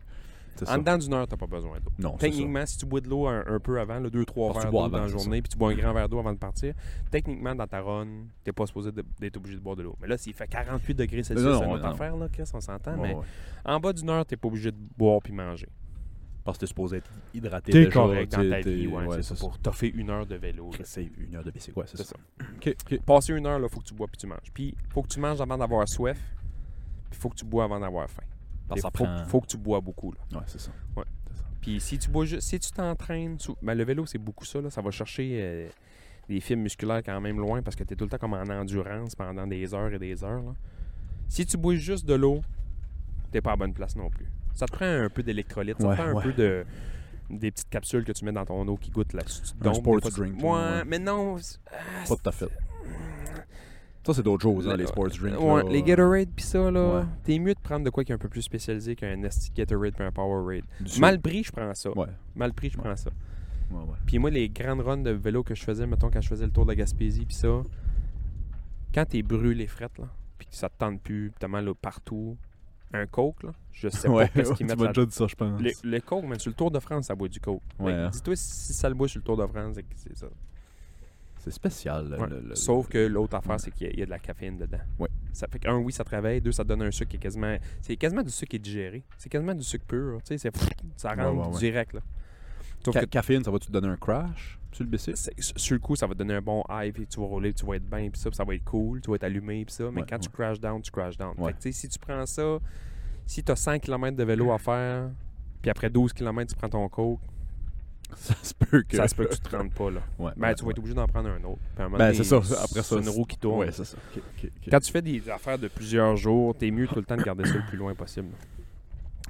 Speaker 2: C'est
Speaker 3: En
Speaker 2: ça.
Speaker 3: dedans d'une heure, t'as pas besoin d'eau.
Speaker 2: Non, c'est ça.
Speaker 3: Techniquement, si tu bois de l'eau un, un peu avant, le 2-3
Speaker 2: Ah, tu
Speaker 3: verres
Speaker 2: bois
Speaker 3: d'eau dans
Speaker 2: avant,
Speaker 3: la
Speaker 2: c'est
Speaker 3: journée, puis tu bois un grand verre d'eau avant de partir, techniquement, dans ta run, t'es pas supposé de- d'être obligé de boire de l'eau. Mais là, s'il fait 48 degrés Celsius,
Speaker 2: Non, non,
Speaker 3: c'est
Speaker 2: ouais,
Speaker 3: notre
Speaker 2: non.
Speaker 3: affaire, là, Chris, on s'entend.
Speaker 2: Ouais,
Speaker 3: mais
Speaker 2: ouais.
Speaker 3: en bas d'une heure, t'es pas obligé de boire puis manger.
Speaker 2: Parce que t'es supposé être hydraté
Speaker 3: T'es
Speaker 2: déjà,
Speaker 3: correct
Speaker 2: tu sais,
Speaker 3: dans ta
Speaker 2: t'es-
Speaker 3: vie, ouais, c'est ça,
Speaker 2: ça.
Speaker 3: pour toffer une heure de vélo. là.
Speaker 2: C'est une heure de BC, ouais, c'est
Speaker 3: C'est
Speaker 2: ça. OK, OK.
Speaker 3: Passer une heure, là, faut que tu bois puis tu manges. Puis faut que tu manges avant d'avoir soif, puis faut que tu bois avant d'avoir faim.
Speaker 2: Parce que ça
Speaker 3: Faut-
Speaker 2: prend...
Speaker 3: faut que tu bois beaucoup, là.
Speaker 2: Ouais, c'est ça.
Speaker 3: Puis si tu bois ju- si tu t'entraînes, sou- ben, le vélo c'est beaucoup ça là, ça va chercher euh, des fibres musculaires quand même loin parce que tu es tout le temps comme en endurance pendant des heures et des heures là. Si tu bois juste de l'eau, t'es pas à bonne place non plus. Ça te prend un peu d'électrolyte, ça
Speaker 2: Ouais,
Speaker 3: te prend
Speaker 2: ouais.
Speaker 3: un peu de des petites capsules que tu mets dans ton eau qui goûtent la
Speaker 2: Un sports drink,
Speaker 3: Ouais,
Speaker 2: là, ouais.
Speaker 3: mais non. c'est-
Speaker 2: Pas tout à fait. Ça, c'est d'autres choses, hein,
Speaker 3: Le-
Speaker 2: les sports drinks.
Speaker 3: euh, ouais,
Speaker 2: là.
Speaker 3: les Gatorade pis ça là,
Speaker 2: Ouais.
Speaker 3: t'es mieux de prendre de quoi qui est un peu plus spécialisé qu'un esti de Gatorade puis un Powerade.
Speaker 2: Du-
Speaker 3: Mal pris, je prends ça.
Speaker 2: Ouais,
Speaker 3: Mal pris, je
Speaker 2: Ouais.
Speaker 3: prends ça.
Speaker 2: ouais, ouais.
Speaker 3: Puis moi, les grandes runs de vélo que je faisais, mettons, quand je faisais le tour de la Gaspésie, puis ça, quand t'es brûlé frette, là, puis que ça te tente plus, pis t'as mal là, partout, un coke, là, je sais
Speaker 2: Ouais,
Speaker 3: pas ce
Speaker 2: tu
Speaker 3: qu'ils mettent
Speaker 2: m'as
Speaker 3: là
Speaker 2: déjà dit ça, je pense.
Speaker 3: le, le coke, mais sur le Tour de France, ça boit du coke.
Speaker 2: Ouais,
Speaker 3: Fait que
Speaker 2: hein.
Speaker 3: Dis-toi si ça le boit sur le Tour de France, c'est que c'est ça.
Speaker 2: C'est spécial. le-
Speaker 3: Ouais.
Speaker 2: euh, le- le-
Speaker 3: Sauf que l'autre affaire,
Speaker 2: ouais.
Speaker 3: c'est qu'il y, a- il y a de la caféine dedans.
Speaker 2: Ouais.
Speaker 3: Ça fait qu'un, oui, ça travaille. Deux, ça donne un sucre qui est quasiment... C'est quasiment du sucre qui est digéré. C'est quasiment du sucre pur. Tu sais, c'est... Ça
Speaker 2: Ouais,
Speaker 3: rentre
Speaker 2: ouais, ouais.
Speaker 3: direct, là. Sauf
Speaker 2: Ca-
Speaker 3: que
Speaker 2: Caféine, ça va-tu te donner un crash sur le BC?
Speaker 3: c'est- s- sur le coup, ça va te donner un bon hype, puis tu vas rouler, puis tu vas être bien, puis ça, puis ça va être cool, tu vas être allumé, puis ça. Mais
Speaker 2: Ouais,
Speaker 3: quand tu
Speaker 2: ouais.
Speaker 3: crash down, tu crash down. Fait que,
Speaker 2: Ouais.
Speaker 3: tu sais, si tu prends ça, si tu as 100 km de vélo à faire, puis après 12 km, tu prends ton coke,
Speaker 2: [LAUGHS] Ça se peut que.
Speaker 3: ça se peut que
Speaker 2: [LAUGHS]
Speaker 3: tu te rendes pas, là.
Speaker 2: Ouais,
Speaker 3: Ben,
Speaker 2: ouais,
Speaker 3: tu vas être
Speaker 2: ouais.
Speaker 3: obligé d'en prendre un autre. Puis à un moment
Speaker 2: Ben,
Speaker 3: donné,
Speaker 2: c'est ça. Après ça,
Speaker 3: c'est une
Speaker 2: c'est-
Speaker 3: roue qui tourne.
Speaker 2: Ouais, c'est ça. Ok, ok, ok.
Speaker 3: Quand tu fais des affaires de plusieurs jours, t'es mieux tout le temps de garder ça le plus loin possible.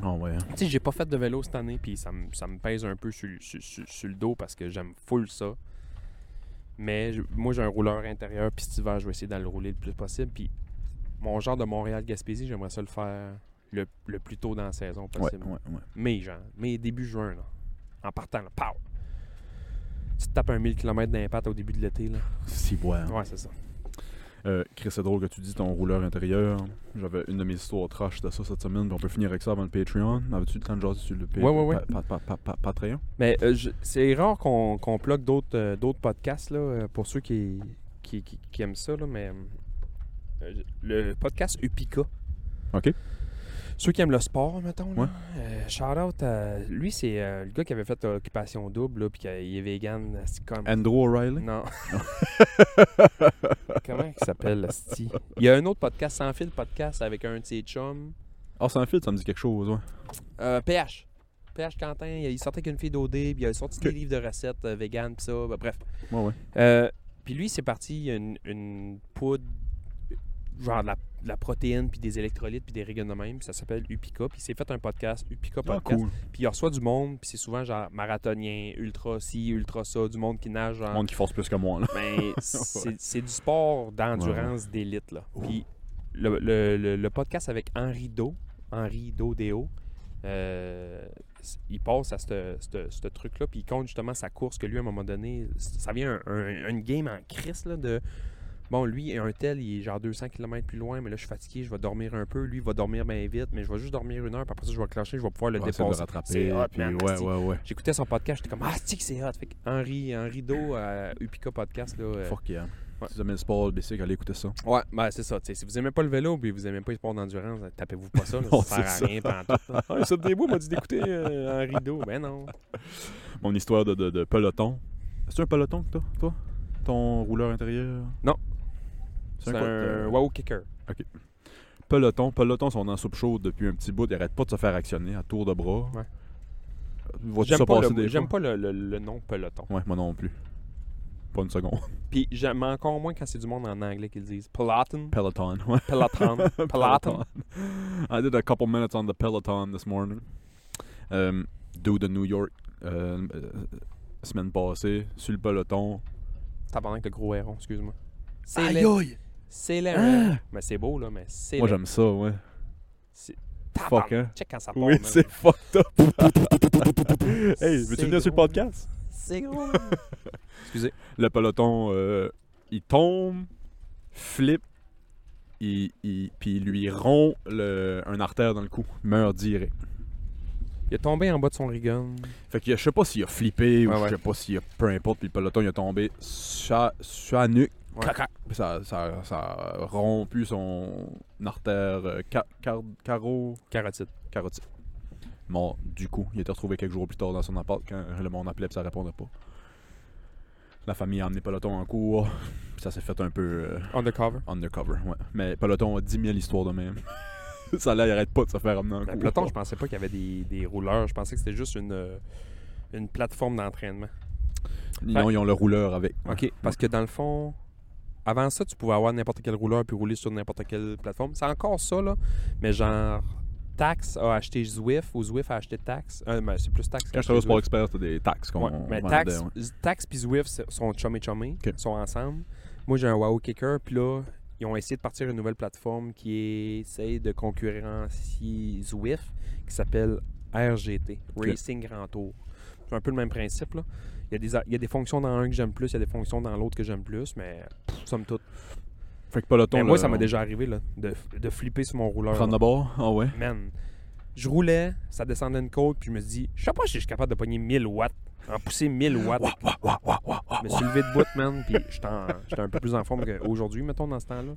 Speaker 2: Ah ouais. hein.
Speaker 3: Tu sais, j'ai pas fait de vélo cette année, puis ça me ça me pèse un peu sur, sur- sur- sur le dos parce que j'aime full ça. Mais je- moi, j'ai un rouleur intérieur, puis cet hiver, je vais essayer d'aller le rouler le plus possible. Puis mon genre de Montréal-Gaspésie, j'aimerais ça le faire le, le plus tôt dans la saison
Speaker 2: Ouais,
Speaker 3: possible.
Speaker 2: ouais, ouais.
Speaker 3: Mai, genre. Mai, début juin, là. En partant, là. Pow! Tu te tapes un 1000 km d'impact au début de l'été, là.
Speaker 2: Si, ouais. hein.
Speaker 3: Ouais, c'est ça.
Speaker 2: Euh, Chris, c'est drôle que tu dis ton rouleur intérieur. J'avais une de mes histoires trash de ça cette semaine, puis on peut finir avec ça avant le Patreon. Avais-tu le temps de jaser sur le pa-
Speaker 3: Ouais, ouais, ouais.
Speaker 2: pa- pa- pa- pa- Patreon?
Speaker 3: Mais euh, je- c'est rare qu'on qu'on plug d'autres euh, d'autres podcasts là, euh, pour ceux qui, qui, qui- qui aiment ça, là, mais euh, le podcast Upica.
Speaker 2: Ok.
Speaker 3: Ceux qui aiment le sport, mettons. Là,
Speaker 2: Ouais.
Speaker 3: euh, shout out à. Lui, c'est euh, le gars qui avait fait euh, Occupation Double, là, puis qu'il est vegan. C'est comme.
Speaker 2: Andrew O'Reilly?
Speaker 3: Non. [LAUGHS]
Speaker 2: [LAUGHS]
Speaker 3: Comment il s'appelle, Asti Il y a un autre podcast, Sans fil podcast, avec un de ses chums.
Speaker 2: Ah, sans fil, ça me dit quelque chose, ouais.
Speaker 3: Euh, PH. PH Quentin, il il sortait avec une fille d'OD, puis il a sorti
Speaker 2: Ok.
Speaker 3: des livres de recettes euh, vegan, puis ça, ben, bref.
Speaker 2: Ouais, ouais.
Speaker 3: Euh, puis lui, c'est parti, il y a une, une poudre, genre de la, de la protéine, puis des électrolytes, puis des régons de même, puis ça s'appelle Upica, puis il s'est fait un podcast, Upica
Speaker 2: Ah,
Speaker 3: Podcast,
Speaker 2: cool.
Speaker 3: puis il reçoit du monde, puis c'est souvent genre marathonien, ultra ci, ultra ça, du monde qui nage, genre,
Speaker 2: Monde qui force plus que moi, là.
Speaker 3: mais Ben, c'est c'est du sport d'endurance d'élite, là. Puis le, le- le- le podcast avec Henri Do, Henri Do Déo, euh, s- il passe à ce ce- ce truc-là, puis il compte justement sa course que lui, à un moment donné, c- ça vient un- un- une game en crise, là, de... Bon, lui, un tel, il est genre 200 km plus loin, mais là, je suis fatigué, je vais dormir un peu. Lui, il va dormir bien vite, mais je vais juste dormir une heure, puis après ça, je vais clasher, je vais pouvoir le
Speaker 2: Ouais, essayer de
Speaker 3: dépasser.
Speaker 2: rattraper,
Speaker 3: C'est hot,
Speaker 2: puis
Speaker 3: man,
Speaker 2: ouais,
Speaker 3: asti.
Speaker 2: ouais, ouais.
Speaker 3: J'écoutais son podcast, j'étais comme Ah, c'est que c'est hot. Fait que Henri, Henri Do à Upica Podcast. Là, euh,
Speaker 2: Fuck yeah.
Speaker 3: Ouais.
Speaker 2: Si vous aimez le sport, le bicycle, allez écouter ça.
Speaker 3: ouais, ben c'est ça. tu sais, Si vous aimez pas le vélo puis vous aimez pas les sports d'endurance, euh, tapez-vous pas [LAUGHS] ça. Là,
Speaker 2: Non,
Speaker 3: ça sert
Speaker 2: c'est
Speaker 3: à rien pendant tout. [LAUGHS] Ah, il saute des bois, m'a dit d'écouter euh, Henri Do. Ben non.
Speaker 2: Mon histoire de, de, de peloton. C'est un peloton que t'as, toi? Ton rouleur intérieur?
Speaker 3: Non.
Speaker 2: C'est
Speaker 3: C'est
Speaker 2: un, quoi,
Speaker 3: un euh,
Speaker 2: t'as-
Speaker 3: wow kicker.
Speaker 2: Peloton. Peloton sont en soupe chaude depuis un petit bout. Ils arrêtent pas de se faire actionner à tour de bras.
Speaker 3: Ouais.
Speaker 2: Vois-tu
Speaker 3: J'aime
Speaker 2: ça
Speaker 3: pas,
Speaker 2: passer
Speaker 3: le,
Speaker 2: des
Speaker 3: j'aime
Speaker 2: fois?
Speaker 3: pas le, le- le nom peloton.
Speaker 2: Ouais, moi non plus. pas une seconde. [LAUGHS]
Speaker 3: Puis j'aime encore moins quand c'est du monde en anglais qu'ils disent Peloton,
Speaker 2: Peloton, ouais.
Speaker 3: [LAUGHS] Peloton,
Speaker 2: [LAUGHS]
Speaker 3: Peloton.
Speaker 2: I did a couple minutes on the Peloton this morning. Um, dude de New York, euh, euh, semaine passée, sur le peloton.
Speaker 3: Tabarnak, le gros héron, excuse-moi. C'est
Speaker 2: Aïe
Speaker 3: laid.
Speaker 2: aïe!
Speaker 3: C'est laid.
Speaker 2: Ah!
Speaker 3: Mais c'est beau, là, mais c'est
Speaker 2: Moi
Speaker 3: laid.
Speaker 2: j'aime ça, ouais.
Speaker 3: C'est-
Speaker 2: Fuck, hein?
Speaker 3: Check quand ça part.
Speaker 2: Oui,
Speaker 3: man.
Speaker 2: c'est fucked up. [LAUGHS] hey, veux-tu
Speaker 3: C'est
Speaker 2: venir sur le
Speaker 3: drôle.
Speaker 2: podcast?
Speaker 3: C'est [LAUGHS] gros. Excusez.
Speaker 2: Le peloton, euh, il tombe, flip, il, il- puis il lui rompt le, un artère dans le cou, meurt direct.
Speaker 3: Il est tombé en bas de son rigon.
Speaker 2: Fait que je sais pas s'il a flippé
Speaker 3: Ouais,
Speaker 2: ou
Speaker 3: ouais.
Speaker 2: je sais pas s'il a peu importe, puis le peloton il a tombé sur sur la nuque.
Speaker 3: Ouais.
Speaker 2: Caca. Puis Ça, ça, ça a rompu son artère euh, ca- car- caro
Speaker 3: Carotide.
Speaker 2: carotide. Mort du coup. Il a été retrouvé quelques jours plus tard dans son appart quand le monde appelait puis ça répondait pas. La famille a amené Peloton en cours. puis ça s'est fait un peu euh,
Speaker 3: Undercover.
Speaker 2: undercover. Ouais. Mais Peloton a 10 000 histoires de même. [LAUGHS] ça là, il arrête pas de se faire amener en
Speaker 3: Mais
Speaker 2: cours.
Speaker 3: Ben, peloton, je pensais pas qu'il y avait des, des rouleurs. Je pensais que c'était juste une, euh, une plateforme d'entraînement.
Speaker 2: Non, ils ont le rouleur avec.
Speaker 3: OK. Parce que dans le fond, avant ça, tu pouvais avoir n'importe quel rouleur puis rouler sur n'importe quelle plateforme. C'est encore ça, là. Mais genre, Tax a acheté Zwift ou Zwift a acheté Tax. Euh, mais c'est plus Tax. qui a
Speaker 2: Quand je
Speaker 3: acheté
Speaker 2: travaille au Sport
Speaker 3: Zwift.
Speaker 2: Expert, t'as des taxes qu'on
Speaker 3: Ouais, mais
Speaker 2: vendait,
Speaker 3: Tax,
Speaker 2: ouais.
Speaker 3: Z- Tax puis Zwift c'est- sont chummy chummy,
Speaker 2: Ok.
Speaker 3: sont ensemble. Moi, j'ai un Wow Kicker, puis là, ils ont essayé de partir une nouvelle plateforme qui essaye de concurrencier Zwift, qui s'appelle RGT,
Speaker 2: Ok.
Speaker 3: Racing Grand Tour. C'est un peu le même principe, là. Il y, a des, a- il y a des fonctions dans un que j'aime plus, il y a des fonctions dans l'autre que j'aime plus, mais pff, somme toute.
Speaker 2: Fait que peloton.
Speaker 3: Mais Ben, moi,
Speaker 2: là,
Speaker 3: ça m'a
Speaker 2: on
Speaker 3: déjà arrivé, là, de, f- de flipper sur mon rouleur.
Speaker 2: euh, Prendre
Speaker 3: là.
Speaker 2: de bord. Ah ouais.
Speaker 3: Man, je roulais, ça descendait une côte, puis je me dis, je sais pas si je suis capable de pogner 1000 watts, en pousser 1000 watts. Je me suis levé de bout, man, puis j'étais en- j'étais un peu plus en forme qu'aujourd'hui, mettons, dans ce temps-là.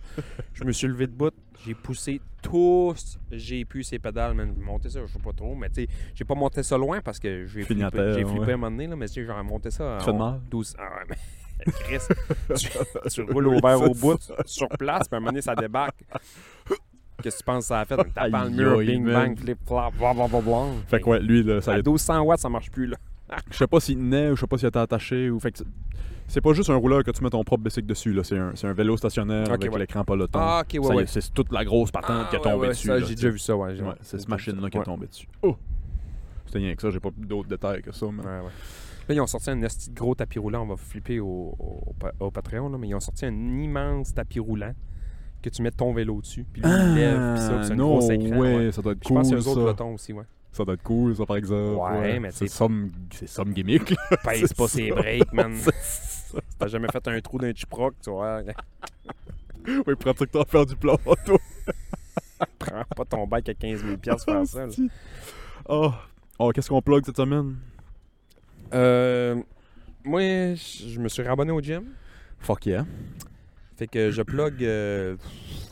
Speaker 3: Je me suis levé de bout, j'ai poussé tous, j'ai pu ces pédales, man. Monter ça, je sais pas trop, mais tu sais, j'ai pas monté ça loin parce que j'ai
Speaker 2: Fini
Speaker 3: flippé,
Speaker 2: à terre,
Speaker 3: j'ai flippé
Speaker 2: ouais.
Speaker 3: à un moment donné, là, mais tu sais, j'aurais monté ça
Speaker 2: Tu
Speaker 3: à
Speaker 2: fais de
Speaker 3: on-
Speaker 2: mal?
Speaker 3: 12. Ah ouais,
Speaker 2: [LAUGHS]
Speaker 3: mais Chris, tu, tu roules au vert
Speaker 2: Oui,
Speaker 3: au
Speaker 2: c'est
Speaker 3: bout, sur place, puis à un moment donné, ça débarque. Qu'est-ce que tu penses que ça
Speaker 2: [LAUGHS]
Speaker 3: a fait? Donc, T'as le
Speaker 2: Aïe,
Speaker 3: mur,
Speaker 2: aïe,
Speaker 3: bing,
Speaker 2: man.
Speaker 3: bang, flip, flop, blablabla.
Speaker 2: Fait que ouais, lui, là, ça
Speaker 3: Ben, À
Speaker 2: a...
Speaker 3: 1200 watts, ça marche plus, là.
Speaker 2: Je sais pas s'il tenait ou je sais pas s'il était attaché ou. Fait que c'est- c'est pas juste un rouleur que tu mets ton propre bicycle dessus, là. C'est un, c'est un vélo stationnaire
Speaker 3: Ok,
Speaker 2: avec
Speaker 3: ouais.
Speaker 2: l'écran peloton.
Speaker 3: Ah, ok,
Speaker 2: Ça
Speaker 3: ouais,
Speaker 2: y est,
Speaker 3: ouais.
Speaker 2: C'est toute la grosse patente qui est
Speaker 3: Ah, ouais,
Speaker 2: tombée
Speaker 3: ouais,
Speaker 2: dessus.
Speaker 3: ça,
Speaker 2: là,
Speaker 3: J'ai
Speaker 2: tu
Speaker 3: déjà
Speaker 2: sais.
Speaker 3: vu ça, ouais. j'ai-
Speaker 2: Ouais, c'est
Speaker 3: j'ai
Speaker 2: cette
Speaker 3: vu
Speaker 2: machine-là qui est
Speaker 3: Ouais.
Speaker 2: tombée dessus. Oh! C'était rien que ça, j'ai pas d'autres détails que ça, mais.
Speaker 3: Ouais, ouais. Là, ils ont sorti un esti de gros tapis roulant. On va flipper au, au- au Patreon, là, mais ils ont sorti un immense tapis roulant que tu mets ton vélo dessus. Puis lui, il lève, puis ça, puis c'est un
Speaker 2: non,
Speaker 3: gros écran.
Speaker 2: ouais,
Speaker 3: ouais.
Speaker 2: ça doit être
Speaker 3: Je pense qu'il
Speaker 2: Ah, cool.
Speaker 3: y a eux autres
Speaker 2: Ça.
Speaker 3: pelotons aussi, ouais.
Speaker 2: ça doit être cool, ça, par exemple.
Speaker 3: Ouais, mais
Speaker 2: c'est
Speaker 3: t'sais-
Speaker 2: some... [LAUGHS] c'est some gimmick. là.
Speaker 3: Pèse pas
Speaker 2: ça.
Speaker 3: ses breaks,
Speaker 2: [LAUGHS]
Speaker 3: man. T'as jamais fait un trou d'un chiproc, tu vois. [LAUGHS]
Speaker 2: [LAUGHS] oui, pratique t'en faire du plan
Speaker 3: Prends pas ton bac à 15 000 piastres pour faire
Speaker 2: [LAUGHS]
Speaker 3: ça. là.
Speaker 2: Asti. Oh, oh qu'est-ce qu'on plug cette semaine?
Speaker 3: Euh, moi, je je me suis rabonné au gym.
Speaker 2: Fuck yeah.
Speaker 3: Fait que je plug euh,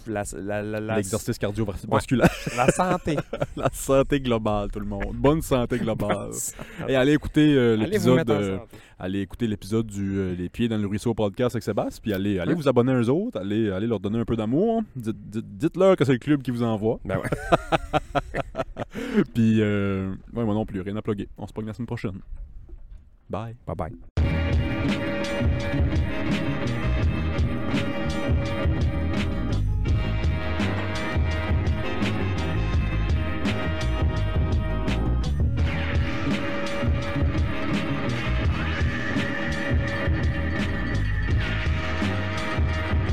Speaker 3: la, la, la, la,
Speaker 2: L'exercice cardiovasculaire.
Speaker 3: [LAUGHS] la santé.
Speaker 2: [LAUGHS] La santé globale, tout le monde. Bonne santé [LAUGHS] globale.
Speaker 3: santé.
Speaker 2: Et allez écouter euh,
Speaker 3: Allez vous
Speaker 2: l'épisode
Speaker 3: mettre en
Speaker 2: euh,
Speaker 3: santé.
Speaker 2: allez écouter l'épisode du euh, Les pieds dans le ruisseau podcast avec Sébastien. Puis allez, allez
Speaker 3: Hein?
Speaker 2: vous abonner à eux autres. Allez, allez leur donner un peu d'amour. Dites- dites- Dites-leur que c'est le club qui vous envoie.
Speaker 3: Ben ouais.
Speaker 2: Puis, euh, ouais, moi non plus. Rien à plugger. On se pogne la semaine prochaine. Bye.
Speaker 3: Bye bye.